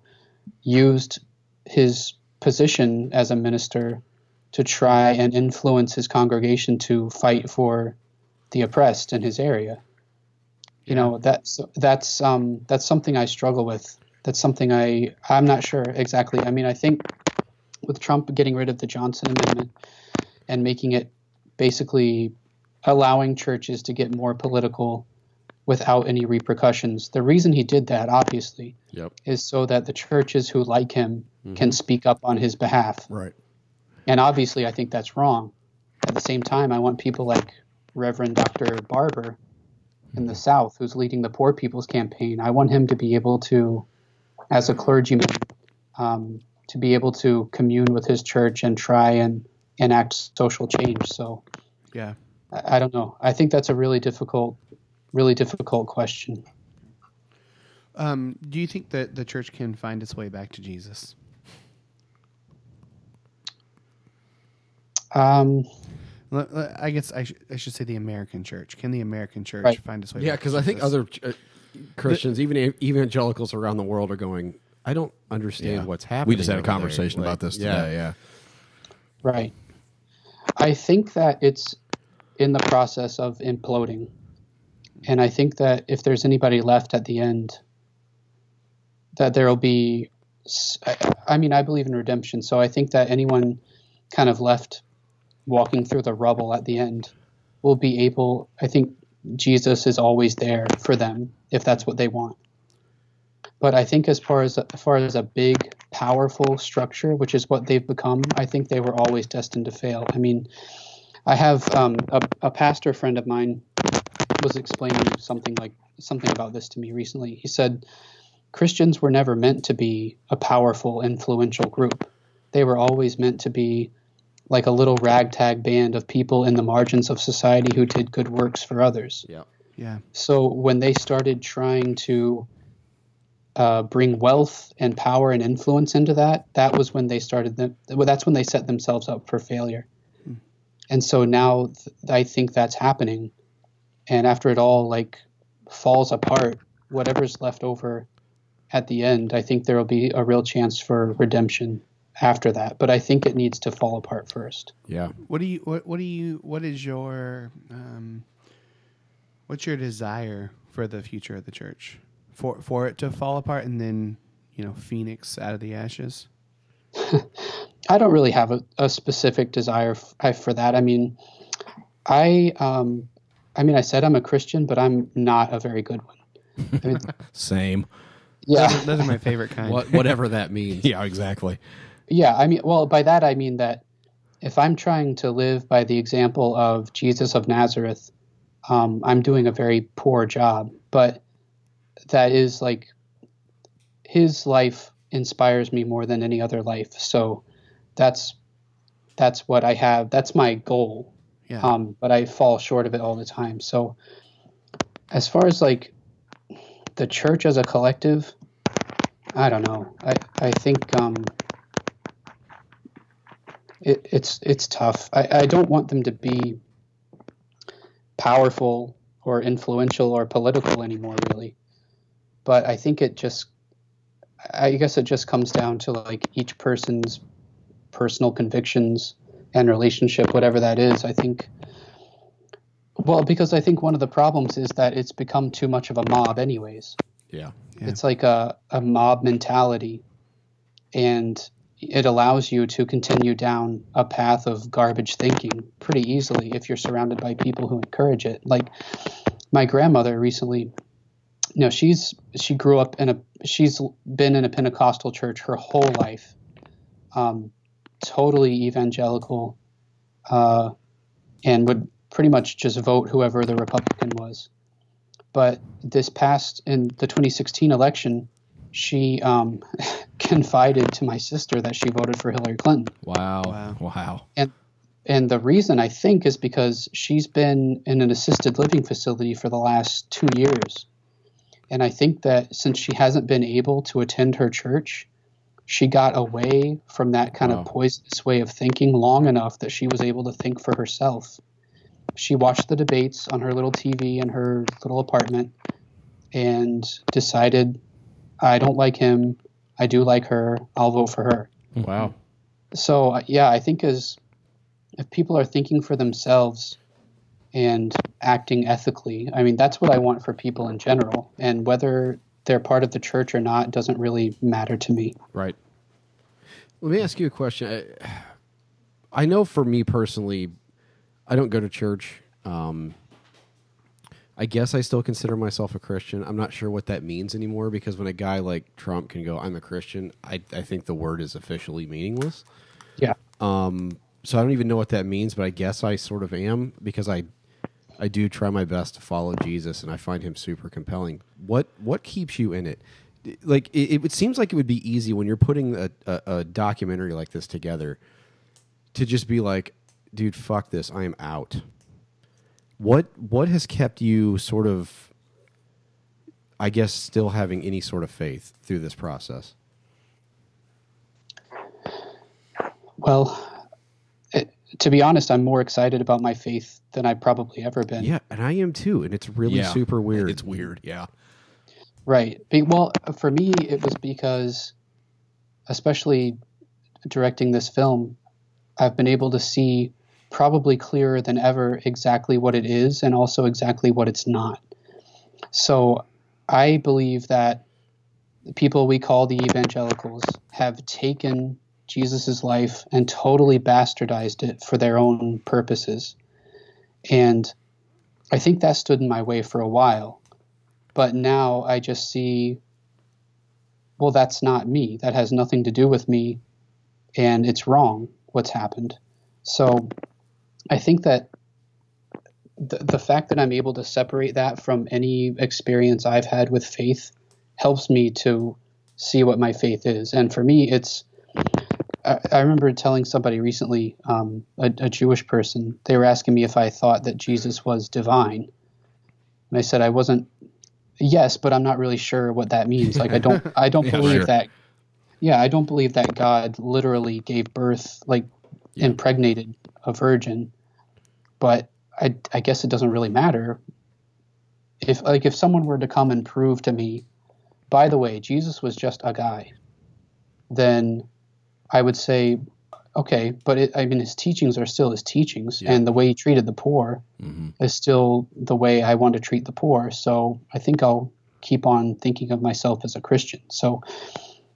S8: used his position as a minister to try and influence his congregation to fight for the oppressed in his area? you know that's that's um that's something i struggle with that's something i i'm not sure exactly i mean i think with trump getting rid of the johnson amendment and making it basically allowing churches to get more political without any repercussions the reason he did that obviously
S2: Yep.
S8: is so that the churches who like him can speak up on his behalf
S4: Right.
S8: And obviously, I think that's wrong. At the same time, I want people like Reverend Dr. Barber in the South, who's leading the Poor People's Campaign. I want him to be able to, as a clergyman, um, to be able to commune with his church and try and enact social change. So
S1: Yeah.
S8: I I don't know. I think that's a really difficult, really difficult question.
S1: Um, do you think that the church can find its way back to Jesus?
S8: Um,
S1: L- l- I guess I, sh- I should say the American church. Can the American church
S8: Right.
S1: find its way?
S2: Yeah,
S1: back
S2: because
S1: to
S2: I think
S1: Jesus?
S2: other uh, Christians, even ev- evangelicals around the world, are going. I don't understand
S4: Yeah.
S2: what's happening.
S4: We just had a
S2: over there."
S4: conversation
S2: Like,
S4: about this
S2: yeah.
S4: today. Yeah.
S8: Right. I think that it's in the process of imploding. And I think that if there's anybody left at the end, that there will be. s- I- I mean, I believe in redemption. So I think that anyone kind of left walking through the rubble at the end will be able. I think Jesus is always there for them if that's what they want. But I think as far as as far as a big, powerful structure, which is what they've become, I think they were always destined to fail. I mean, I have um, a, a pastor friend of mine was explaining something like something about this to me recently. He said Christians were never meant to be a powerful, influential group. They were always meant to be like a little ragtag band of people in the margins of society who did good works for others.
S1: yeah,
S8: So when they started trying to uh, bring wealth and power and influence into that, that was when they started them. Well, that's when they set themselves up for failure. And so now th- I think that's happening. And after it all like falls apart, whatever's left over at the end, I think there will be a real chance for redemption after that. But I think it needs to fall apart first.
S2: Yeah,
S1: What do you? What, what do you? What is your? Um, what's your desire for the future of the church? For for it to fall apart and then you know Phoenix out of the ashes.
S8: I don't really have a, a specific desire f- I- for that. I mean, I, um, I mean, I said I'm a Christian, but I'm not a very good one. I mean,
S4: Same. [LAUGHS]
S8: yeah,
S1: Those, those are my favorite kind.
S2: what, whatever that means.
S4: Yeah, exactly.
S8: yeah. I mean, well, by that I mean that if I'm trying to live by the example of Jesus of Nazareth, um, I'm doing a very poor job. But that is like his life inspires me more than any other life. So that's that's what I have. That's my goal.
S1: Yeah.
S8: um, but I fall short of it all the time. So, as far as like the church as a collective, I don't know. I I think um, it, it's it's tough. I, I don't want them to be powerful or influential or political anymore, really. But I think it just, I guess it just comes down to like each person's personal convictions and relationship, whatever that is. I think, well, because I think one of the problems is that it's become too much of a mob, anyways.
S2: Yeah.
S8: It's like a, a mob mentality, and it allows you to continue down a path of garbage thinking pretty easily if you're surrounded by people who encourage it. Like my grandmother recently, you know, she's she grew up in a she's been in a Pentecostal church her whole life, um, totally evangelical, uh, and would pretty much just vote whoever the Republican was but this past in the 2016 election, she um, [LAUGHS] confided to my sister that she voted for Hillary Clinton,
S4: Wow. Wow.
S8: and and the reason I think is because she's been in an assisted living facility for the last two years, and I think that since she hasn't been able to attend her church, she got away from that kind of poisonous way of thinking long enough that she was able to think for herself. She watched the debates on her little TV in her little apartment and decided, I don't like him. I do like her. I'll vote for her.
S2: Wow.
S8: So, uh, yeah, I think as if people are thinking for themselves and acting ethically, I mean, that's what I want for people in general. And whether they're part of the church or not doesn't really matter to me.
S2: Right. Let me ask you a question. I, I know for me personally, I don't go to church. Um, I guess I still consider myself a Christian. I'm not sure what that means anymore because when a guy like Trump can go, I'm a Christian, I, I think the word is officially meaningless.
S8: Yeah.
S2: Um, so I don't even know what that means, but I guess I sort of am because I, I do try my best to follow Jesus, and I find him super compelling. What what keeps you in it? D- Like it, it would- seems like it would be easy when you're putting a, a, a documentary like this together, to just be like, dude, fuck this, I am out. What what has kept you sort of, I guess, still having any sort of faith through this process?
S8: Well, it, to be honest, I'm more excited about my faith than I've probably ever been.
S2: Yeah, and I am too, and it's really
S4: Yeah.
S2: super weird.
S4: It's weird. Yeah.
S8: Right. Be- well, for me, it was because, especially directing this film, I've been able to see probably clearer than ever exactly what it is and also exactly what it's not. So I believe that the people we call the evangelicals have taken Jesus' life and totally bastardized it for their own purposes. And I think that stood in my way for a while but now I just see, well, that's not me. That has nothing to do with me, and it's wrong what's happened. So I think that the, the fact that I'm able to separate that from any experience I've had with faith helps me to see what my faith is. And for me, it's. I I remember telling somebody recently, um, a, a Jewish person, they were asking me if I thought that Jesus was divine. And I said I wasn't yes but i'm not really sure what that means like i don't i don't believe
S4: sure.
S8: that yeah i don't believe that god literally gave birth like impregnated a virgin but I, I guess it doesn't really matter if like if someone were to come and prove to me by the way jesus was just a guy then i would say okay but it, i mean his teachings are still his teachings and the way he treated the poor is still the way I want to treat the poor. So I think I'll keep on thinking of myself as a Christian. So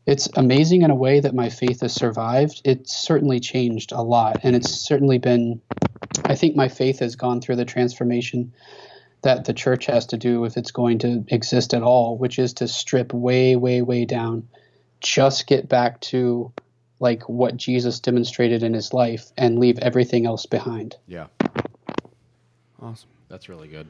S8: it's amazing in a way that my faith has survived. It's certainly changed a lot. And it's certainly been, I think my faith has gone through the transformation that the church has to do if it's going to exist at all, which is to strip way, way, way down. Just get back to like what Jesus demonstrated in his life and leave everything else behind.
S2: Yeah,
S1: Awesome.
S2: that's really good.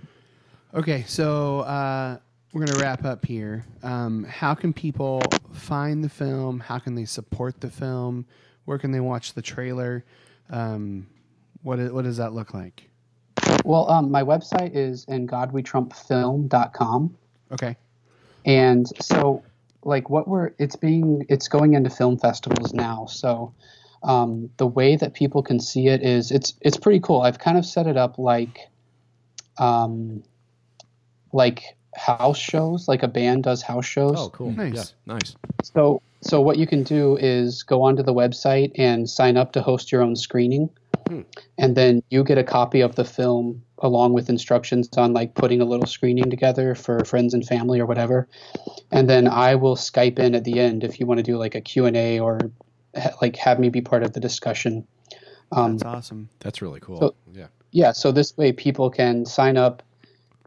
S1: Okay, so uh, we're going to wrap up here. Um, how can people find the film? How can they support the film? Where can they watch the trailer? Um, what, i- what does that look like?
S8: Well, um, my website is ingodwetrumpfilm.com.
S1: Okay.
S8: And so, like, what we're, it's being, it's going into film festivals now. So, um, the way that people can see it is, it's, it's pretty cool. I've kind of set it up like, um, like house shows, like a band does house shows.
S2: Oh, cool.
S1: Nice.
S4: Nice.
S8: So, so what you can do is go onto the website and sign up to host your own screening, and then you get a copy of the film along with instructions on like putting a little screening together for friends and family or whatever. And then I will Skype in at the end if you want to do like a Q and A or ha- like have me be part of the discussion. Um,
S1: That's awesome.
S2: That's really cool.
S8: So-
S2: yeah.
S8: yeah, so this way people can sign up,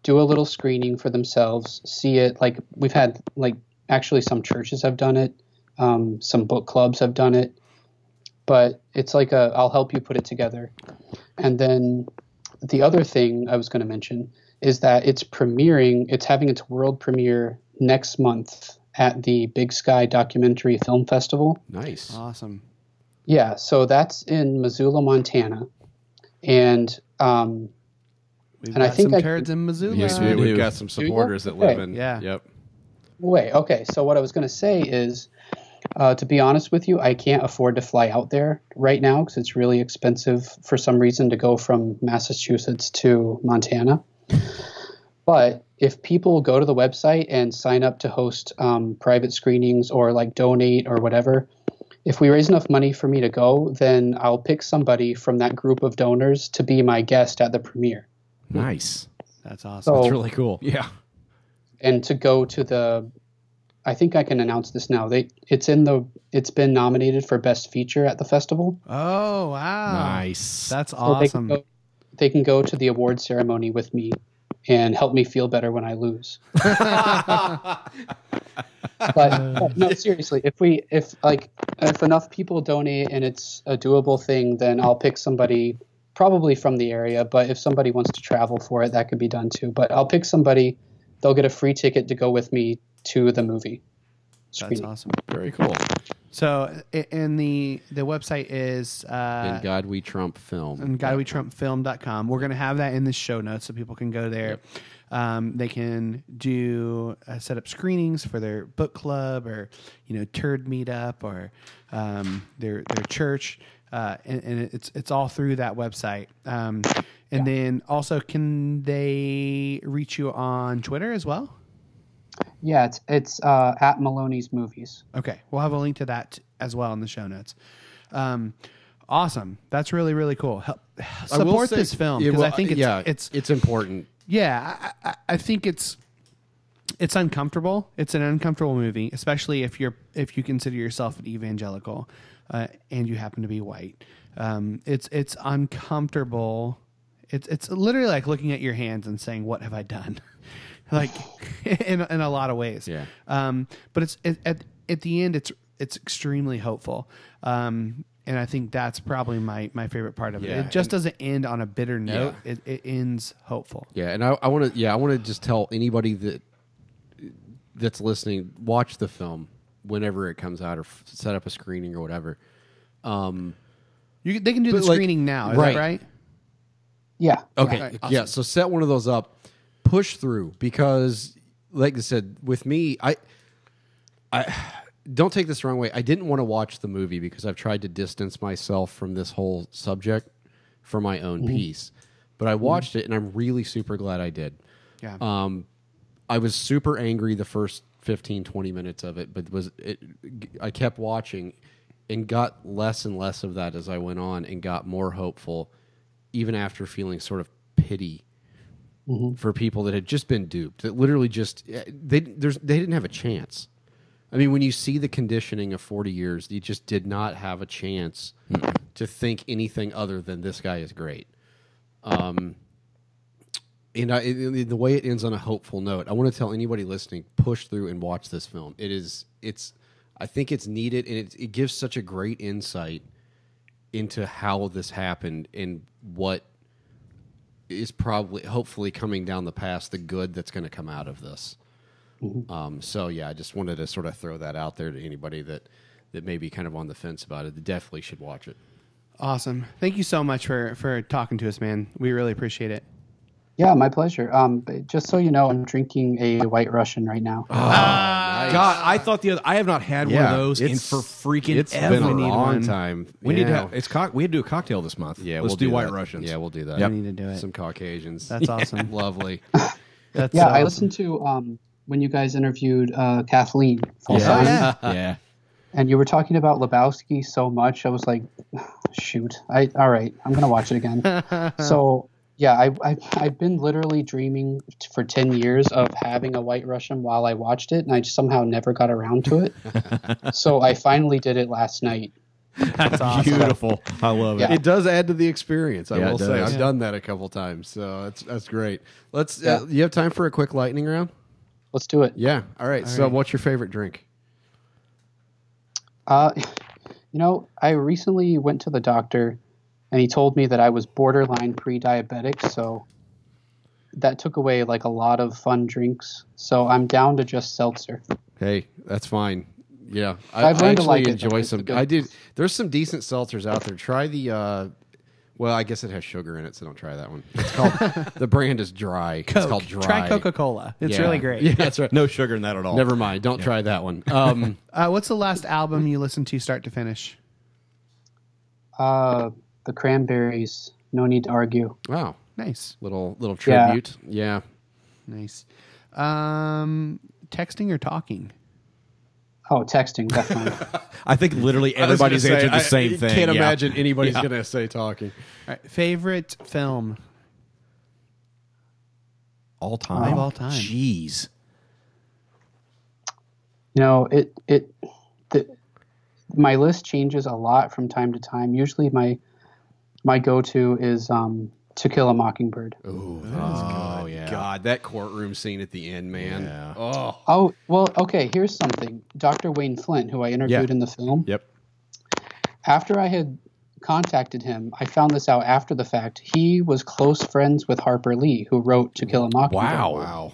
S8: do a little screening for themselves, see it. Like we've had, like actually some churches have done it, um, some book clubs have done it, but it's like a I'll help you put it together. And then the other thing I was going to mention is that it's premiering, it's having its world premiere next month at the Big Sky Documentary Film Festival.
S2: Nice.
S1: Awesome.
S8: Yeah, so that's in Missoula, Montana, and um,
S1: We've
S8: And I
S1: got
S8: think
S1: some
S8: I-
S1: turds in Missoula.
S4: Yes,
S2: we,
S4: we
S2: we've
S4: do.
S2: got some supporters that live in.
S1: Yeah.
S2: Yep.
S8: Wait, okay. So what I was going to say is, uh, to be honest with you, I can't afford to fly out there right now because it's really expensive for some reason to go from Massachusetts to Montana. But if people go to the website and sign up to host um, private screenings or like donate or whatever, if we raise enough money for me to go, then I'll pick somebody from that group of donors to be my guest at the premiere.
S4: Nice.
S1: That's awesome.
S8: So
S2: Really cool.
S4: Yeah.
S8: and to go to the I think I can announce this now. They it's in the it's been nominated for best feature at the festival.
S1: Oh, wow.
S4: Nice.
S1: That's
S8: So they
S1: awesome.
S8: can go- They can go to the award ceremony with me and help me feel better when I lose. but no, seriously, if we if like if enough people donate and it's a doable thing, then I'll pick somebody probably from the area. But if somebody wants to travel for it, that could be done too. But I'll pick somebody; they'll get a free ticket to go with me to the movie.
S1: That's
S8: Screening.
S1: awesome.
S2: Very cool.
S1: So, i- and the the website is uh,
S2: In God We Trump film.
S1: and GodWeTrumpFilm.com. We're going to have that in the show notes so people can go there. Um, they can do uh, set up screenings for their book club or you know turd meetup or um, their their church, uh, and, and it's it's all through that website. Um, and then also, can they reach you on Twitter as well?
S8: Yeah, it's it's uh, at Maloney's Movies.
S1: Okay, we'll have a link to that as well in the show notes. Um, awesome, that's really really cool. Help
S2: I will
S1: support
S2: say-
S1: this film
S2: Yeah,
S1: because
S2: well,
S1: I think it's
S2: yeah,
S1: it's
S2: it's important.
S1: yeah I, I, I think it's it's uncomfortable it's an uncomfortable movie especially if you're if you consider yourself an evangelical uh, and you happen to be white um, it's it's uncomfortable it's it's literally like looking at your hands and saying what have i done [LAUGHS] like in, in a lot of ways
S2: Yeah.
S1: um, but it's it, at at the end it's it's extremely hopeful um, and I think that's probably my, my favorite part of
S2: Yeah,
S1: it. It just doesn't end on a bitter note. It, it ends hopeful.
S2: Yeah, and I, I want to. Yeah, I want to just tell anybody that that's listening, watch the film whenever it comes out, or f- set up a screening or whatever. Um,
S1: You, can- they can do
S2: But,
S1: the
S2: like,
S1: screening now, is
S2: right.
S1: that right?
S8: Yeah.
S2: Okay. Yeah. So set one of those up. Push through because, like I said, with me, I, I don't take this the wrong way. I didn't want to watch the movie because I've tried to distance myself from this whole subject for my own piece. But I watched it, and I'm really super glad I did.
S1: Yeah.
S2: Um, I was super angry the first 15, 20 minutes of it, but was it, I kept watching and got less and less of that as I went on and got more hopeful, even after feeling sort of pity for people that had just been duped. That literally just eh, they there's they didn't have a chance. I mean, when you see the conditioning of 40 years, you just did not have a chance to think anything other than this guy is great Um, and I, in- in the way it ends on a hopeful note, I want to tell anybody listening: push through and watch this film. It is, it's, I think it's needed, and it, it gives such a great insight into how this happened and what is probably, hopefully, coming down the past, the good that's going to come out of this. Um, so yeah, I just wanted to sort of throw that out there to anybody that that may be kind of on the fence about it. They definitely should watch it.
S1: Awesome. Thank you so much for for talking to us, man. We really appreciate it.
S8: Yeah, my pleasure. Um, but just so you know, I'm drinking a White Russian right now.
S4: [LAUGHS] God, I thought the other. I have not had one
S2: Yeah,
S4: of those in
S2: it's-
S4: for freaking
S2: It's
S4: ever.
S2: been a
S1: need
S2: long
S1: one.
S2: time.
S4: we need to.
S2: Yeah.
S4: Have, it's co- we had to do a cocktail this month.
S2: Yeah,
S4: let's
S2: we'll
S4: do, White
S2: that.
S4: Russians.
S2: Yeah, we'll do that.
S4: Yep.
S1: We need to do it.
S2: Some Caucasians. [LAUGHS]
S1: That's awesome.
S4: [LAUGHS]
S2: Lovely.
S1: That's uh,
S8: yeah, I
S1: awesome.
S8: listened to um, when you guys interviewed uh, Kathleen, Falzon,
S1: Oh, yeah.
S4: yeah.
S8: and you were talking about Lebowski so much. I was like, [SIGHS] shoot, I all right, I'm gonna watch it again. so yeah, I, I I've been literally dreaming t- for ten years of having a White Russian while I watched it, and I just somehow never got around to it. so I finally did it last night.
S1: That's awesome.
S2: [LAUGHS]
S4: Beautiful. I love it.
S8: Yeah.
S2: it does add to the experience. I
S4: Yeah, it
S2: will say
S4: does.
S2: I've done that a couple times, so that's that's great. Let's. Uh, you have time for a quick lightning round?
S8: Let's do it.
S2: Yeah. All right. so, what's your favorite drink?
S8: Uh, [LAUGHS] you know, I recently went to the doctor, and he told me that I was borderline pre-diabetic, so that took away like a lot of fun drinks. So I'm down to just seltzer.
S2: Hey, that's fine. Yeah, I,
S8: I've
S2: I
S8: learned to
S2: actually
S8: like it, though.
S2: enjoy
S8: It's a
S2: some.
S8: good-
S2: I do. There's some decent seltzers out there. Try the. uh Well, I guess it has sugar in it, so don't try that one. It's
S8: [LAUGHS]
S2: called. the brand is dry. It's
S1: Coke.
S2: called dry.
S1: Try Coca Cola. It's
S2: Yeah.
S1: really great.
S2: [LAUGHS] Yeah, that's right.
S4: No sugar in that at all.
S2: Never mind. Don't try that one. Um, [LAUGHS]
S1: Uh, what's the last album you listened to start to finish?
S8: Uh, the cranberries. No need to argue.
S2: wow.
S1: Nice,
S2: Little little
S8: Yeah.
S2: tribute. Yeah.
S1: nice. Um, texting or talking?
S8: Oh, texting definitely.
S4: I think literally everybody's answered the same thing.
S2: Can't
S4: yeah.
S2: imagine anybody's gonna say talking.
S1: All right. Favorite film?
S4: all time.
S1: Of all time.
S4: Jeez.
S8: you know, it it the, my list changes a lot from time to time. Usually, my my go-to is um, To Kill a Mockingbird.
S2: Oh yeah. God, that courtroom scene at the end, man.
S4: Yeah.
S2: Oh,
S8: Oh, well, okay, here's something. Dr. Wayne Flint, who I interviewed
S4: Yeah.
S8: in the film,
S4: Yep.
S8: after I had contacted him, I found this out after the fact. He was close friends with Harper Lee, who wrote To Kill a Mockingbird.
S4: Wow. Wow.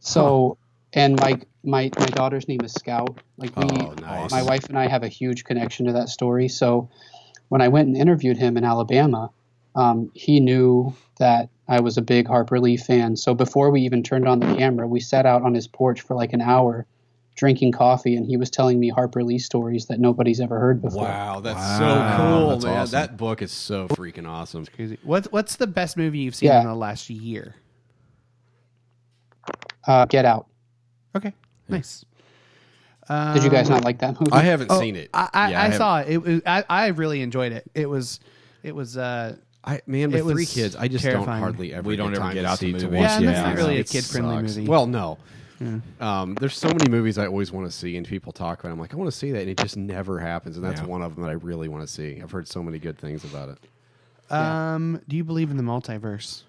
S8: So, and my my my daughter's name is Scout. Like we,
S2: Oh, nice.
S8: my wife and I have a huge connection to that story. So, when I went and interviewed him in Alabama, um, he knew that I was a big Harper Lee fan. So before we even turned on the camera, we sat out on his porch for like an hour, drinking coffee, and he was telling me Harper Lee stories that nobody's ever heard before.
S2: wow, that's
S4: Wow,
S2: so cool,
S4: that's
S2: man.
S4: awesome.
S2: That book is so freaking awesome.
S1: Crazy. What's what's the best movie you've seen
S8: Yeah.
S1: in the last year?
S8: Uh, Get Out.
S1: Okay, nice.
S8: Did you guys not like that movie?
S2: I haven't
S1: Oh,
S2: seen it.
S1: I, I,
S4: Yeah, I
S1: I,
S4: haven't.
S1: saw it. It was, I, I really enjoyed it. It was it was uh
S2: I man, with
S1: It was
S2: three kids, I just don't
S1: terrifying.
S2: hardly ever.
S4: We don't
S2: get
S4: ever
S2: time
S4: get
S2: to
S4: out
S2: see
S4: to
S2: to
S4: movies.
S2: watch
S4: Yeah,
S2: it.
S4: that's not
S1: really a
S2: It
S1: kid-friendly
S2: sucks.
S1: movie.
S2: Well, no. Um, there's so many movies I always want to see, and people talk about. it. I'm like, I want to see that, and it just never happens. And that's
S4: Yeah.
S2: one of them that I really want to see. I've heard so many good things about it.
S1: um. Do you believe in the multiverse?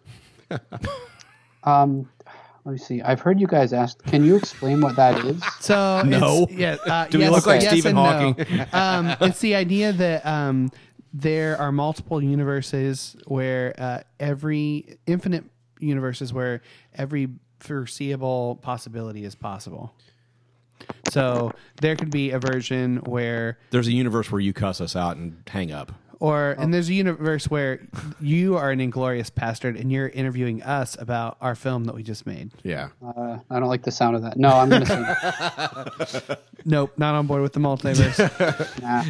S8: Um, let me see. I've heard you guys ask. Can you explain what that is?
S1: So
S4: No.
S1: it's, yeah, uh,
S4: Do we
S1: yes,
S4: look like
S1: yes
S4: Stephen
S1: and no.
S4: Hawking?
S1: [LAUGHS] um, it's the idea that um, there are multiple universes where uh, every infinite universes where every foreseeable possibility is possible. So there could be a version where,
S4: There's a universe where you cuss us out and hang up.
S1: or and there's a universe where you are an inglorious bastard and you're interviewing us about our film that we just made.
S2: Yeah,
S8: Uh, I don't like the sound of that. No, I'm gonna say
S1: Nope, not on board with the multiverse.
S8: nah.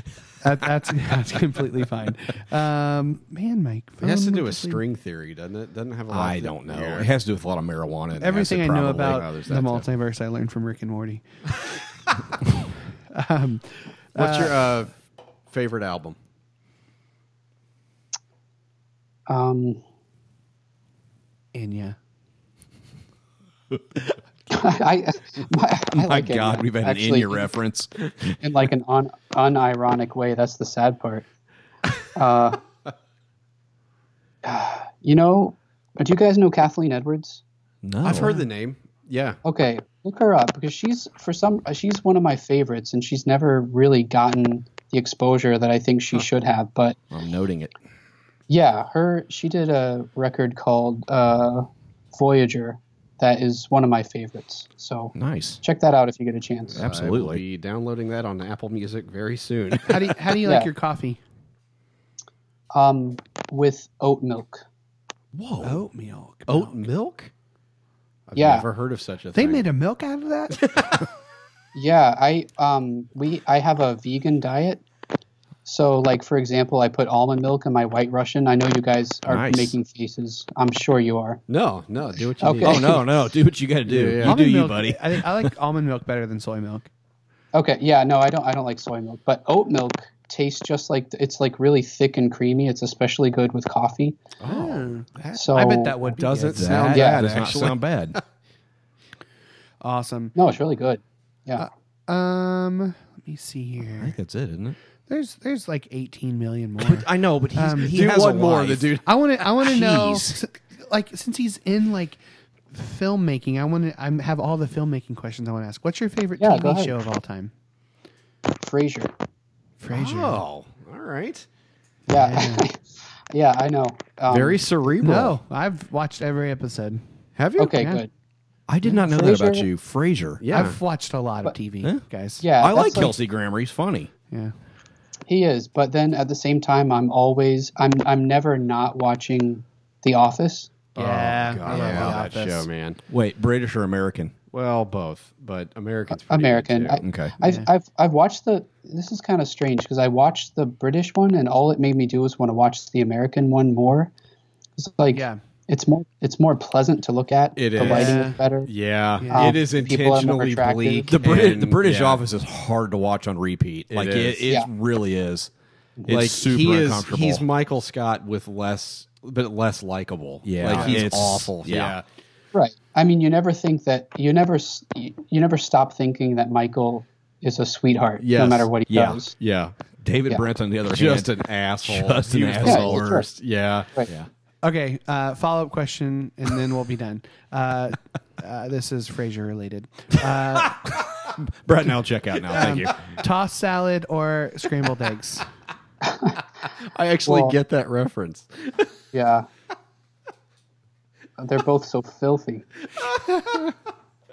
S1: that, that's that's completely fine. Um, man, Mike,
S2: it has to
S1: um,
S2: do with string theory, doesn't it? Doesn't have a lot.
S4: I
S2: to-
S4: don't know.
S2: Yeah.
S4: It has to do with a lot of marijuana. and
S1: Everything I
S4: acid,
S1: know
S4: probably.
S1: about
S4: Oh, there's
S1: the
S4: that too.
S1: multiverse, I learned from Rick and Morty.
S2: What's your uh, favorite album?
S8: Um, [LAUGHS]
S1: And yeah,
S8: I, I, I
S4: My
S8: like it,
S4: God,
S8: yeah.
S4: we've had an in
S8: Actually,
S2: [LAUGHS]
S4: your reference.
S8: in like an un, unironic way. That's the sad part. Uh, [SIGHS] you know, do you guys know Kathleen Edwards?
S4: No,
S2: I've heard the name. Yeah,
S8: Okay, look her up because she's for some she's one of my favorites, and she's never really gotten the exposure that I think she should have. But
S4: I'm noting it.
S8: Yeah, her she did a record called uh, Voyager that is one of my favorites. So
S4: Nice.
S8: check that out if you get a chance.
S2: I will
S4: Absolutely.
S2: be downloading that on Apple Music very
S4: [LAUGHS]
S2: soon.
S1: how do you, how do you like
S8: Yeah.
S1: your coffee?
S8: Um, with oat milk.
S4: Whoa.
S1: Oat milk.
S2: Oat milk? I've
S8: Yeah.
S2: never heard of such a
S1: They
S2: thing.
S1: made a milk out of that.
S8: Yeah, I um we I have a vegan diet. So like for example, I put almond milk in my white Russian. I know you guys are
S4: Nice.
S8: making faces. I'm sure you are.
S2: no, no, do what you
S8: Okay.
S2: need.
S4: Oh
S8: [LAUGHS]
S4: no, no. Do what you got to do.
S2: Yeah, yeah.
S4: You do you,
S1: milk,
S4: buddy.
S1: I, think- I like almond milk better than soy milk.
S8: Okay, yeah, no, I don't I don't like soy milk, but oat milk tastes just like it's like really thick and creamy. It's especially good with coffee.
S1: Oh,
S8: So
S1: I bet that would be good.
S2: Doesn't sound
S8: Yeah.
S2: bad,
S4: does not
S2: actually. [LAUGHS]
S4: sound bad.
S1: awesome.
S8: No, it's really good. Yeah.
S1: Um, let me see
S4: I
S1: here.
S4: think that's it, isn't it?
S1: There's there's like 18 million more.
S4: I know, but he's,
S1: Um,
S4: he
S2: Um, do
S4: has
S2: one
S4: a
S2: more,
S4: wife.
S2: the dude.
S1: I want to. I want to know,
S4: Jeez.
S1: s- like, since he's in like filmmaking, I want to. I have all the filmmaking questions I want to ask. What's your favorite
S8: Yeah, go
S1: TV
S8: ahead.
S1: show of all time?
S8: Frasier.
S1: Frasier.
S2: Oh, all right.
S8: Yeah. [LAUGHS] Yeah, I know. Um,
S2: Very cerebral.
S1: No, I've watched every episode.
S2: Have you?
S8: okay,
S1: yeah.
S8: good.
S4: I did not know that about
S8: Frasier-
S4: you, Frasier.
S2: Yeah.
S1: I've watched a lot of TV, guys.
S8: Yeah,
S4: I
S8: that's
S4: like Kelsey Grammer. He's funny.
S1: yeah.
S8: He is, but then at the same time, I'm always, I'm, I'm never not watching The Office.
S1: Oh, Yeah, I love The
S2: Oh, Yeah, that
S1: Office.
S2: show, man.
S4: Wait, British or American?
S2: Well, both, but Americans.
S8: American. I,
S4: Okay.
S8: I've, I've, I've watched the. This is kind of strange because I watched the British one, and all it made me do was want to watch the American one more. It's like,
S1: Yeah.
S8: it's more, it's more pleasant to look at.
S2: It
S8: the
S2: is.
S8: lighting
S1: Yeah.
S8: is better.
S2: yeah,
S1: Yeah.
S2: it is
S8: Um, people are more
S2: intentionally
S8: attractive.
S2: bleak.
S4: The British, the
S2: and-
S4: British
S2: yeah.
S4: office is hard to watch on repeat. like
S2: is.
S4: it, it
S8: Yeah.
S4: really is. It's
S2: like
S4: super
S2: he is,
S4: uncomfortable.
S2: He's Michael Scott with less, but less likable.
S4: Yeah.
S2: like he's
S4: It's-
S2: awful.
S4: yeah.
S2: yeah.
S8: Right. I mean, you never think that you never s- you you never stop thinking that Michael is a sweetheart, no
S2: Yes.
S8: matter what he
S4: Yeah.
S8: does.
S2: yeah.
S4: David Brent on the other
S2: just
S4: hand,
S2: an asshole.
S4: Just an
S2: he was
S8: asshole.
S2: the worst. Yeah.
S8: Right.
S4: Yeah.
S1: Okay, uh, follow up question, and then we'll be done. Uh, uh, this is Frasier related. Uh, [LAUGHS]
S4: Brett and I'll check out
S2: [LAUGHS]
S8: Um,
S4: now. Thank you.
S1: Tossed salad or scrambled eggs?
S2: I actually
S8: Well-
S2: get that reference.
S8: Yeah. They're both so filthy.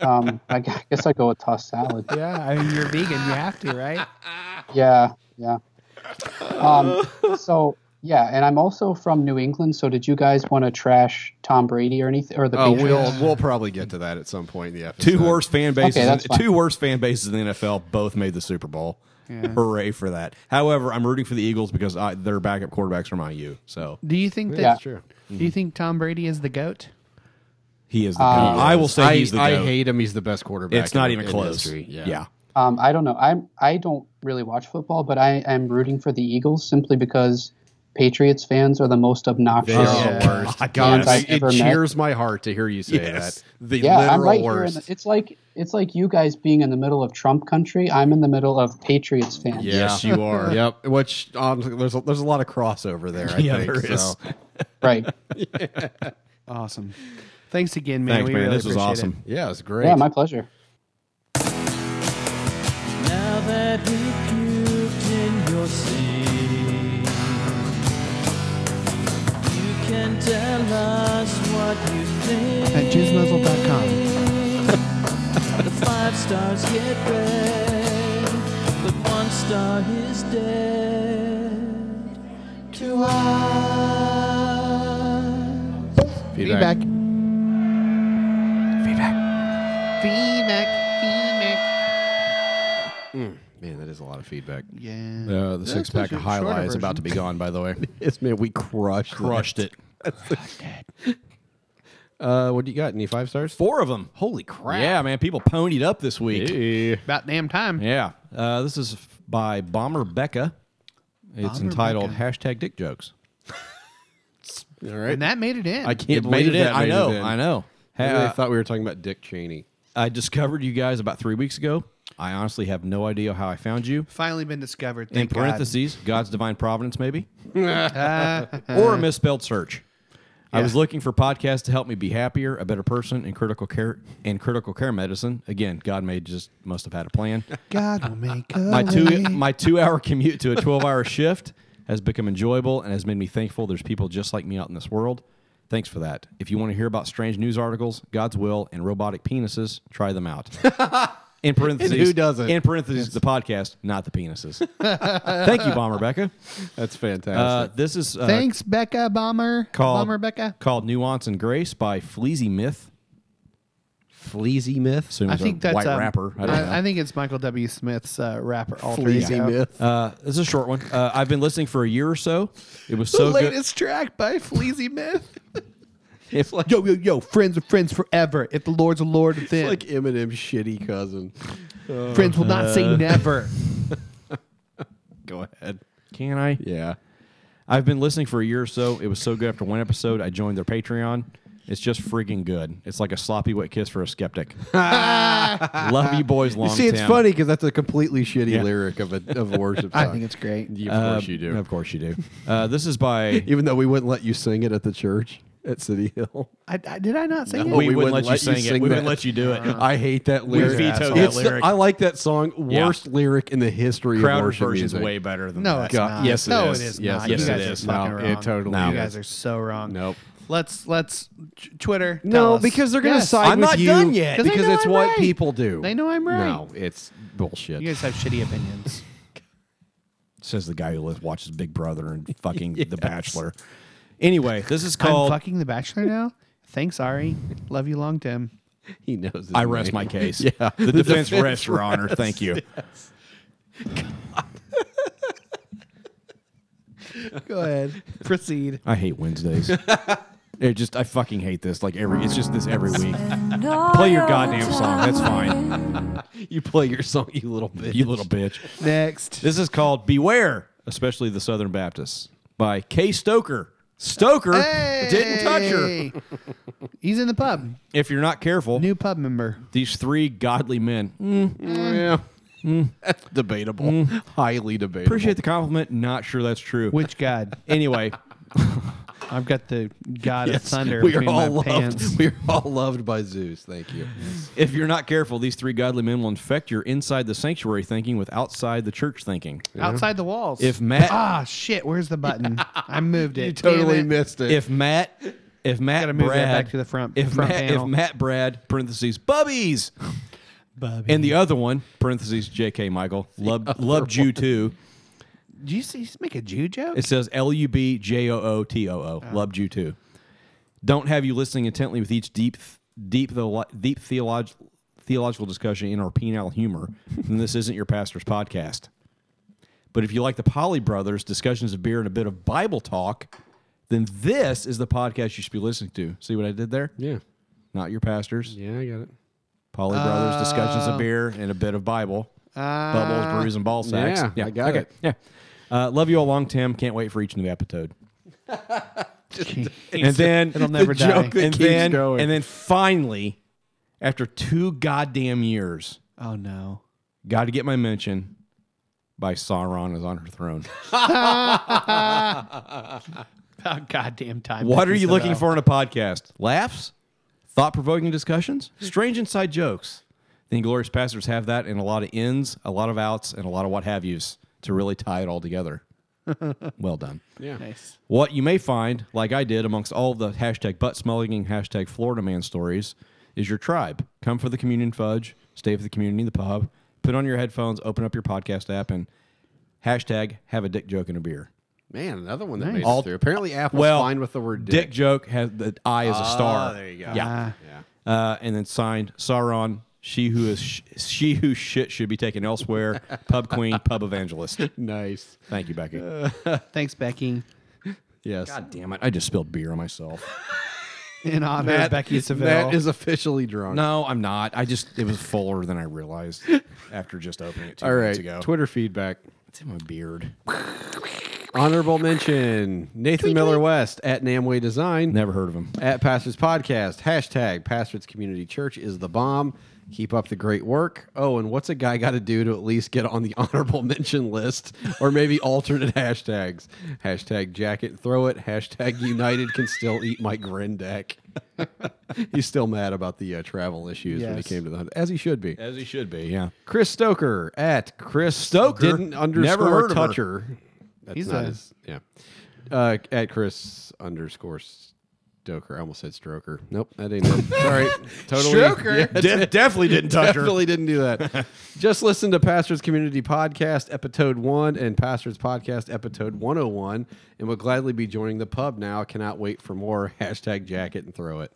S8: Um, I gu- I guess I go with tossed salad.
S1: Yeah, I mean you're vegan, you have to, right?
S8: Yeah, yeah. Um, so yeah, and I'm also from New England. So did you guys want to trash Tom Brady or anything or the
S2: Oh,
S8: Patriots?
S2: we'll we'll [LAUGHS] probably get to that at some point in the episode.
S4: Two worst fan bases.
S8: Okay, that's
S4: in,
S8: fine.
S4: two worst fan bases in the NFL both made the Super Bowl. Hooray for that! However, I'm rooting for the Eagles because I, their backup quarterbacks from IU, so
S1: Do you think that?
S8: Yeah.
S2: That's true.
S1: Do
S4: Mm-hmm.
S1: you think Tom Brady is the goat?
S4: he is the.
S8: Uh,
S4: goat. I will say
S2: I,
S4: he's the.
S2: I
S4: goat.
S2: hate him. He's the best quarterback.
S4: It's not
S2: in-
S4: even
S2: in
S4: close.
S2: history.
S4: Yeah.
S8: Um, I don't know. I'm I don't really watch football, but I am rooting for the Eagles simply because Patriots fans are the most obnoxious.
S2: They're
S4: Oh
S1: Yeah.
S2: the worst.
S4: God,
S2: God,
S8: yes. I've
S2: it
S8: ever met.
S2: cheers my heart to hear you say
S4: Yes.
S2: that. The
S8: Yeah,
S2: literal
S8: I'm right here. In
S2: worst.
S8: the, it's like it's like you guys being in the middle of Trump country. I'm in the middle of Patriots fans.
S2: Yes, you
S4: [LAUGHS]
S2: are. yep. Which um, there's a, there's a lot of crossover there. I
S4: Yeah,
S2: think,
S4: there is.
S2: So.
S8: Right.
S1: Awesome. Thanks again, man.
S4: Thanks,
S1: we
S4: man.
S1: Really
S4: this was
S1: appreciate it.
S4: awesome.
S2: Yeah, it's great.
S8: Yeah, my pleasure.
S3: Now that we puked in your sea, you can tell us what you think.
S1: At jizzmuzzle.com.
S3: The five stars get red, but one star is dead to us.
S1: Feedback. Feedback. Feedback. Feedback.
S2: Man, that is a lot of feedback.
S1: Yeah.
S4: Uh, the
S1: six pack of High Lie is about to be
S4: gone. By the way,
S2: Yes, man. We crushed. [LAUGHS]
S4: crushed it.
S2: Uh, what do you got? Any five stars?
S4: [LAUGHS] Four of them. Holy crap! Yeah, man. People ponied up this week.
S1: About damn time.
S4: Yeah. Uh, this is f- by Bomber Becca. It's entitled hashtag dick jokes.
S2: All right.
S1: And that made it in.
S4: I can't
S2: It made
S4: believe
S2: it in.
S4: that
S2: I
S4: made
S2: know.
S4: it in.
S2: I
S4: I know.
S2: I
S4: Uh,
S2: thought we were talking about Dick Cheney.
S4: I discovered you guys about three weeks ago. I honestly have no idea how I found you.
S1: Finally been discovered.
S4: In
S1: thank God.
S4: parentheses, God's divine
S1: [LAUGHS]
S4: providence, maybe, or a misspelled search. I was looking for podcasts to help me be happier, a better person, and critical care and critical care medicine. Again, God may just must have had a plan.
S1: God will make a
S4: my two
S1: way.
S4: my two hour commute to a twelve hour shift has become enjoyable and has made me thankful there's people just like me out in this world. Thanks for that. If you want to hear about strange news articles, God's will, and robotic penises, try them out. In parentheses,
S2: And who doesn't?
S4: In parentheses, the podcast, not the penises. Thank you, Bomber Becca.
S2: That's
S4: Uh,
S2: fantastic.
S4: this is uh,
S1: Thanks, Becca Bomber.
S4: called
S1: Bomber Becca.
S4: called Nuance and Grace by Fleazy Myth. uh,
S2: Fleazy myth.
S4: Assume
S1: I
S4: he's a
S1: think that's
S4: white
S1: um,
S4: rapper. I
S1: I,
S4: don't know.
S1: I, think it's Michael W. Smith's uh, rapper alter
S2: Fleazy
S1: ego.
S2: myth.
S4: uh, this is a short one. Uh, I've been listening for a year or so. It was so good.
S1: track by Fleazy
S2: [LAUGHS]
S1: Myth.
S4: It's like-
S1: yo, yo, yo, friends are friends forever. If the Lord's a Lord, then
S2: [LAUGHS] like Eminem's shitty cousin. uh,
S1: friends will not say
S2: [LAUGHS]
S1: never.
S2: Go ahead.
S4: Can I?
S2: Yeah.
S4: I've been listening for a year or so. It was so good after one episode, I joined their Patreon. It's just freaking good. It's like a sloppy wet kiss for
S2: [LAUGHS]
S4: a skeptic. Love you boys long
S2: You see, it's
S4: time.
S2: funny because that's a completely shitty
S4: Yeah.
S2: lyric of a, of a worship
S1: [LAUGHS] I
S2: song.
S1: think it's great.
S2: Yeah,
S4: Uh,
S2: of course you do.
S4: Of course you do. Uh, this is by
S2: Even though we wouldn't let [LAUGHS] you sing it at the church at City Hill.
S1: I, I, did I not sing
S2: No,
S1: it?
S2: we wouldn't let you sing it. We wouldn't
S4: that.
S2: let you
S4: do it.
S2: I hate that [LAUGHS] lyric.
S4: vetoed
S2: It's
S4: that
S2: the-
S4: lyric.
S2: I like that song.
S4: Yeah.
S2: Worst lyric in the history of
S4: Crowd
S2: worship
S4: version's
S2: music.
S4: way better than
S1: No,
S4: that.
S1: it's not.
S2: yes, it
S1: no,
S2: is.
S1: it is
S2: Yes,
S1: not.
S2: it
S1: you guys
S4: is.
S1: are fucking
S2: No,
S1: wrong.
S2: it totally
S1: You
S2: is.
S1: guys are so wrong.
S2: Nope.
S1: Let's let's t- Twitter. tell
S2: No,
S1: us.
S2: because they're going to
S1: Yes.
S2: side
S4: I'm
S2: with
S4: not
S2: you
S4: done yet.
S1: 'Cause they
S2: because
S1: know
S2: it's
S1: I'm
S2: what
S1: right.
S2: people do.
S1: They know I'm right.
S2: No, it's bullshit.
S1: You guys have shitty opinions.
S4: Says the guy who li- watches Big Brother
S2: [LAUGHS]
S4: and fucking The Bachelor. Anyway, this is called
S1: I'm fucking The Bachelor now. Thanks, Ari. Love you long,
S2: [LAUGHS]
S1: Tim.
S2: [LAUGHS] he knows. his
S4: I Rest
S2: name.
S4: My
S2: [LAUGHS]
S4: Case.
S2: Yeah.
S4: The, defense, rests, Your Honor. Thank you.
S1: Go ahead. Proceed.
S4: I hate Wednesdays. it just, I fucking hate this. Like every, it's just this every week.
S7: Uh, Play
S4: your goddamn song, that's fine.
S2: [LAUGHS] You play your song, you little bitch.
S4: You little bitch.
S1: Next.
S4: This is called Beware, especially the Southern Baptists by Kay Stoker. Stoker didn't touch her.
S1: Hey. He's in the pub.
S4: If you're not careful,
S1: New pub member.
S4: these three godly men.
S2: Yeah.
S4: Mm.
S2: That's [LAUGHS] debatable. Highly debatable.
S4: Appreciate the compliment. Not sure that's true.
S1: Which god?
S4: anyway,
S1: I've got the God of Thunder
S4: we are
S1: between my
S4: all
S2: [LAUGHS]
S4: loved.
S1: pants.
S4: We are all loved by Zeus. Thank you. If you're not careful, these three godly men will infect your inside the sanctuary thinking with outside the church thinking.
S1: Outside the walls.
S4: If Matt-
S1: ah shit, where's the button? I moved it.
S2: You totally
S1: Damn it.
S2: missed it.
S4: If Matt, if Matt
S1: Gotta
S4: Brad,
S1: move that back to the front-
S4: If
S1: front
S4: Matt,
S1: panel.
S4: if Matt Brad parentheses
S1: [LAUGHS]
S4: Bubbies,
S1: Bubby.
S4: and the other one parentheses J.K. Michael love loved you too.
S1: Did you see make a Jew joke?
S4: It says L U B J O O T O O. Loved you too. Don't have you listening intently with each deep, deep, the deep theolog- theological discussion in our penile humor. then this isn't your pastor's podcast. But if you like the Polly Brothers discussions of beer and a bit of Bible talk, then this is the podcast you should be listening to. See what I did there?
S2: yeah,
S4: Not your pastors.
S2: yeah, I got it.
S4: Polly Brothers discussions
S2: Uh,
S4: of beer and a bit of Bible. Bubbles, brews, and ball sacks.
S2: yeah, I got it.
S4: Yeah. Uh, love you all long, Tim. Can't wait for each
S2: [LAUGHS]
S4: new episode. and then
S1: It'll never die.
S4: joke that and
S2: keeps
S4: then,
S2: going.
S4: And then finally, after two goddamn years,
S1: oh no.
S4: got to get my mention by Sauron is on her throne.
S1: Oh, goddamn time.
S4: What are
S1: picking
S4: you
S1: stuff
S4: looking
S1: up.
S4: for in a podcast? Laughs? Thought provoking discussions? Strange inside jokes? The Inglorious Pastors have that and a lot of ins, a lot of outs, and a lot of what have yous to really tie it all together. well done.
S2: Yeah,
S1: Nice.
S4: What you may find, like I did amongst all the hashtag butt smelling and hashtag Florida man stories, is your tribe. Come for the communion fudge, stay for the community in the pub, put on your headphones, open up your podcast app, and hashtag have a dick joke and a beer.
S2: man, another one that made
S4: All-
S2: it through. Apparently, Apple's
S4: well,
S2: fine with the word
S4: Dick,
S2: dick.
S4: joke has the eye as a star.
S2: Ah, there you go.
S4: Yeah. Uh, and then signed Sauron, she who is sh- she who shit should be taken elsewhere, pub queen, pub evangelist.
S2: Nice.
S4: Thank you, Becky.
S1: Thanks, Becky.
S2: [LAUGHS] Yes.
S4: God damn it! I just spilled beer on myself.
S1: In honor of Becky Seville.
S2: Matt is officially drunk.
S4: no, I'm not. I just it was fuller than I realized after just opening it two
S2: All right.
S4: minutes ago.
S2: Twitter feedback.
S4: It's in my beard.
S2: Honorable mention: Nathan Miller West at Namway Design.
S4: Never heard
S2: [LAUGHS]
S4: of him.
S2: at Pastors Podcast. Hashtag Pastors Community Church is the bomb. Keep up the great work. Oh, and what's a guy got to do to at least get on the [LAUGHS] honorable mention list or maybe alternate hashtags? Hashtag jacket throw it. Hashtag united can still eat my grin deck. [LAUGHS] He's still mad about the uh, travel issues when he
S1: Yes.
S2: came to the hunt, as he should be.
S4: As he should be. Yeah.
S2: Chris Stoker at Chris
S4: Stoker?
S2: didn't underscore
S4: Never heard of her.
S2: toucher. That's
S1: He's
S2: not
S1: a-
S2: his. Yeah. Uh, at Chris underscore Stoker. I almost said Stroker. Nope, that ain't
S4: [LAUGHS]
S2: it. Sorry, totally.
S4: Stroker?
S2: Yeah,
S4: De- definitely didn't touch her.
S2: definitely didn't do
S4: [LAUGHS]
S2: that. Just listen to Pastors Community Podcast episode one and Pastors Podcast episode one hundred and one, and would gladly be joining the pub now. Cannot wait for more. Hashtag jacket and throw it.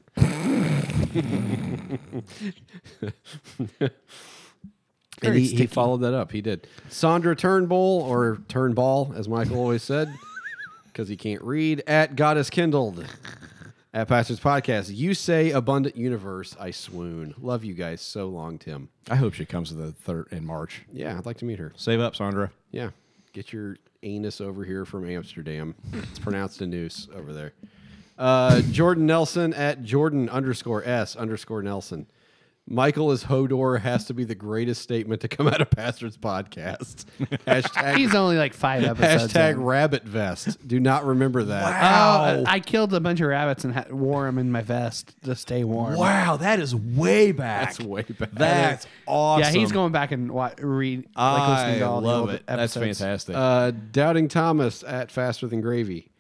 S2: And he, he followed that up. He did. Sandra Turnbull, or Turnball, as Michael always said, because he can't read, at Goddess Kindled, at Pastors Podcast. You say abundant universe, I swoon. Love you guys so long, Tim.
S4: I hope she comes to the third in March.
S2: Yeah, I'd like to meet her.
S4: Save up, Sandra.
S2: Yeah. Get your anus over here from Amsterdam. It's pronounced a noose over there. Uh, Jordan Nelson at Jordan underscore S underscore Nelson. Michael is Hodor has to be the greatest statement to come out of Pastor's podcast. Hashtag,
S1: He's only like five episodes.
S2: hashtag
S1: in.
S2: rabbit vest. Do not remember that.
S1: Oh, I killed a bunch of rabbits and ha- wore them in my vest to stay warm.
S4: Wow, that is way back.
S2: That's way back.
S4: That's awesome.
S1: Yeah, he's going back and wa read. Like,
S4: I
S1: listening to all the
S4: love
S1: old
S4: it. That's
S1: Episodes.
S4: fantastic.
S2: Uh, Doubting Thomas at Faster Than
S4: [LAUGHS]
S2: Gravy.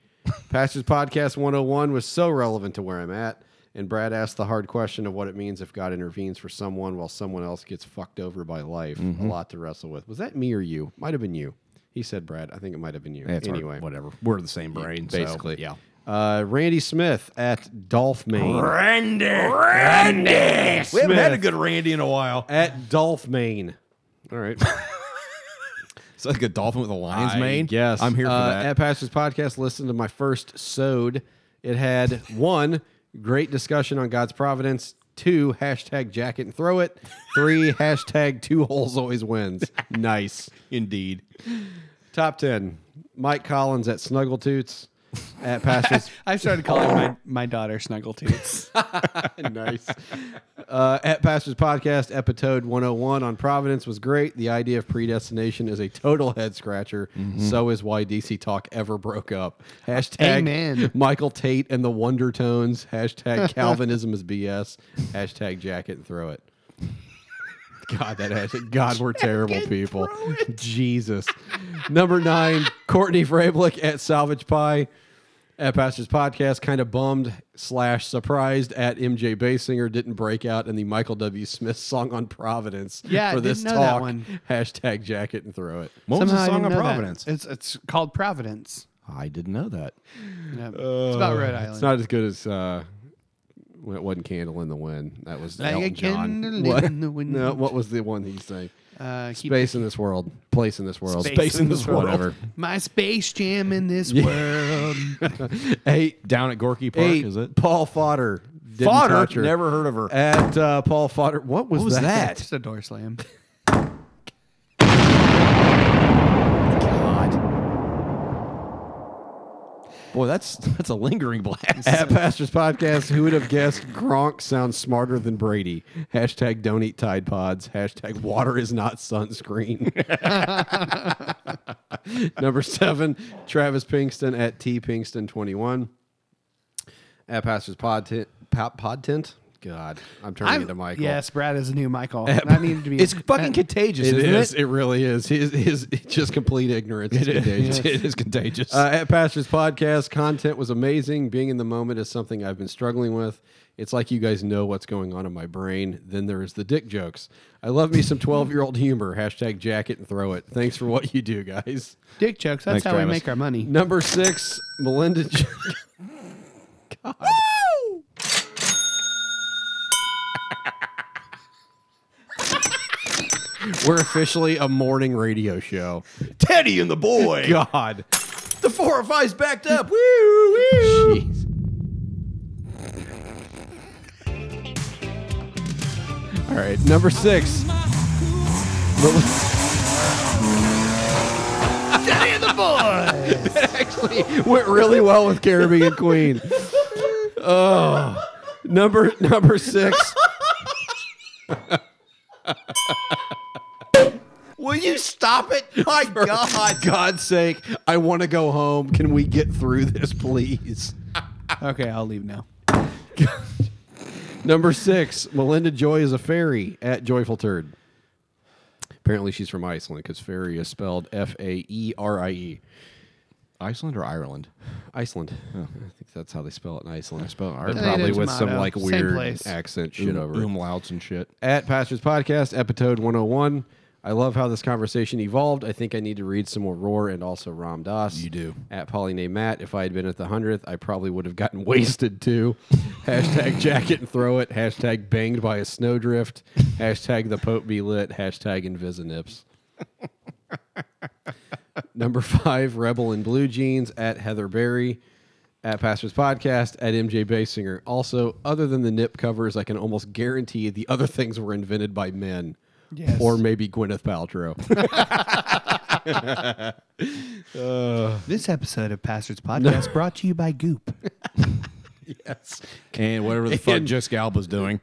S2: Pastor's Podcast 101 was so relevant to where I'm at. And Brad asked the hard question of what it means if God intervenes for someone while someone else gets fucked over by life.
S4: Mm-hmm.
S2: A lot to wrestle with. Was that me or you? Might have been you. He said, Brad. I think it might have been you.
S4: That's our-
S2: anyway,
S4: whatever. We're the same brain, so,
S2: basically.
S4: yeah.
S2: Uh, Randy Smith at Dolph
S4: [LAUGHS]
S2: Main.
S4: Randy, Randy. We haven't had a good Randy in a while.
S2: At Dolph Main. All right.
S4: It's like a dolphin with a lion's
S2: I
S4: mane.
S2: guess.
S4: I'm here for
S2: Uh,
S4: that.
S2: At Pastors Podcast, listen to my first sode. It had [LAUGHS] one great discussion on God's providence. Two hashtag jacket and throw it.
S4: [LAUGHS]
S2: Three hashtag two holes always wins. Nice.
S4: Indeed.
S2: Top ten. Mike Collins at Snuggle Toots.
S4: [LAUGHS]
S2: At Pastors
S1: I've started calling my, my daughter Snuggle Toots.
S2: [LAUGHS] nice. Uh, at Pastors Podcast, episode 101 on Providence was great. The idea of predestination is a total head scratcher. So is why DC Talk ever broke up. Hashtag
S1: Amen.
S2: Michael Tate and the Wonder Tones. Hashtag Calvinism is BS. Hashtag jacket and throw it. God, that hashtag. God, we're terrible people. Jesus. Number nine, Courtney Frablick at Salvage Pie at Pastors Podcast, kind of bummed slash surprised at MJ Bassinger didn't break out in the Michael W. Smith song on Providence
S1: Yeah, I
S2: for
S1: didn't
S2: this
S1: know that
S2: talk.
S1: one.
S2: Hashtag jacket and throw it.
S4: What was
S1: Somehow
S4: the
S1: I
S4: song
S1: didn't
S4: on
S1: know that.
S4: Providence?
S1: It's it's called Providence.
S4: I didn't know [LAUGHS] that.
S1: Yeah.
S4: Uh,
S1: it's about Rhode Island.
S2: Uh, It's not as good as uh, when it wasn't Candle in the Wind. That was
S1: Like a
S2: Elton John.
S1: candle
S2: What?
S1: in the wind.
S2: [LAUGHS] No, what was the one he sang?
S1: uh, keep
S2: Space in this world, place in this world,
S1: Space Space in in this this
S4: world.
S2: Whatever.
S1: my space jam in this
S2: [LAUGHS]
S1: world.
S2: Eight
S4: Down at Gorky Park,
S2: Eight,
S4: is it?
S2: Paul Fodder. Didn't touch her.
S4: Never heard of her.
S2: At uh, Paul Fodder. What was,
S4: What was that?
S1: Just a door slam.
S4: Boy, that's that's a lingering blast. [LAUGHS]
S2: At Pastors Podcast, who would have guessed Gronk sounds smarter than Brady? Hashtag don't eat Tide Pods. Hashtag water is not sunscreen. [LAUGHS] Number seven, Travis Pinkston at T Pinkston21. At Pastors Pod, t- pod, pod Tent. God,
S1: [LAUGHS]
S2: I'm turning into Michael.
S1: Yes, Brad is a new
S4: [LAUGHS]
S1: Michael. And I needed to be.
S4: It's fucking contagious,
S2: It
S4: isn't
S2: is.
S4: it?
S2: It really is. His, his, just complete ignorance. is contagious.
S4: [LAUGHS] it is contagious.
S2: Uh, at Pastors Podcast, content was amazing. Being in the moment is something I've been struggling with. It's like you guys know what's going on in my brain. Then there is the dick jokes. I love me some 12 year old humor. Hashtag jacket and throw it. Thanks for what you do, guys.
S1: dick jokes. That's
S4: Thanks,
S1: how we
S4: Travis.
S1: make our money.
S2: Number six, Melinda. Jo- God. We're officially a morning radio show.
S4: Teddy and the boy.
S2: God.
S4: The four or five's
S2: [LAUGHS]
S4: backed up. Woo, woo.
S2: Jeez. All right, number six. Daddy and the boys. [LAUGHS] actually went really well with
S4: [LAUGHS]
S2: Caribbean Queen. Oh, number number six.
S4: Will you stop it? My God.
S2: God's sake, I want to go home. Can we get through this, please?
S1: Okay, I'll leave now.
S2: Number six, Melinda Joy is a fairy at Joyful Turd. Apparently, she's from Iceland because fairy is spelled F A E R I E.
S4: Iceland or Ireland?
S2: Iceland. Oh, I think that's how they spell it in Iceland. I
S4: spell it Ireland.
S2: Probably
S1: Potato,
S2: with some
S1: tomato.
S2: like
S1: Same
S2: weird
S1: place.
S2: accent
S4: Um,
S2: shit over it.
S4: umlauts and shit.
S2: At Pastors Podcast, episode 101. I love how this conversation evolved. I think I need to read some more Roar and also Ram Das.
S4: You do.
S2: At Pauline Matt, if I had been at the 100th, I probably would have gotten [LAUGHS] wasted too. Hashtag jacket and throw it. Hashtag banged by a snowdrift. Hashtag the Pope be lit. Hashtag Invisinips. Number five, Rebel in Blue Jeans at Heather Berry, at Pastors Podcast, at MJ Bassinger. Also, other than the nip covers, I can almost guarantee the other things were invented by men.
S1: Yes.
S2: Or maybe Gwyneth Paltrow.
S1: This episode of Pastors Podcast brought to you by Goop.
S2: yes.
S4: And whatever [LAUGHS] the fuck Jessica Galba's doing.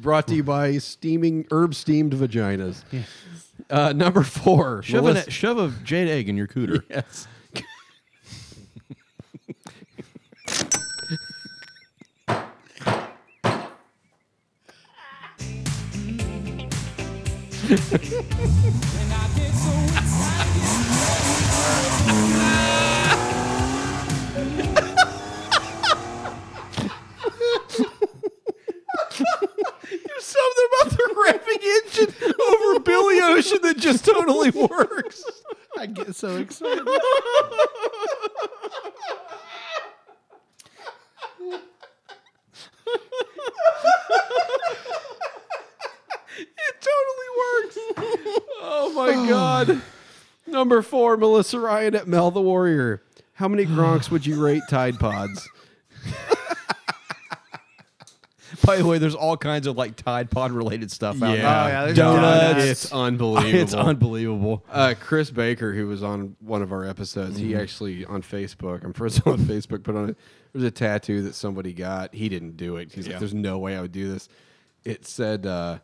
S2: Brought to you by steaming herb steamed vaginas. Uh, number four.
S4: Shove,
S2: Melissa-
S4: an, shove a jade egg in your cooter.
S2: Yes. Something about the rapping engine over Billy Ocean that just totally works.
S1: [LAUGHS] I get so excited.
S2: [LAUGHS] Oh my god. Number four, Melissa Ryan at Mel the Warrior. How many Gronks would you rate Tide Pods?
S4: [LAUGHS] By the way, there's all kinds of like Tide Pod related stuff out
S1: Oh,
S4: there.
S1: yeah, there's
S4: donuts.
S1: donuts.
S2: It's unbelievable.
S4: It's [LAUGHS] unbelievable.
S2: uh, Chris Baker, who was on one of our episodes, he actually on Facebook, I'm [LAUGHS] first on Facebook, put on it. There's a tattoo that somebody got. He didn't do it. He's like, "There's no way I would do this." it said uh,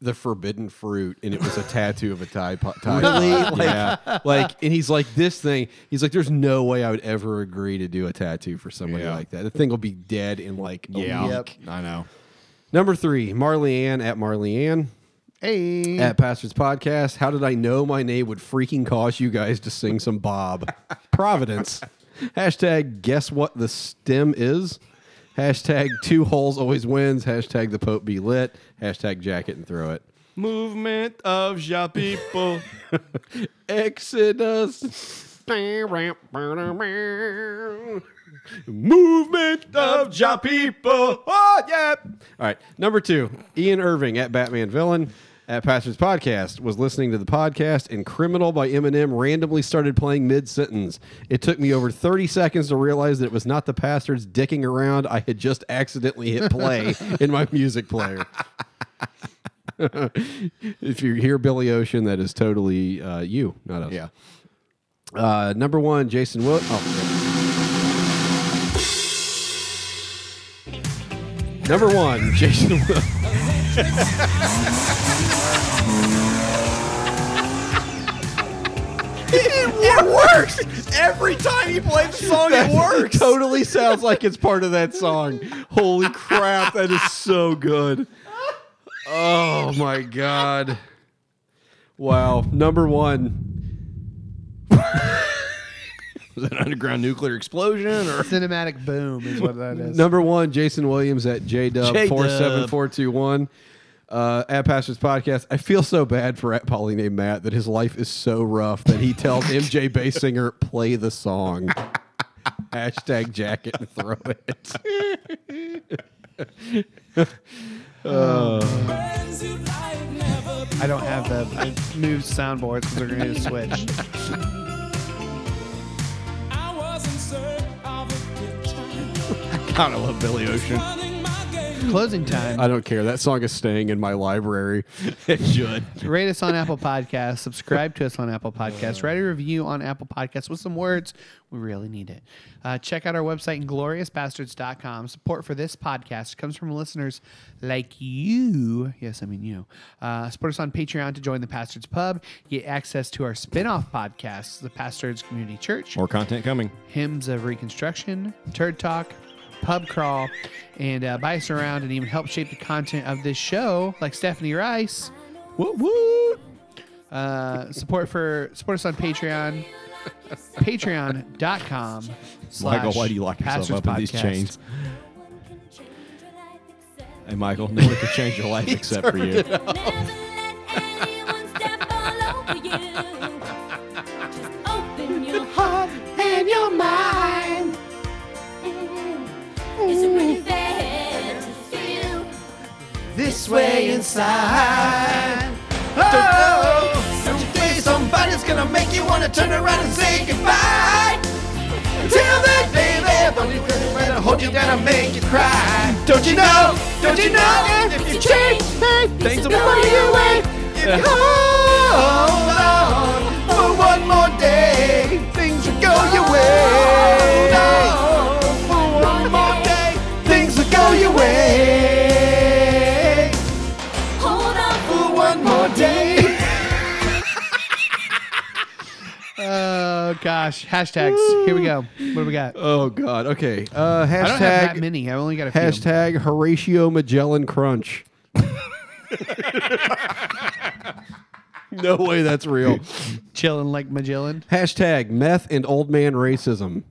S2: the forbidden fruit, and it was a tattoo of a tie. Po- tie
S4: Really?
S2: Pod. yeah. [LAUGHS] Like, and he's like, this thing. He's like, there's no way I would ever agree to do a tattoo for somebody
S4: Yeah.
S2: like that. The thing will be dead in like a
S4: Yeah,
S2: week.
S4: I know.
S2: Number three, Marley Ann at Marley Ann.
S1: Hey.
S2: At Pastor's Podcast, how did I know my name would freaking cause you guys to sing some Bob? Providence. Hashtag guess what the stem is. Hashtag two holes always wins. Hashtag the Pope be lit. Hashtag jacket and throw it.
S4: Movement of
S1: [LAUGHS]
S4: Ja people.
S2: [LAUGHS] Exodus. Movement of
S4: Ja people.
S2: Oh, yeah. All right. Number two, Ian Irving at Batman Villain at Pastor's Podcast was listening to the podcast, and Criminal by Eminem randomly started playing mid sentence. It took me over 30 seconds to realize that it was not the pastor's dicking around. I had just accidentally hit [LAUGHS] play in my music player. if you hear Billy Ocean, that is totally uh, you, not us.
S4: Yeah.
S2: Uh, number one, Jason oh, Will. Number one, [LAUGHS] Jason Will.
S4: It works every time he plays the song. It [LAUGHS] works.
S2: totally sounds like it's part of that song. Holy crap, that is so good. Oh my god. Wow. Number one.
S4: Was it an underground nuclear explosion or?
S1: Cinematic boom is what that is.
S2: Number one, Jason Williams at
S4: J-Dub.
S2: JDub47421. Uh, at Pastor's Podcast, I feel so bad for at Polly named Matt that his life is so rough that he tells
S4: [LAUGHS]
S2: MJ Bassinger, play the song. Hashtag jacket and throw
S4: [LAUGHS]
S2: it.
S1: I don't have the I moved soundboards because they're going to switch. [LAUGHS]
S4: God, I love Billy Ocean.
S1: Closing
S2: [LAUGHS]
S1: time.
S2: I don't care. That song is staying in my library.
S4: It should.
S1: Rate us on Apple Podcasts. Subscribe to us on Apple Podcasts. Write a review on Apple Podcasts with some words. We really need it. Uh, check out our website, ingloriousbastards.com. Support for this podcast comes from listeners like you. Yes, I mean you. Uh, support us on Patreon to join the Pastards Pub. Get access to our spin off podcasts, the Pastards Community Church,
S4: More content coming.
S1: Hymns of Reconstruction, Turd Talk, Pub Crawl, and uh, buy us around and even help shape the content of this show, like Stephanie Rice. Woot woot! Uh, support for support us on Patreon, patreon.com. slash
S4: Michael, why do you lock yourself
S1: Pastors
S4: up in these
S1: Podcast.
S4: chains? Hey, Michael, no one can change
S1: [LAUGHS]
S4: your life except for you.
S9: And your mind. It's really bad to feel.
S1: This way inside.
S5: Oh, someday somebody's gonna make you wanna turn around and say goodbye. Until then, baby, don't you let it hold you down and make you cry. Don't you know? Don't you know? And if you change, things will blow you away. If you hold on for one more day, things will go your way. Hold on for one more day, things will go your way.
S9: Hold on.
S5: For one more day.
S1: Oh gosh. Hashtags. Here we go. What do we got?
S2: Oh God. Okay. Uh,
S1: I don't have that
S2: hashtag
S1: many. I only got a few.
S2: hashtag Horatio Magellan Crunch. no way that's real.
S1: Chilling like Magellan.
S2: Hashtag meth and old man racism.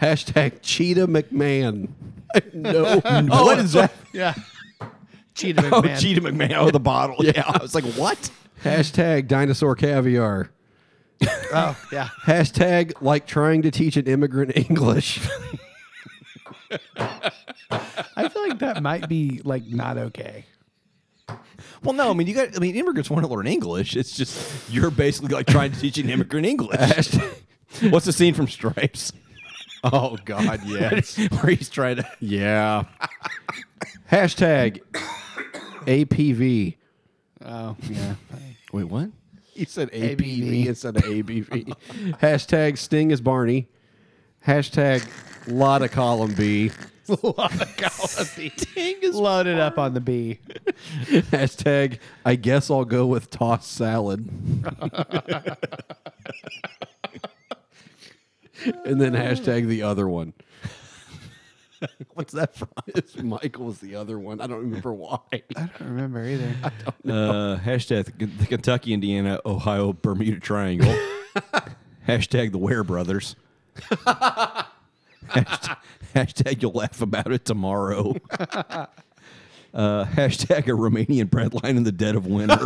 S2: hashtag Cheetah McMahon. No.
S4: what is that?
S5: [LAUGHS]
S1: Yeah. Cheetah
S4: Oh,
S1: McMahon.
S4: Cheetah McMahon. Oh, the bottle. [LAUGHS] Yeah. I was like, what?
S2: Hashtag dinosaur caviar.
S1: Oh, yeah.
S2: Hashtag like trying to teach an immigrant [LAUGHS] English.
S1: I feel like that might be like not okay.
S4: Well, no. I mean, you got. I mean, immigrants want to learn English. It's just you're basically like trying to teach an [LAUGHS] immigrant English.
S2: hashtag,
S4: What's the scene from Stripes?
S2: oh God, yes.
S4: where he's trying to.
S2: Yeah. Hashtag APV.
S1: Oh, yeah.
S4: Wait, what?
S2: He said
S1: ABV.
S2: instead of ABV.
S4: [LAUGHS]
S2: Hashtag Sting is Barney. Hashtag lot of column B.
S1: Loaded up on the B.
S2: [LAUGHS] Hashtag, I guess I'll go with tossed salad. [LAUGHS] and then hashtag the other one. [LAUGHS] What's that from? [LAUGHS] It's Michael's the other one. I don't remember [LAUGHS] why.
S1: I don't remember [LAUGHS] either.
S4: Uh, hashtag the, the Kentucky, Indiana, Ohio, Bermuda Triangle. hashtag the Ware Brothers. hashtag, hashtag you'll laugh about it tomorrow. Uh, hashtag a Romanian breadline in the dead of winter.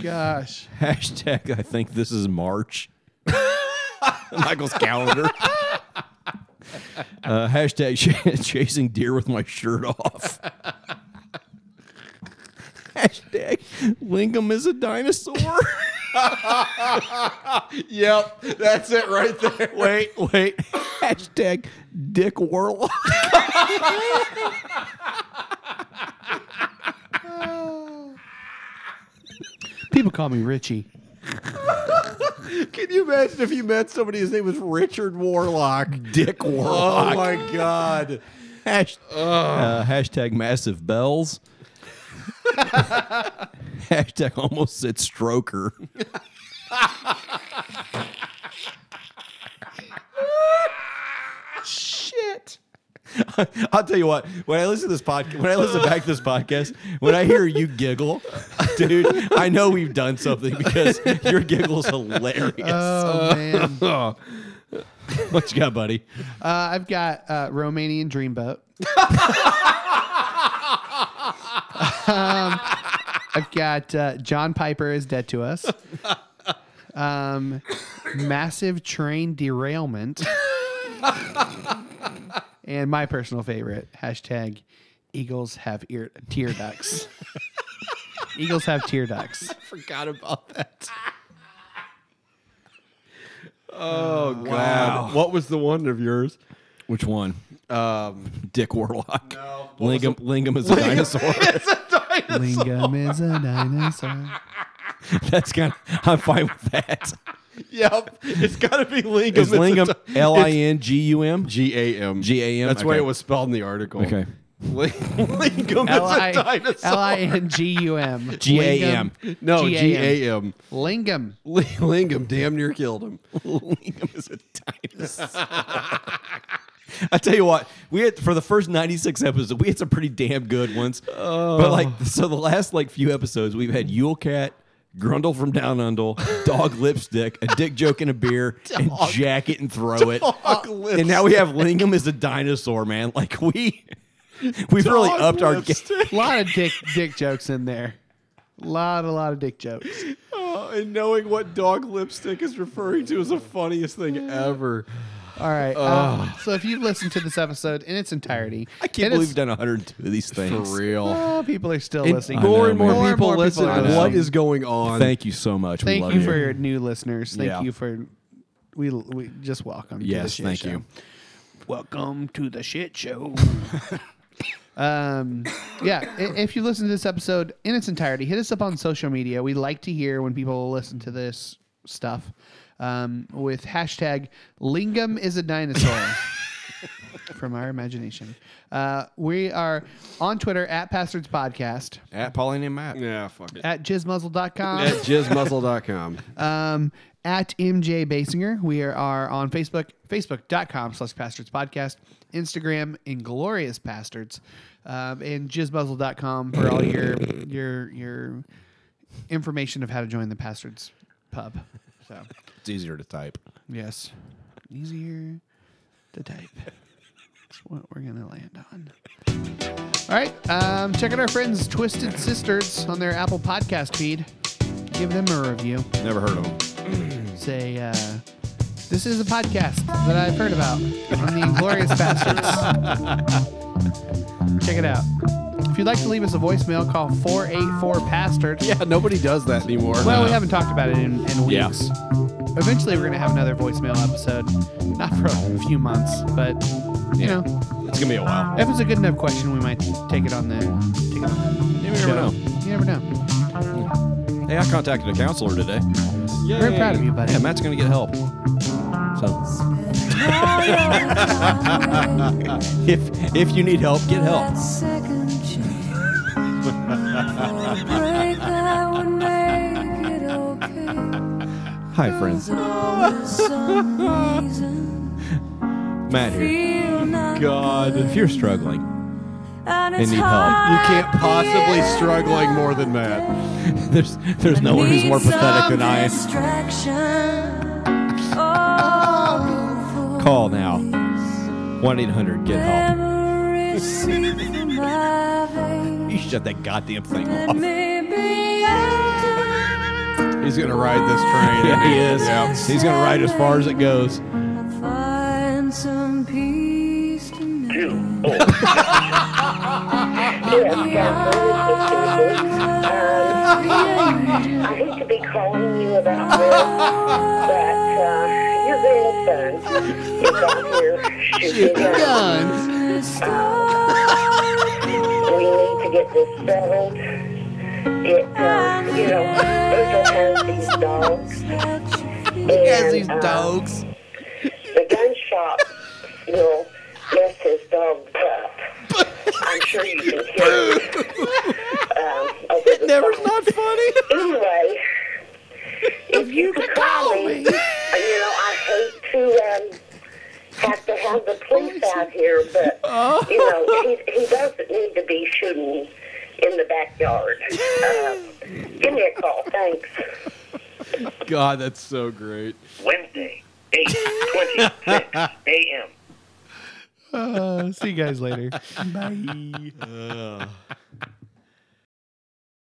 S1: Gosh.
S4: [LAUGHS] hashtag I think this is March. [LAUGHS] Michael's calendar. Uh, hashtag [LAUGHS] ch- chasing deer with my shirt off. [LAUGHS] hashtag Lingam is a dinosaur.
S2: [LAUGHS] Yep, that's it right there.
S4: wait, wait. Hashtag Dick Warlock.
S1: People call me Richie.
S2: Can you imagine if you met somebody whose name was Richard Warlock?
S4: Dick
S2: Oh
S4: Warlock.
S2: my God.
S4: Hash- uh, hashtag massive bells. [LAUGHS] hashtag almost said stroker. [LAUGHS] Shit. I'll tell you what. When I listen to this podcast, when I listen back to this podcast, when I hear you giggle, dude, I know we've done something because your giggle's hilarious.
S1: Oh, man. [LAUGHS] Uh,
S4: what you got, buddy?
S1: I've got uh, Romanian [LAUGHS] Dreamboat. um, Um, I've got uh, John Piper is dead to us. Um, massive train [LAUGHS] derailment. and my personal favorite hashtag Eagles have ear- tear [LAUGHS] ducts. Eagles have tear ducts.
S2: Forgot about that. [LAUGHS] Oh, God. What was the one of yours?
S4: Which one? Um, Dick Warlock. Lingam, Lingam is a dinosaur.
S2: [LAUGHS]
S1: Lingam is a dinosaur.
S4: [LAUGHS] That's kind. Of, I'm fine with that.
S2: [LAUGHS] Yep. It's got to be Lingam.
S4: [LAUGHS] Is Lingam L I N G U M?
S2: G A M.
S4: G A M,
S2: That's why
S4: okay.
S2: it was spelled in the article.
S4: Okay.
S2: Ling- [LAUGHS] Lingam is
S1: L-I-
S2: a dinosaur. [LAUGHS]
S1: L-I-N-G-U-M.
S4: G A M.
S1: Lingam.
S2: no, G
S1: G-A-M.
S2: A M.
S1: Lingam.
S2: Li- Lingam damn near killed him.
S4: [LAUGHS] Lingam is a dinosaur. [LAUGHS] I tell you what, we had for the first 96 episodes, we had some pretty damn good ones. But like, so the last like few episodes, we've had Yule Cat, Grundle from Down Under, [LAUGHS] Dog Lipstick, a dick joke and a [LAUGHS] beer, and Jack it and throw it.
S2: Dog
S4: And now we have Lingam is a dinosaur, man. Like we, [LAUGHS] we've really
S2: Dog
S4: upped our game.
S2: lipstick.
S1: A lot of dick dick jokes in there. Lot a lot of dick jokes.
S4: [LAUGHS]
S2: Oh, and knowing what dog lipstick is referring to is the funniest thing
S4: Mm.
S2: ever.
S1: All right. um, so if you've listened to this episode in its entirety,
S4: I
S1: and
S4: can't
S1: it's-
S4: believe we've done 102 of these things.
S2: For real.
S1: oh, people are still
S2: And
S1: listening.
S2: more
S4: know,
S2: and more
S4: man.
S2: people
S1: More and more
S2: listen.
S1: people are
S2: to what
S4: listening.
S2: is going on?
S4: Thank you so much. we
S1: Thank
S4: love
S1: you for your new listeners. Thank
S4: Yeah.
S1: you for we we just welcome. to the
S4: Yes,
S1: shit
S4: thank
S1: show.
S4: you.
S1: Welcome to the shit show. [LAUGHS] um, yeah, i- if you listen to this episode in its entirety, hit us up on social media. We like to hear when people listen to this stuff um, with hashtag Lingam is a dinosaur. [LAUGHS] From our imagination, uh, we are on Twitter at Pastards Podcast,
S4: At Pauline and Matt.
S2: Yeah, fuck it.
S1: at jizzmuzzle.com,
S2: [LAUGHS] At jizzmuzzle.com.
S1: um, at MJ Basinger. We are, are on Facebook, facebook.com slash pastards podcast, Instagram, inglorious bastards, um, and jizzbuzzle.com for all your, your, your information of how to join the pastards pub. So,
S4: It's easier to type.
S1: yes, easier to type. That's what we're going to land on. All right. Um, check out our friends, Twisted Sisters, on their Apple podcast feed. Give them a review
S4: Never heard of them.
S1: say, uh, this is a podcast that I've heard about on the Inglorious Bastards. Check it out. If you'd like to leave us a voicemail, call 484 Pastards.
S2: Yeah, nobody does that anymore.
S1: Well, we haven't talked about it in, in
S4: Yeah.
S1: weeks. Eventually, we're going to have another voicemail episode. Not for a few months, but, you know,
S4: It's gonna be a while.
S1: if it's a good enough question, we might take it on the, take it on the
S4: You never
S1: show.
S4: know.
S1: Yeah. You never know.
S4: Hey, I contacted a counselor today.
S1: Very proud of you, buddy.
S4: Yeah, [LAUGHS] Matt's going to get help. So if if you need help, get help. Hi, friends. Matt here.
S7: God.
S4: If you're struggling,
S7: and
S4: need help.
S2: You can't possibly struggling more than Matt.
S4: there's there's no one who's more pathetic than I am.
S7: am.
S4: Call now. One eight hundred get help. [LAUGHS] You shut that goddamn thing off.
S2: He's gonna ride this train.
S4: Yeah, he is.
S2: [LAUGHS] Yeah.
S4: He's gonna ride as far as it goes.
S7: Find some peace tonight. [LAUGHS]
S10: I hate to be calling you about [LAUGHS] this, but uh, you're being fun. It's out here shooting guns.
S1: Guns.
S10: We need to get this settled. It, uh, you know, Virgil has these dogs. He
S1: Yes, these dogs.
S10: um, the gun shop will mess his dog up. I'm sure you can hear it. Um, over the
S4: Never
S10: phone.
S4: not funny.
S10: Anyway, if you could call me, you know, I hate to um, have to have the police out here, but, you know, he, he doesn't need to be shooting in the backyard. Uh, give me a call. Thanks.
S2: God, that's so great.
S11: Wednesday, 8.26 a.m.
S4: [LAUGHS]
S1: Uh, see you guys later. Bye.